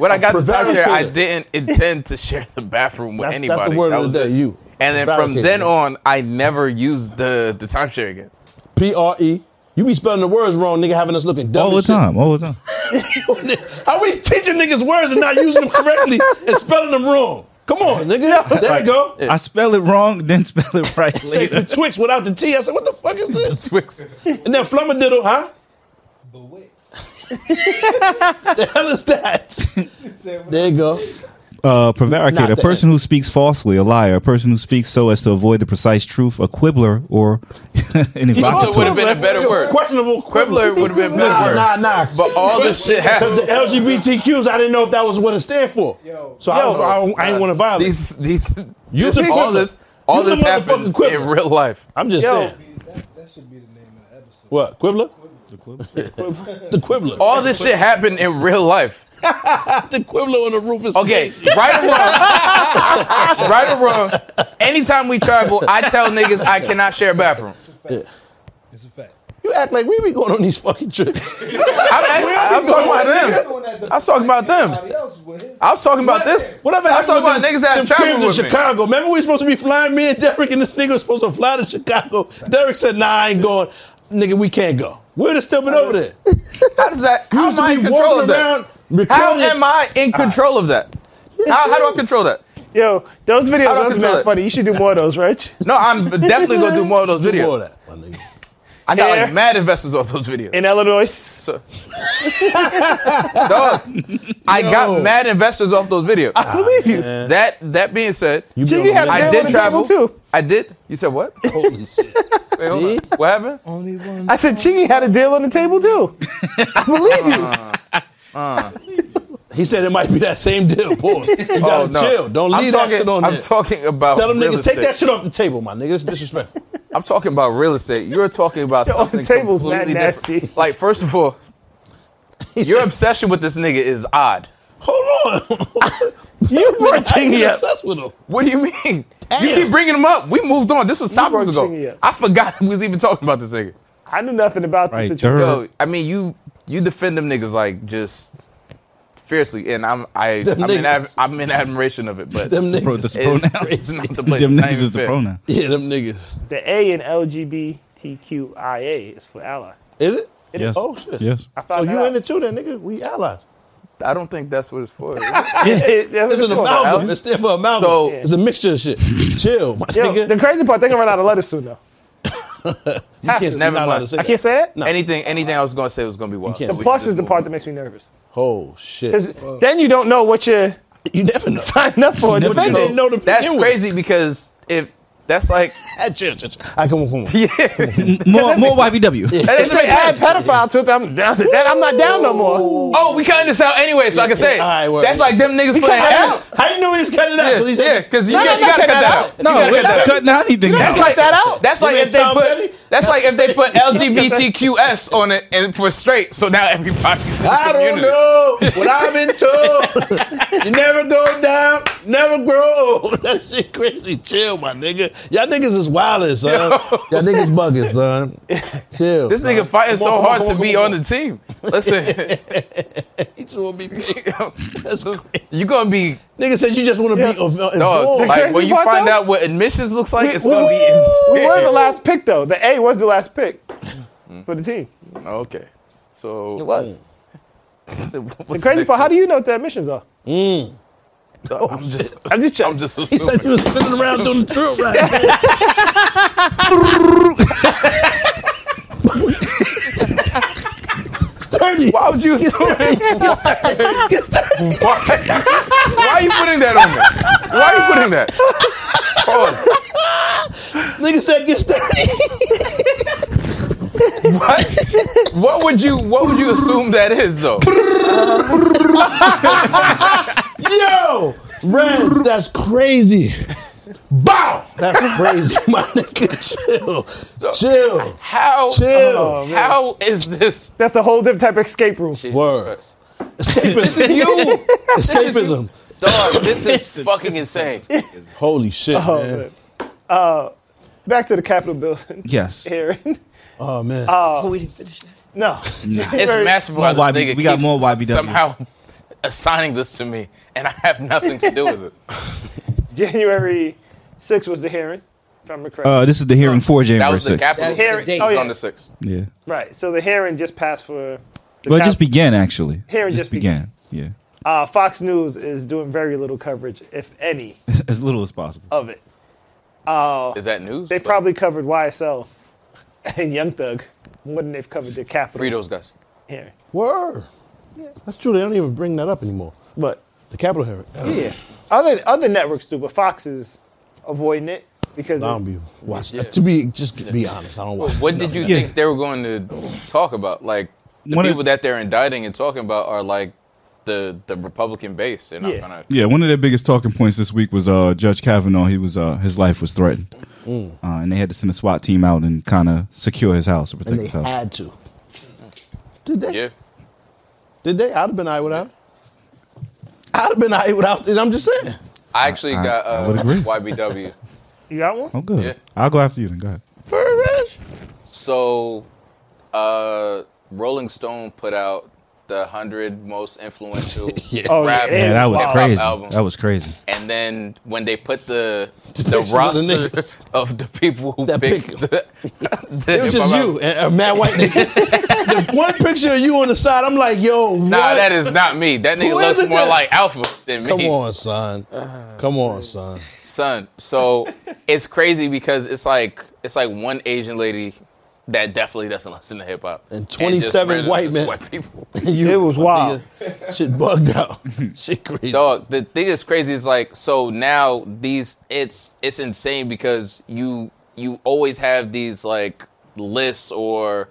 when I got to top share, I
Prevaricator.
didn't intend to share the bathroom with
That's,
anybody.
that's the word
That
of
was
the day.
it.
You.
And then from
Prevaricator.
then on, I never used the the timeshare again.
P R E. You be spelling the words wrong, nigga, having us looking dumb.
All the
as
time. All the time.
shit. How we teaching niggas words and not using them correctly and spelling them wrong? Come on, nigga. There you go.
I spell it wrong, then spell it right
Say
later.
the Twix without the T. I said, what the fuck is this?
Twix.
And then flumadiddle, huh? the hell is that? there you go.
Uh, prevaricator,
Not
a
the-
person who speaks falsely, a liar, a person who speaks so as to avoid the precise truth, a quibbler, or an
Quibbler would
evocateur.
have been a better word.
Questionable
Quibbler would have been a better
Nah,
word.
nah, nah.
But all this shit
Because
happened.
the LGBTQs, I didn't know if that was what it stand for. so I, was, I, don't- I ain't want to violate.
These these
You
this,
the
all
quibbler.
this all
You the
this happened
motherfucking quibbler.
in real life.
I'm just
Yo.
saying.
That, that should be the name of the episode.
What? Quibbler? The Quibbler.
All this shit happened in real life.
the Quibbler on the roof is
Okay, right or wrong, right or wrong. Anytime we travel, I tell niggas I cannot share a bathroom.
It's a fact.
You act like we be going on these fucking trips.
I'm, I'm, talking about them. I was talking about them.
Everybody else with his.
I was talking about this.
Whatever
I'm
happened
talking
with
about
them,
niggas that
them
have traveled
cribs
with
in
me.
Chicago. Remember we were supposed to be flying, me and Derek and this nigga was supposed to fly to Chicago. Derek said, nah, I ain't going. Nigga, we can't go. We would have still been over there.
How does that? How
used
am
to
I in
be
control of
walking
that?
around recording
How
this-
am I in control of that? How, how do I control that?
Yo, those
I don't
videos are
control
mad
it.
funny. You should do more of those, Rich.
No, I'm definitely gonna do more of those
Do more of
videos.
that, my nigga.
I got
Hair.
like mad investors off those videos.
In Illinois.
So, dog, I got mad investors off those videos.
I believe you.
Ah, Man.
that that being said,
You
Jiggy
be on
had
the
I
man
did
on the
travel.
table, too.
I did. You said what? Wait,
Holy shit.
hold on. What happened?
Only one.
I said Chingy had a deal on the table too. I believe you.
He said it might be that same deal. Boy, you gotta chill. Don't
Oh, I'm
leave
talking,
that shit on
I'm
there.
talking about
Tell them
real
niggas
estate.
take that shit off the table, my nigga. It's disrespectful.
I'm talking about real estate. You're talking about
Yo,
something
the table's
completely
mad
different.
nasty.
Like, first of all, your obsession with this nigga is odd.
Hold on.
You brought
I
Chingy
get
up.
obsessed with him.
What do you mean? You
Damn.
keep bringing him up. We moved on. This was topics
brought Chingy
ago.
up.
I forgot we was even talking about this nigga.
I knew nothing about
Right,
this situation.
Yo, I mean, you you defend them niggas like just fiercely, and I'm I
Them
I'm in,
niggas.
ad- I'm in admiration of it, but
Them
Bro,
niggas.
this
it's,
pronoun.
it's not the place.
Them
Not
niggas
even
is the
fair.
pronoun.
Yeah, them niggas.
The A in LGBTQIA is for ally.
Is it?
Yes.
Oh shit.
Yes.
I
Oh,
found
you
that
in it too, then, nigga? We allies.
I don't think that's what it's for. is it?
out. It- that's
It's
what
an
it's for.
amalgam. It's there for amalgam.
So-
it's a mixture of shit. Chill, my
Yo,
nigga.
the crazy part, they're gonna run out of letters soon though.
You can't, you're
Never
not allowed
mind.
to say
I can't
that.
say that.
No.
Anything anything I was gonna say was gonna be wild.
can't
so
say
we
Plus
can
is the
just
part that
move
makes me nervous.
Oh
'Cause
shit.
then you don't know what your
You never know.
Sign up for it.
But they didn't know to
That's
begin with.
crazy because if that's like
Ah, chill, chill, chill. I come on, come on.
more more YBW.
that
If
doesn't
they
make
add
sense.
pedophile to it, I'm down. That I'm not down no more.
Oh, we cutting this out anyway, so I can say it.
All right, word.
that's like them niggas playing house.
How you know he was cutting it out?
Yeah,
'Cause he said-
yeah, because you,
No,
got-
no,
you gotta
no,
cut
cut
that
that
out.
out.
You
No,
gotta
we're
cut that
not
out.
cutting anything
That's
out.
like
that out.
That's like
mean
if they
Tom
put
Petty?
that's like if they put LGBTQS on it and for straight. So now everybody's in the
I don't
community.
know what I'm into. you never go down, never grow old. That shit crazy. Chill, my nigga. Y'all niggas is wildin', son. Y'all niggas bugging, son. Chill.
This nigga fighting so hard to be on the team. Listen,
Each will be. That's crazy.
you gonna be
Nigga said you just want to be involved.
dog. Like when
crazy
you
part,
find
though,
out what admissions looks like, it's
we-
gonna be
We
insane.
were the last pick though. The A was the last pick
Mm-hmm.
for the team.
Okay, so
It was.
the
The crazy part. How do you know what the admissions are?
I'm just,
I'm just checking.
I'm just
he said you
assuming.
was spinning around doing the drill right. Sturdy.
Why would you assume? Why? Why are you putting that on me? Why are you putting that? Pause.
Nigga said get sturdy.
What? What would you? What would you assume that is though?
Yo, Red, that's crazy. Bow. That's crazy, my nigga. Chill, chill,
How? oh,
chill.
How is this?
That's a whole different type of escape room.
Word.
This is
Escapism.
you,
Escapism.
dog. This is fucking insane.
Holy shit,
Oh,
man.
man. Uh, back to the Capitol building.
Yes.
Here.
Oh man.
Uh,
Oh, we didn't finish that.
no.
It's
Very-
masterful how
More
this
YB
nigga
we got
keeps
more YBW.
somehow assigning this to me, and I have nothing to do with it.
January 6th was the hearing, if I'm correct.
Uh, this is the hearing for
That
January
was the
6th.
capital.
That's the
Hearing-
date.
oh,
It's
yeah.
on the sixth.
yeah.
right. So the hearing just passed for. The
Well, it
Cap-
just began actually.
Hearing just
began. Yeah.
uh, Fox News is doing very little coverage, if any,
As little as possible.
of it.
Is that news?
They
Like,
probably covered YSL and Young Thug more than they've covered the Capitol
free those guys.
hearing.
Word. That's true. They don't even bring that up anymore.
But
The uh, Capitol hearing.
yeah, other other networks do, but Fox is avoiding it because
I don't be watching. To be just be honest, I don't watch.
What did you
Yeah.
think they were going to talk about? Like the
One of-
people that they're indicting and talking about are like the the Republican base. They're not
Yeah.
gonna.
Yeah, one of their biggest talking points this week was uh, Judge Kavanaugh. He was uh, his life was threatened, uh, and they had to send a SWAT team out and kind of secure his house or protect
And they
his house.
had to. Did they?
Yeah.
Did they? I'd have been all right without. it. I'd have been all right without. it. I'm just saying.
I actually
I-
got
I
uh,
would agree.
YBW.
you got one.
oh, good.
Yeah.
I'll go after you then. Go ahead.
So, uh, Rolling Stone put out the hundred most influential
Oh,
rap
yeah,
Yeah, that was
hip-hop
crazy.
albums.
That was crazy.
And then when they put the the
pictures of the
roster
niggas.
of the people who
That
picked
pic-
the, the
It
hip-hop
was just you
album-
and a mad white nigga. the one picture of you on the side, I'm like, yo, what?
Nah, that is not me. That nigga
Who
looks
is it
more
that-
like Alpha than me.
Come on, son.
Uh,
Come on, son.
son. So it's crazy because it's like it's like one Asian lady that definitely doesn't listen to hip hop,
And
just
27
really
white
listens to
men.
white people.
You-
It was wild.
Shit bugged out. Shit crazy.
Dog, the thing that's crazy is like so now these it's it's insane because you you always have these like lists or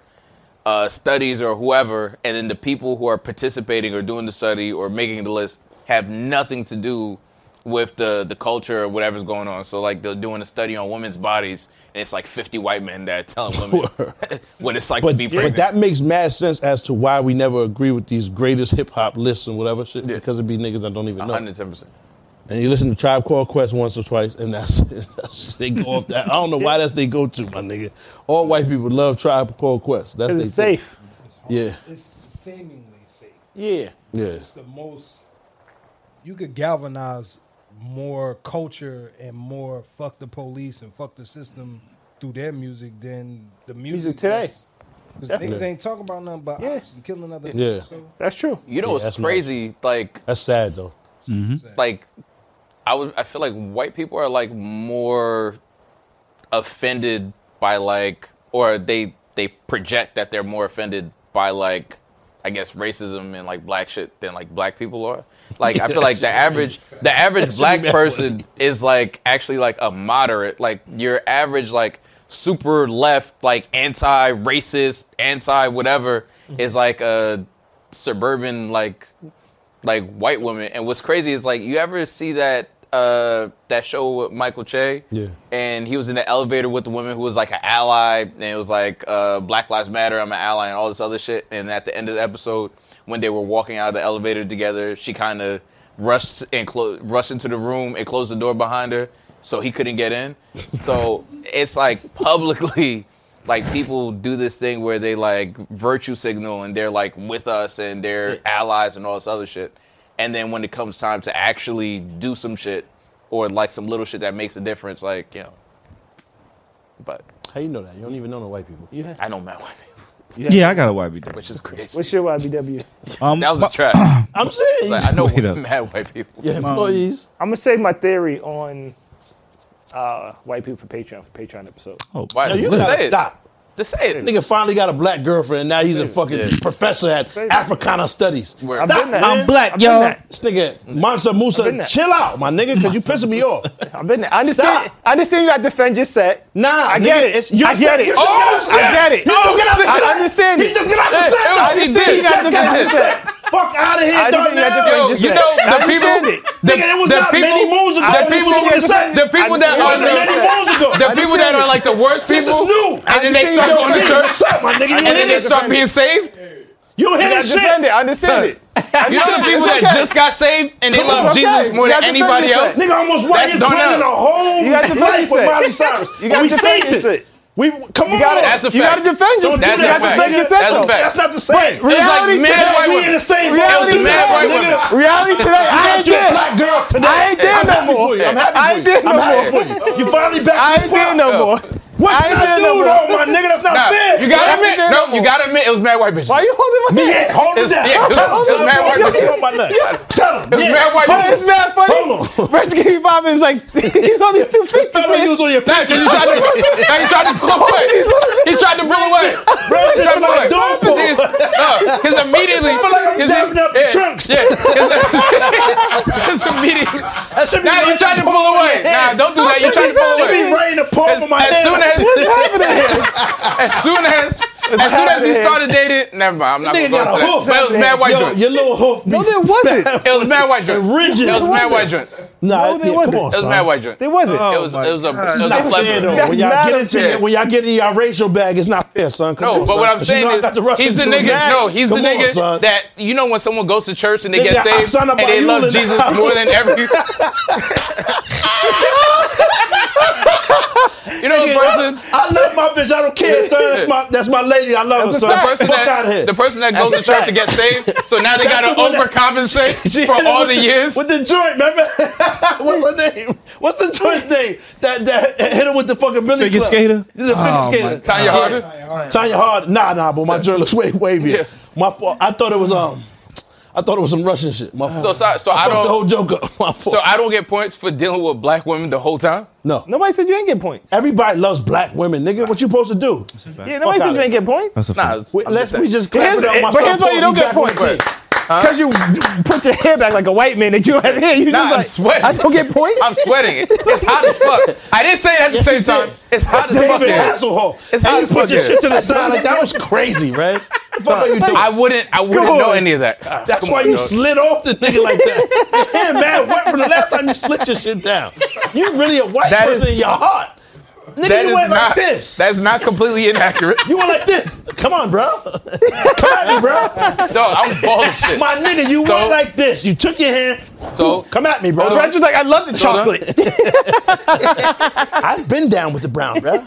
uh, studies or whoever, and then the people who are participating or doing the study or making the list have nothing to do with the the culture or whatever's going on. So like they're doing a study on women's bodies, and it's like 50 white men that are telling women what it's like to
But,
be
but
pregnant.
that makes mad sense as to why we never agree with these greatest hip hop lists and whatever shit
Yeah.
because it be niggas that don't even know.
110. percent
And you listen to Tribe Called Quest once or twice, and that's, that's they go off that. I don't know why that's they go to, my nigga. All white people love Tribe Called Quest. That's they
It's safe.
Yeah,
It's seemingly safe.
Yeah.
yeah.
It's the most. You could galvanize more culture and more fuck the police and fuck the system through their music than the music,
Music today.
Because niggas
Definitely.
ain't talking about nothing but
Yeah.
ops and killing other
Yeah.
people. So
That's true.
You know
Yeah,
what's
that's my-
crazy? Like
That's sad though.
like I was I feel like white people are like more offended by like or they they project that they're more offended by like I guess racism and like black shit than like black people are. Like I feel like the average the average black person is like actually like a moderate, like your average like super left, like anti racist, anti whatever is like a suburban like like white woman. And what's crazy is like you ever see that uh that show with Michael Che?
Yeah.
And he was in the elevator with the woman who was like an ally, and it was like uh Black Lives Matter, I'm an ally, and all this other shit. And at the end of the episode, when they were walking out of the elevator together, she kind of rushed and clo- rushed into the room and closed the door behind her, so he couldn't get in. So it's like publicly. Like people do this thing where they like virtue signal and they're like with us and they're allies and all this other shit. And then when it comes time to actually do some shit or like some little shit that makes a difference, like, you know. But
How you know that? You don't even know no white people.
I don't met white people,
Yeah, I got a YBW.
which is crazy.
What's your YBW?
Um,
that was a trap.
I'm saying
Like, I know
Wait up.
mad white people.
your employees.
I'm gonna save my theory on uh, white people for Patreon for Patreon episode.
oh,
Why?
Yo, you
Just
gotta
say it.
stop.
Just say it.
Nigga finally got a black girlfriend. Now he's a fucking
Yeah.
professor at
Say it.
Africana Studies.
Word.
I've
Stop,
been there.
man.
I'm black, I've yo. Been there.
This nigga, Mansa
been
Musa,
there.
chill out, my nigga, because you pissing me off.
I've been there. I understand.
Stop.
I understand you got to defend your set.
Nah,
I get
nigga,
it.
It's your
I get
set.
it.
You just
Oh,
got upset.
I get it.
You just get upset.
I understand
He
it.
just get out of
Hey,
the set.
it was- he did.
He just
He
got out the
just
set. Fuck out of
I
here,
understand you got to
Yo,
Darnell.
defend
you
your set.
know
I
the people.
understand it.
The,
Nigga, it was
the
not
people,
many moons ago.
The
It was
people,
only
the,
seven.
people
I
that
understand
are
it. It
wasn't many moons ago.
the, the
I
people that
understand
are
it.
like the worst
This is
people,
new. I
and then they
understand
start
it.
going to
Yo,
church,
Shut up, my nigga. You
and then
hit
they
it.
start being saved.
You
You
hit it,
got to defend
shit.
it. I understand it.
You know the people
It's
that
okay.
just got saved and they love
okay.
Jesus more
You
than
got to
anybody
defend
else.
yourself.
Nigga almost won
That's
his
Darnell.
planning a whole
You got to
life
defend
with
it.
Miley Cyrus.
You got
we
to defend
saved
yourself.
it. We come on.
gotta-
That's a
You got
fact.
to defend
Don't
yourself.
do
That's
you
that,
got to
fact.
defend yourself.
That's a fact.
That's not the same.
It's like
Reality today,
mad white
we in
women.
the same
Reality
boat.
today,
mad white
Nigga,
women.
Reality today, I ain't
Not your
there.
black girl today.
I ain't there
I'm
no
happy
more.
for you. I'm
I
happy
ain't
for you.
there
I'm
no
happy
more.
for you. You finally back
I
to
ain't
the
there
spot.
no more.
What's
I ain't
not
there
do
no more.
though, my nigga? That's not
Nah,
fair.
you gotta admit,
there
no,
no
you
more.
gotta admit it was mad white bitches.
Why you holding my hand?
Yeah, hold him
It's-
down.
yeah, it was-
Tell
it
him,
was
tell
mad
him,
white
yo,
bitches.
you know my name. Tell him.
It was
yeah.
mad white
Hold
bitches.
him.
It's not funny.
Hold on.
Rescue Bobbins like he's only two feet.
Fella, you was on your
Nah,
picture.
he tried to, nah, he tried to pull away. He tried to pull away.
Bro,
He
shit
tried to
feel like
pull
dog
away.
poop.
No, because immediately,
I feel like I'm
his-
dapping up
yeah,
trunks.
Yeah, his, his immediately.
That should be
Nah, you
right
tried to
in
pull
the palm of
away.
my hand.
Nah, don't do that. You tried to pull
It be
away.
right in the palm
As,
of my
as
hand.
soon as, as soon as, as soon as we
happening?
started dating, never mind. I'm not
Nigga
gonna go
got a
into that.
hoof.
But it was mad white
Yo,
joints.
your little hoof.
No, there wasn't.
It was mad white joints.
Rigid.
It was mad
Wasn't
white
it?
joints.
Nah,
there
yeah,
wasn't.
come on,
It was
son.
mad white joints.
There
It
wasn't.
was it was a it was a
Oh Not fair,
plethora.
though.
That's
When y'all
not
get into
fair.
your- when y'all get into y'all racial bag, it's not fair, son. Come
No,
on,
but
son.
what I'm
you know
saying
I
is,
got to rush
he's the
into it
nigga.
now.
No, he's
Come
the
on,
nigga
son.
that you know when someone goes to church and they
Nigga,
get saved
Oksana
and they
Bayou
love
in the
Jesus more than
house.
every. you know the person.
I love my bitch. I don't care, son. That's my that's my lady. I love her,
The
son.
person,
Fuck out of
that,
here.
the person that goes to
That's a
church
fact.
and gets saved, so now they gotta
the one that- She
overcompensate for
hit it
all
with
the years.
with the joint. Remember, what's her name? What's the joint's name? That that hit her with the fucking Billy
Figure
club.
skater?
The figure
Oh, my
skater.
God.
Tanya Harder.
Tanya Hard. Nah, nah, but my joint looks way wavier.
Yeah.
My fault. I thought it was um, I thought it was some Russian shit. My fault.
So, so, so I
I the
don't.
whole joke up. My fault.
So I don't get points for dealing with black women the whole time.
no.
Nobody said you ain't get points.
Everybody loves black women, nigga. What you supposed to do?
Yeah, nobody
Fuck
said you ain't get points.
That's a
Nah,
fact.
it's-
Wait,
I'm
let's
just
we
saying.
just clap it up. My
but
son
here's why
Paul
you don't
be
get
back on
points.
the team.
Because you put your hair back like a white man that you don't have hair. You
Nah,
just
I'm
like,
sweating.
I don't get points.
I'm sweating. It's hot as fuck. I didn't say it at the same time. It's hot as fuck.
David
here.
Hasselhoff.
It's
and
hot
you
as
put
fuck
your
here.
shit to the side like that was crazy, right? What the fuck are you doing?
I wouldn't. I wouldn't
on.
know any of that. Ah,
That's
come
why
on,
you
dog.
slid off the nigga like that. yeah, man, what from the last time you slipped your shit down? You really a white
That
person
is-
in your heart. Nigga,
That
you
is
went like
not.
this.
That's not completely inaccurate.
you went like this. Come on, bro. Come at me, bro.
Dog, I was bald as shit.
My nigga, you
So-
went like this. You took your hand.
So-
come at me, bro.
Hold on.
Reggie's like, I love the
Hold on.
chocolate.
I've been down with the brown, bro.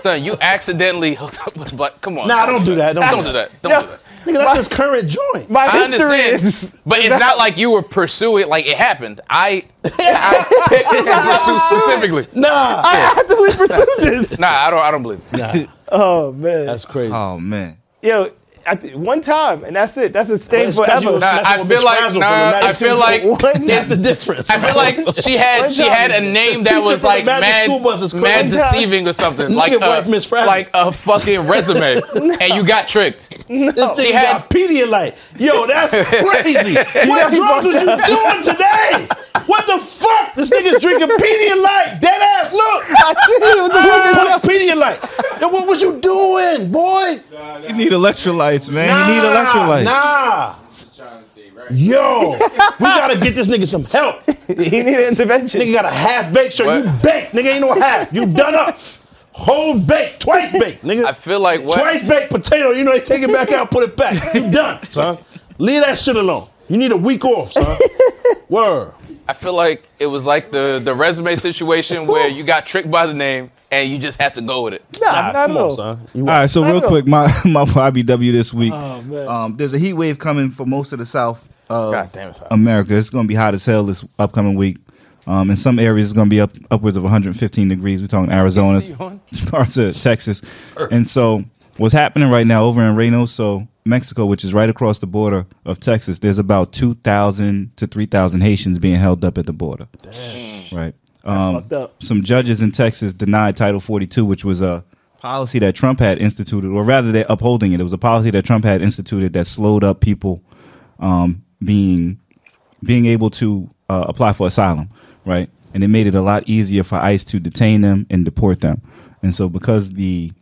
Son, you accidentally hooked up with black. Come on.
Nah, don't do that. Don't,
Don't do that. Don't do that.
Nigga, that's his current joint.
My
I
history
understand,
is.
but it's not like you were pursuing. Like it happened. I, I picked and pursued specifically.
Nah.
I actively pursued this.
Nah, I don't. I don't believe. It.
Oh, man.
That's crazy.
Oh man.
Yo, I th- one time, and that's it. That's a stain
That's 'cause you was
forever.
Nah,
messing
I
with
feel
Miss
like-
Frazzle from
nah,
the
I feel
92.
like-
that's the difference.
I feel like she had she had a name that
Teacher
was
for the
like
Magic
mad,
School Bus is
mad
crazy.
deceiving or something,
Nigga
like
wife Miss
a,
Friday.
like a fucking resume, and you got tricked.
This thing
She had-
got Pedialyte. Yo, that's crazy. what drugs was you doing today? What the fuck? This nigga's drinking Pedialyte. Dead ass. Look. I see you. Put a Pedialyte. Yo, what was you doing, boy?
You need electrolytes, man. you need electrolytes.
Nah. Yo, we gotta get this nigga some help.
he needed intervention.
Nigga got a half baked shirt. You
What?
baked. Nigga ain't no half. You done up. Whole baked, twice baked, nigga.
I feel like what-
Twice baked potato. You know they take it back out, put it back. You done, son. Leave that shit alone. You need a week off, son. Word.
I feel like it was like the the resume situation where you got tricked by the name and you just had to go with it.
Nah, not
come
at
on,
all.
son. You
All right, so real
know.
quick, my my YBW this week. um, there's a heat wave coming for most of the South of
God damn, it's hot.
America. It's going to be hot as hell this upcoming week. Um, in some areas, it's going to be up upwards of 115 degrees. We're talking Arizona, parts of Texas, and so what's happening right now over in Reynoso, Mexico, which is right across the border of Texas, there's about 2,000 to 3,000 Haitians being held up at the border. Right. Um,
fucked up.
some judges in Texas denied Title 42, which was a policy that Trump had instituted, or rather, they're upholding it. It was a policy that Trump had instituted that slowed up people um, being being able to uh, apply for asylum, right? And it made it a lot easier for ICE to detain them and deport them. And so, because the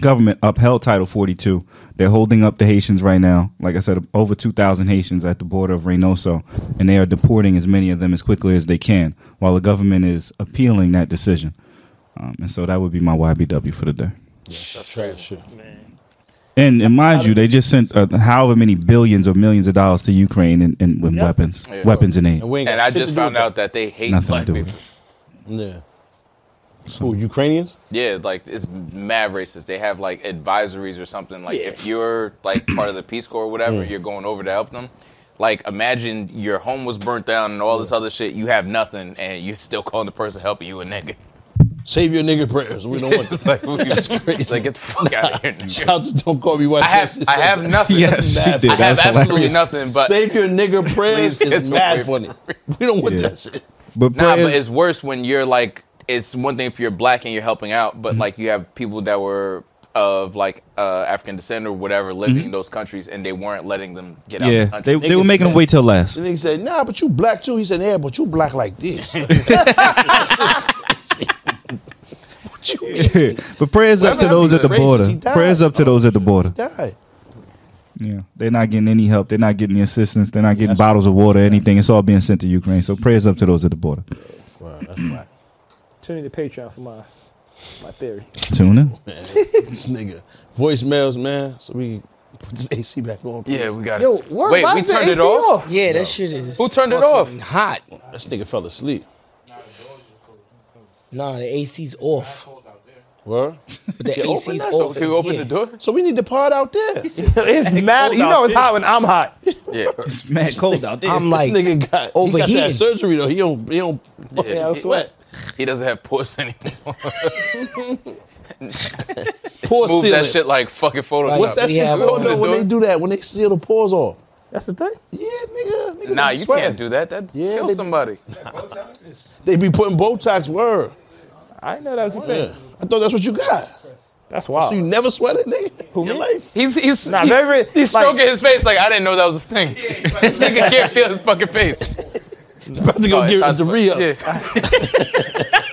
government upheld Title 42. They're holding up the Haitians right now. Like I said, over 2,000 Haitians at the border of Reynoso, and they are deporting as many of them as quickly as they can while the government is appealing that decision. Um, and so that would be my YBW for the day. And, and mind you, they just sent uh, however many billions or millions of dollars to Ukraine in, in, in weapons, weapons and aid.
And, we ain't got
And I
shit to
just
do
found
with
out that they hate
Nothing
black
to do with
people.
that. Yeah. Who, Ukrainians?
Yeah, like it's mad racist. They have like advisories or something. Like if you're like part of the Peace Corps or whatever,
Mm.
you're going over to help them. Like imagine your home was burnt down and all this other shit. You have nothing, and you're still calling the person helping you a nigga.
Save your nigga prayers. We don't want
It's
this.
like, we-
That's crazy.
it's like get the fuck out of here.
Shout
Nigga.
out to Don't Call Me White.
I have,
Trash. It's
I
like
have
that.
nothing.
That's
Yes, she
mad
did.
I
That
have
was
absolutely
hilarious.
nothing. But
Save your nigga prayers
Please, it's
is mad
okay.
funny. We don't want
Yeah.
that shit.
But,
Nah,
prayers-
but it's worse when you're like it's one thing if you're black and you're helping out, but like you have people that were of like uh, African descent or whatever living in those countries and they weren't letting them get out
yeah,
of the
they,
country.
they were making them wait till last.
The nigga said, nah, but you black too. He said, yeah, but you black like this. what you mean?
but prayers up to
Well,
those at the
that'd be
border.
racist. He died.
Prayers
Oh,
up to those at the border.
Die.
Yeah, they're not getting any help. They're not getting the assistance. They're not getting
that's-
bottles of water, anything. It's all being sent to Ukraine. So prayers up to those at the border.
Wow, that's black.
Tune into Patreon for my my theory.
Tuna.
Man, this nigga. Voicemails, man. So we can put this AC back on. please.
yeah, we got
Yo,
it.
where-
Wait,
why
we
is the
turned it
AC
off.
off?
Yeah, that shit is.
Who turned it off?
fucking Hot.
This nigga fell asleep.
Nah, the AC's off.
Where?
But the
open
AC's
that
off.
Can you open
Yeah.
Oh, the door?
So we need to part out there. This
It's mad. You know it's hot when I'm hot.
Yeah.
Man, cold out there.
I'm like,
nigga got, he got
overheating.
that surgery though. He don't he don't
Yeah,
yeah, sweat.
he doesn't have pores anymore.
Poor
Move
sealant.
that shit like fucking Photoshop.
Like,
What's that
We
shit
have
called
open
though
the
when
door.
they do that, when they seal the pores off?
That's the thing.
Yeah, nigga. niggas
Nah,
be
you
sweating.
can't do that. That
Yeah,
kill
they-
somebody.
They be putting Botox word.
I didn't know that was the
Yeah.
thing.
I thought that's what you got.
That's
So you
Oh.
wild.
never sweated, nigga? in your
me?
life?
He's he's
Nah,
he's,
very-
he's
like-
stroking his face like I didn't know that was a thing. Nigga can't feel his fucking face.
About to go
Oh,
give it
sounds
to
fu-
Rhea.
Yeah.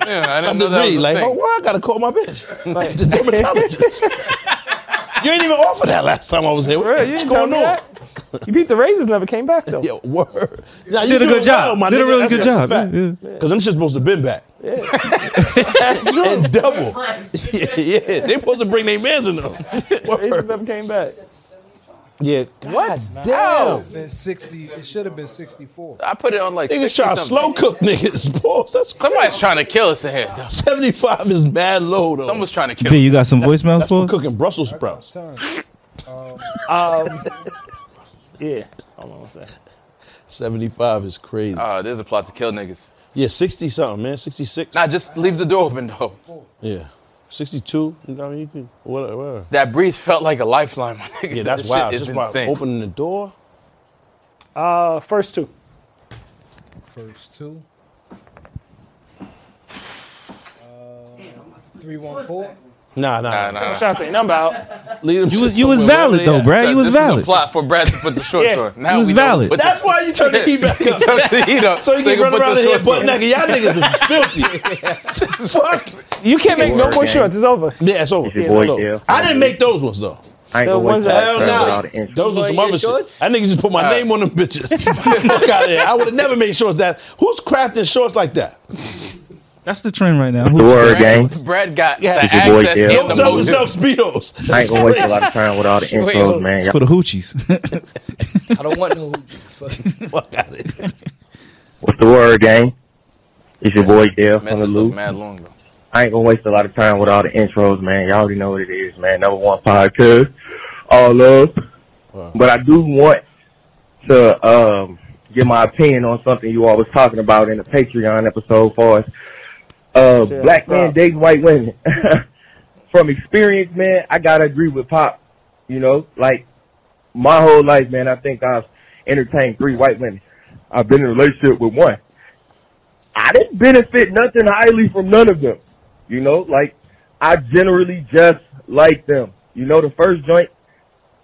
yeah, I didn't know that was a
Rhea, like,
thing.
oh, well, I gotta call my bitch. the dermatologist. you ain't even offer that last time I was here.
Bro, you
What's
didn't tell
going
me
on?
that. You beat the Razors, never came back though.
Yeah, word. Nah, you
Did a
doing
good job.
well, my
Did a
nigga.
really
That's
good
just a
job.
fact.
Yeah,
Cause them shit supposed to been back. and double. yeah, yeah. They supposed to bring their mans in them.
Razors
Word.
never came back.
yeah. God
What?
Damn.
Been 60, it should have been 64.
I put it on like
Niggas
60
trying to
something.
slow cook niggas. Pause. That's crazy.
Somebody's trying to kill us in here. though.
75 is mad low though.
Someone's trying to kill
B,
us.
you got some voicemails
That's for
for?
cooking Brussels sprouts.
Time.
Yeah. Hold on one second.
75 is crazy.
Uh, there's a plot to kill niggas.
yeah, 60 something, man. 66.
Nah, just leave the door open though.
yeah. 62. You know what I mean? You can, whatever. whatever.
That breeze felt like a lifeline, my nigga.
Yeah, that's
That
wild.
shit is
Just by
insane.
opening the door.
Uh, first two.
First two. Uh, Three one four.
Nah, nah,
Nah,
nah.
nah.
Shout out to your number out.
Leave them
You
shits
was you was
somewhere, wherever
valid
they
though,
at.
Brad. You was
this Is a
valid.
plot for Brad to put the short
Yeah.
story. Now
He was
we know.
valid.
Put the-
That's why you turned the heat back up.
Turn the heat up.
So you
they
can run
put the
around in here
shorts
butt
on.
naked. Y'all niggas is filthy. Fuck.
You can't make no
Word,
more
gang.
shorts. It's over.
Yeah, it's over.
your
It's
boy,
over.
Jeff.
I didn't make those ones though.
I ain't
The
gonna
ones
wait till
that-
I
Hell
turn
nah.
with all the intro.
Those was
Boy,
some
your
other shit.
shorts?
That nigga just put my name on them bitches. Fuck out of here. I would have never made shorts that. Who's crafting shorts like that?
That's the trend right now.
The word, gang.
Brad, Brad got
Yeah.
the
It's
your boy,
access
Jeff.
and
Don't
the
sell
motion.
yourself speedos.
I ain't gonna wait till I turn with all the intros, man.
It's for
Y'all
the hoochies.
I don't want no hoochies. Fuck.
Fuck out of here.
What's the word, gang? It's your boy, Dale from the
Message up
loop.
mad long though.
I ain't gonna waste a lot of time with all the intros, man. Y'all already know what it is, man. Number one podcast, all love. But I do want to um, give my opinion on something you all was talking about in the Patreon episode for us. Uh,
Sure.
black men
Wow.
dating white women. From experience, man, I gotta agree with Pop. You know, like my whole life, man, I think I've entertained three white women. I've been in a relationship with one. I didn't benefit nothing highly from none of them. You know, like I generally just like them. You know, the first joint,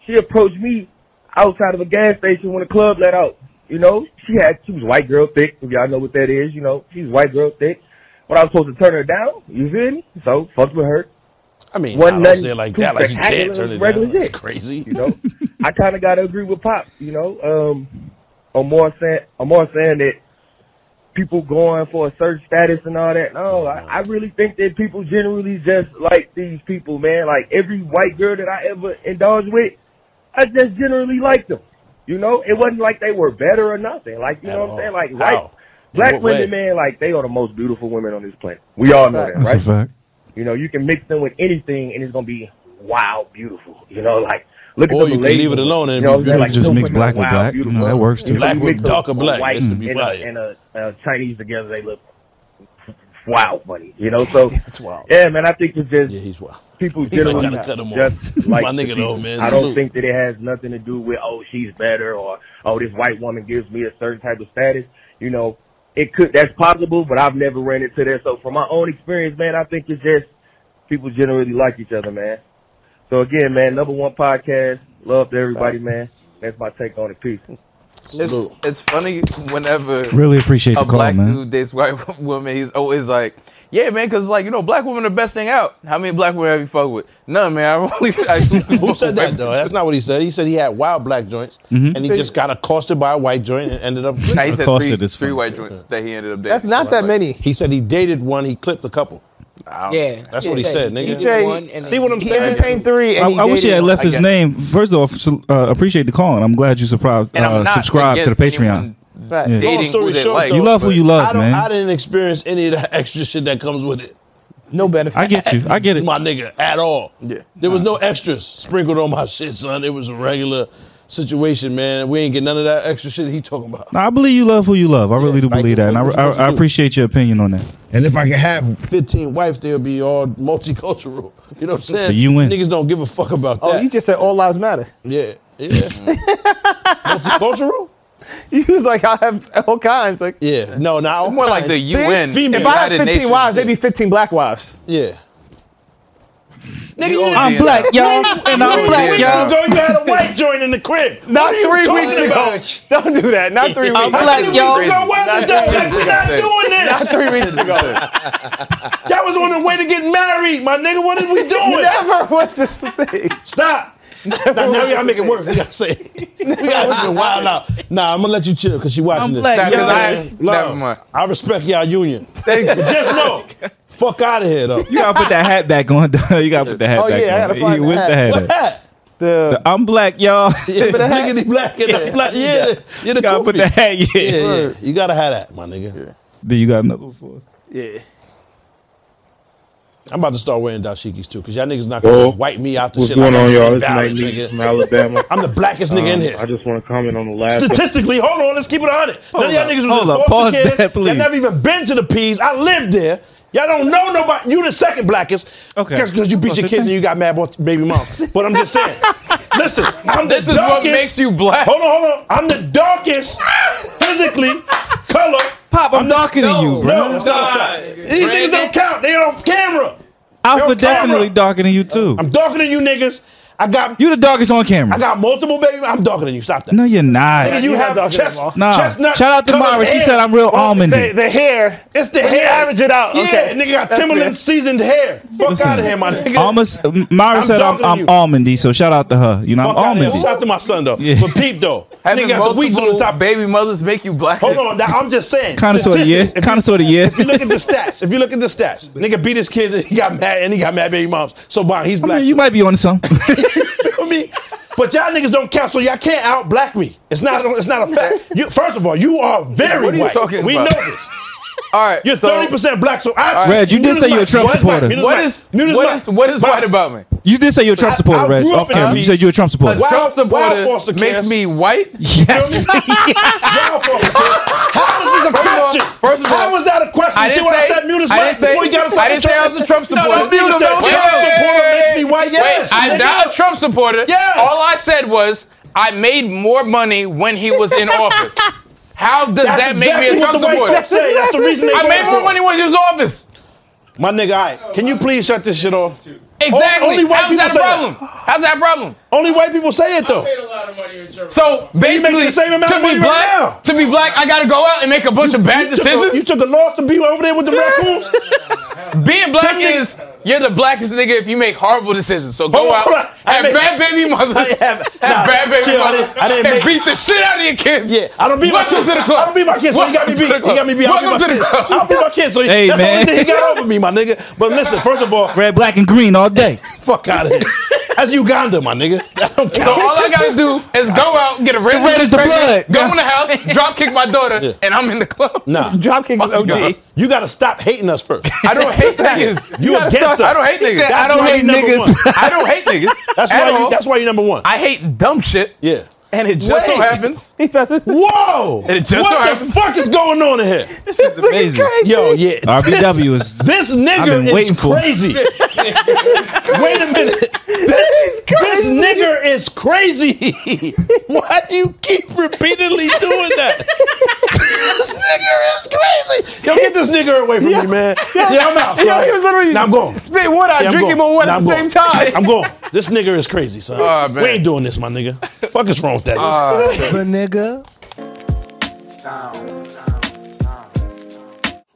she approached me outside of a gas station when the club let out. You know, she had she was white girl thick. If y'all know what that is, you know, she's white girl thick. But I was supposed to turn her down. You feel me? So fucked with her.
I mean,
One
I don't
nothing,
say it like
two
that. Like you can't
spectacular,
turn it
regular
down. That's
shit.
crazy.
You know, I kind of got to agree with Pop. You know, um, Omar saying Omar saying that people going for a certain status and all that. No, I, I really think that people generally just like these people, man. Like every white girl that I ever indulged with, I just generally liked them. You know, it wasn't like they were better or nothing. Like you
At
know what
all.
I'm saying? Like
How?
white.
In
Black
what
women,
way?
man, like they are the most beautiful women on this planet. We all know that,
That's
right?
a fact.
You know, you can mix them with anything, and it's gonna be wow, beautiful. You know, like look
Or
at the
you can
Malaysian
leave it
women.
alone and
You know
it'd
what
be
I'm saying?
beautiful.
Just
those
mix
women
black
are
with
wow,
black. You know,
Mm,
beautiful.
that works,
You
too.
know,
Black
you
with
mix a-
darker
a
black,
white
this would be
and a-
fire.
And a, a Chinese together, they look wow funny. You know, so yeah, man, I think it's just
Yeah, he's wild.
people
I
generally
gotta cut him off.
just like
My
the
nigga, though,
people.
Oh, man.
I don't
Salute.
think that it has nothing to do with oh she's better or oh this white woman gives me a certain type of status. You know, it could that's possible, but I've never ran into that. So from my own experience, man, I think it's just people generally like each other, man. So again, man, number one podcast. Love to everybody, man. That's my take on it. Peace.
It's, it's funny whenever
Really appreciate
a
the call,
black
man.
dude dates white woman, he's always like, yeah, man, because like you know, black women are the best thing out. How many black women have you fucked with? None, man. I only actually
Who said that though? That's not what he said. He said he had wild black joints, and he just got accosted by a white joint and ended up.
Nah, he said
Acosta
three,
this
three
fucker.
white joints that he ended up dating.
That's not that many.
He said he dated one. He clipped a couple.
I don't-
Yeah.
That's what he said, nigga.
He
He
said-
did one and
See what I'm
He
saying?
entertained three. And
I,
he
I wish he
dated
had
one.
left
I
his
guess.
name. First off, so- uh, appreciate the call, and I'm glad you surprised,
And
uh,
I'm not
subscribe to the
against
Patreon.
anyone
Right.
Yeah.
Dating
Long
who
story
they
short,
like,
though,
You love who
but
you
I,
love,
don't, I
man.
didn't experience any of that extra shit that comes with it.
No benefit.
I get you. I get it.
My nigga, at all.
Yeah.
There was no extras sprinkled on my shit, son. It was a regular situation, man. We ain't get none of that extra shit he talking about.
Nah, I believe you love who you love. I really do
like,
believe that, and I,
what you supposed
I, I
to do?
appreciate your opinion on that.
And if I could have 15 wives, they'll be all multicultural. You know what I'm saying?
You win.
Niggas don't give a fuck about
Oh,
that.
you just said all lives matter.
yeah. Yeah. multicultural?
You was like, I have all kinds. Like,
Yeah. No, no.
More like the UN,
Female.
if I had
United
15
Nations.
wives, they'd be 15 black wives.
Yeah.
you ODing
I'm
out.
black, y'all, and I'm
Yeah.
black,
Yeah.
y'all.
Girl, you had a white joint in the crib.
Not three weeks
talking
ago. Don't do that. Not three
I'm
weeks.
black,
Not three
y'all.
weeks ago.
Why
Not
the dog?
three
Like,
weeks
we're
ago.
not doing
Not
this.
three weeks ago.
That was on the way to get married, my nigga. What is we doing?
Never was this thing.
Stop. Now, now y'all make it worse. We gotta say, we gotta be wild out. Nah, I'm gonna let you chill because she watching
I'm
this.
black,
Nah, 'cause
y'all.
I-
Man,
never
love,
mind.
I respect y'all union. But just know, fuck out of here though.
You gotta put that hat back on. dog. you gotta put the hat
Oh,
back
yeah, I
on.
gotta find the
Where's
hat.
the hat?
What
at?
hat?
The,
I'm black, y'all.
Yeah, but Niggity black and yeah. black. Yeah, the- you're the
gotta put
goofy.
the hat. Yeah.
Yeah, yeah. You gotta have that, my nigga.
Then you got another one for us.
yeah.
I'm about to start wearing dashikis too, cause y'all niggas not gonna
Well,
just wipe me out to
What's
shit.
going
like
on,
I'm
y'all? It's
valid,
Nate Lee from
nigga.
Alabama.
I'm the blackest nigga in
Um,
here.
I just want to comment on the last.
Statistically, hold on, let's keep it honest. None of y'all
up,
niggas was
hold
in
up,
foster
pause
kids.
that, please.
Y'all never even been to the P's. I lived there. Y'all don't know nobody. You the second blackest.
Okay.
Because you beat your kids and you got mad about baby mom. But I'm just saying. listen, I'm
This
the
is what
darkest-
makes you black.
Hold on, hold on. I'm the darkest physically color.
Pop, I'm darker than you,
No,
bro.
that's not a fact. These niggas don't count. They off camera.
Alpha
Yo,
definitely
camera.
darker than you too.
I'm darker than you niggas. I got
You the darkest on
I
camera.
got multiple baby. I'm darker than you. Stop that.
No, you're
Nigga,
not.
you
you're not
have
darker than
chest,
them all.
Nah.
chestnut.
Shout out to
colored
Mara. She
hair.
said I'm real
The,
almondy.
the hair.
It's the
When you
hair.
average it out, okay.
Yeah, nigga got
That's
Timberland
fair.
seasoned hair. Fuck
Listen.
out of here, my nigga.
Almost, Mara
I'm
said
darker
I'm,
than
I'm
you.
almondy, so shout out to her. You know, I'm
Fuck outta here. Shout
almondy.
out to my son though.
Yeah.
But Pete though,
Having
nigga got the weeds on
multiple
the top.
baby mothers make you black.
Hold on, now, I'm just saying.
Kind of sort of yeah.
statistics. If you-
Kind of sort of yeah.
If you look at the stats, if you look at the stats, nigga beat his kids and he got mad and he got mad baby moms. So Bon, he's
I
black.
mean, you might be on something.
You feel me? But y'all niggas don't count, so y'all can't out black me. It's not it's not a fact. You, first of all, you are very
What are you
white.
talking
we
about?
know this.
All right.
You're
so
thirty percent black, so I.
right.
Reg, you did say you're a Trump supporter.
What is what is what is white about me?
You did say you're a Trump
I-
supporter,
I
Reg.
grew up
Off
in
camera, you
peace.
said you're a Trump supporter.
Wow.
Trump supporter
wild force of
makes
kids.
me white.
Yes.
How is this a
First of all-
question?
first of all,
how is that a question?
I
You
didn't
see what
say-
I said? Mute is
I
black
didn't say-
before you got a
I
fucking
didn't say I was a Trump
No,
supporter.
don't mute him.
Wait,
Don't mute him. Trump supporter
wait,
makes me white. Yes,
wait, I'm
nigga.
not a Trump supporter.
Yes.
All I said was I made more money when he was in office. How does
That's
that
exactly
make me a
what
Trump
the white
supporter?
folks say. That's the reason they
I
voted
made
for
more
him.
money when he was in office.
My nigga, all right. Can you please shut this shit off?
Exactly.
only white
How's that a
people say
problem? How's that a problem?
Only white people say it though.
So basically,
making the same amount
to
of
be
money right
black,
now.
to be black, I gotta go out and make a bunch of bad
You took,
decisions.
a, you took a loss to be over there with the raccoons.
Being black
Them niggas-
is you're the blackest nigga if you make horrible decisions. So go
Hold on,
out,
hold on. I
have
make-
bad baby mothers,
I have-
have
nah,
bad baby
chill, I
mothers,
didn't- I didn't
and
make-
beat the shit out of your kids.
Yeah, I don't beat my
Welcome
kids.
to the club.
I don't beat my kids, so he got
Welcome
me
to
beat.
the
He
club.
got me beat. I don't
Welcome
beat my
to the
kids.
club.
I don't beat my kids, so he,
Hey,
that's the
man.
only thing he got over me, my nigga. But listen, first of all,
Red, black, and green all day.
fuck out of here. That's Uganda, my nigga. That don't
So
count.
all I gotta do is go out, get a red,
red is the blood.
go in the house, drop kick my daughter, and I'm in the club.
Nah,
Dropkick is
Fuck you,
OD.
you gotta stop hating us first.
I don't hate niggas.
You
gotta
against
stop-
us.
I don't hate
He
niggas.
said,
That's
I don't
why
hate
you number
niggas.
one. I don't hate niggas.
That's
at
why. You,
all.
that's why you're number one.
I hate dumb shit.
yeah.
And it just so
Wait.
happens.
Whoa!
And it just
what
so
the
happens-
fuck is going on in here?
Amazing.
Yo, yeah.
RBW is.
This
I've been
nigga is
waiting for it.
crazy. Wait a minute. This, this nigga is crazy. Why do you keep repeatedly doing that? this nigga is crazy. Yo, get this nigga away from me, man. Yeah, I'm out.
Yo,
son.
he was literally
Nah, I'm going.
spitting water out,
Yeah, I'm going.
drinking more water
Nah,
at
I'm
the
going.
same time.
I'm going. This nigga is crazy, son.
Oh, man.
we ain't doing this, my nigga. Fuck is wrong with that?
Oh,
But nigga,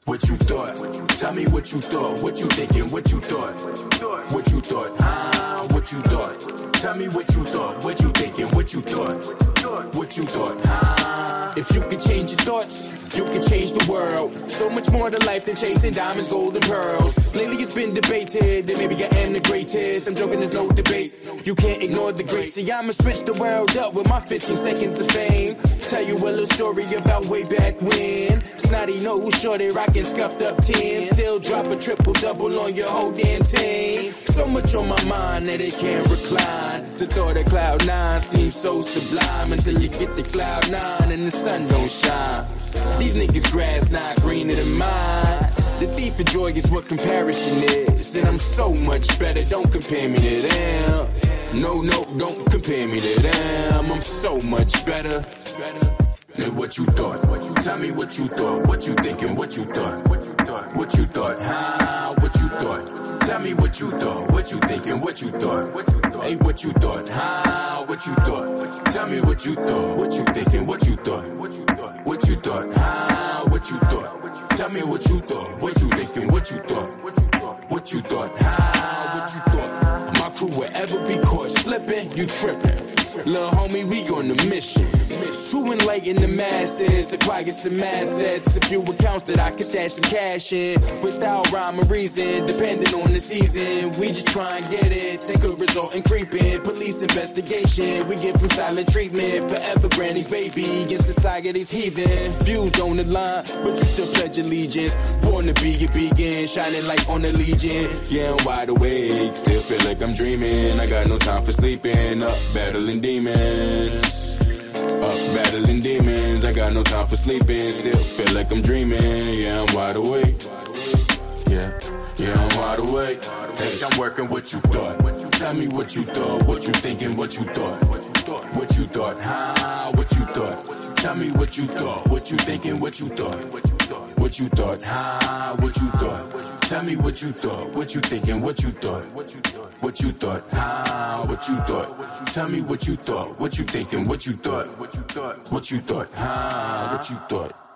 What you thought? Tell me what you thought. What you thinking? What you thought? What you thought? Ah, what you thought? Tell me what you thought. What you thinking? What you thought? What you thought? Ah. If you could change your thoughts, you could change the world. So much more to life than chasing diamonds, gold, and pearls. Lately it's been debated that maybe I am the greatest. I'm joking, there's no debate. You can't ignore the great. See, I'ma switch the world up with my 15 seconds of fame. Tell you a little story about way back when. Snotty nose, shorty rockin' scuffed up 10. Still drop a triple double on your whole damn team. So much on my mind that it can't recline. The thought of cloud nine seems so sublime until you get to cloud nine and the sun don't shine. These niggas grass not greener than mine. The thief of joy is what comparison is. And I'm so much better, don't compare me to them. No, no, don't compare me to them. I'm so much better. Than what you thought. Tell me what you thought. What you thinking? What you thought? What you thought? What you thought? Huh? What you thought? Tell me what you thought. What you thinking? What you thought? What you thought? Hey, what you thought? Huh? What you thought? Tell me what you thought. What you thinking? What you thought? What you thought? What you thought? Huh? What you thought? Tell me what you thought. What you thinking? What you thought? What you thought? What you thought? Huh? What you thought? My crew will ever be caught slipping. You tripping. Lil' homie, we on the mission. To enlighten the masses, acquire some assets. A few accounts that I can stash some cash in. Without rhyme or reason, depending on the season. We just try and get it. Think of result in creeping. Police investigation, we get from silent treatment. Forever Brandy's baby, get society's heathen. Views don't align, but you still pledge allegiance. Born to be a beacon, shining light on the legion. Yeah, I'm wide awake, still feel like I'm dreaming. I got no time for sleeping, up battling demons. Up battling demons, I got no time for sleeping. Still feel like I'm dreaming. Yeah, I'm wide awake. Yeah, Yeah, yeah, I'm wide awake. Bitch, I'm working what you thought. Tell me what you thought, what you thinking, what you thought. What you thought, huh? What you thought. Tell me what you thought, what you thinking, what you thought. What you thought, huh? What you thought. Tell me what you thought, what you thinking, what you thought. What you thought, huh? What you thought. Tell me what you thought, what you thinking, what you thought. What you thought, huh? What you thought.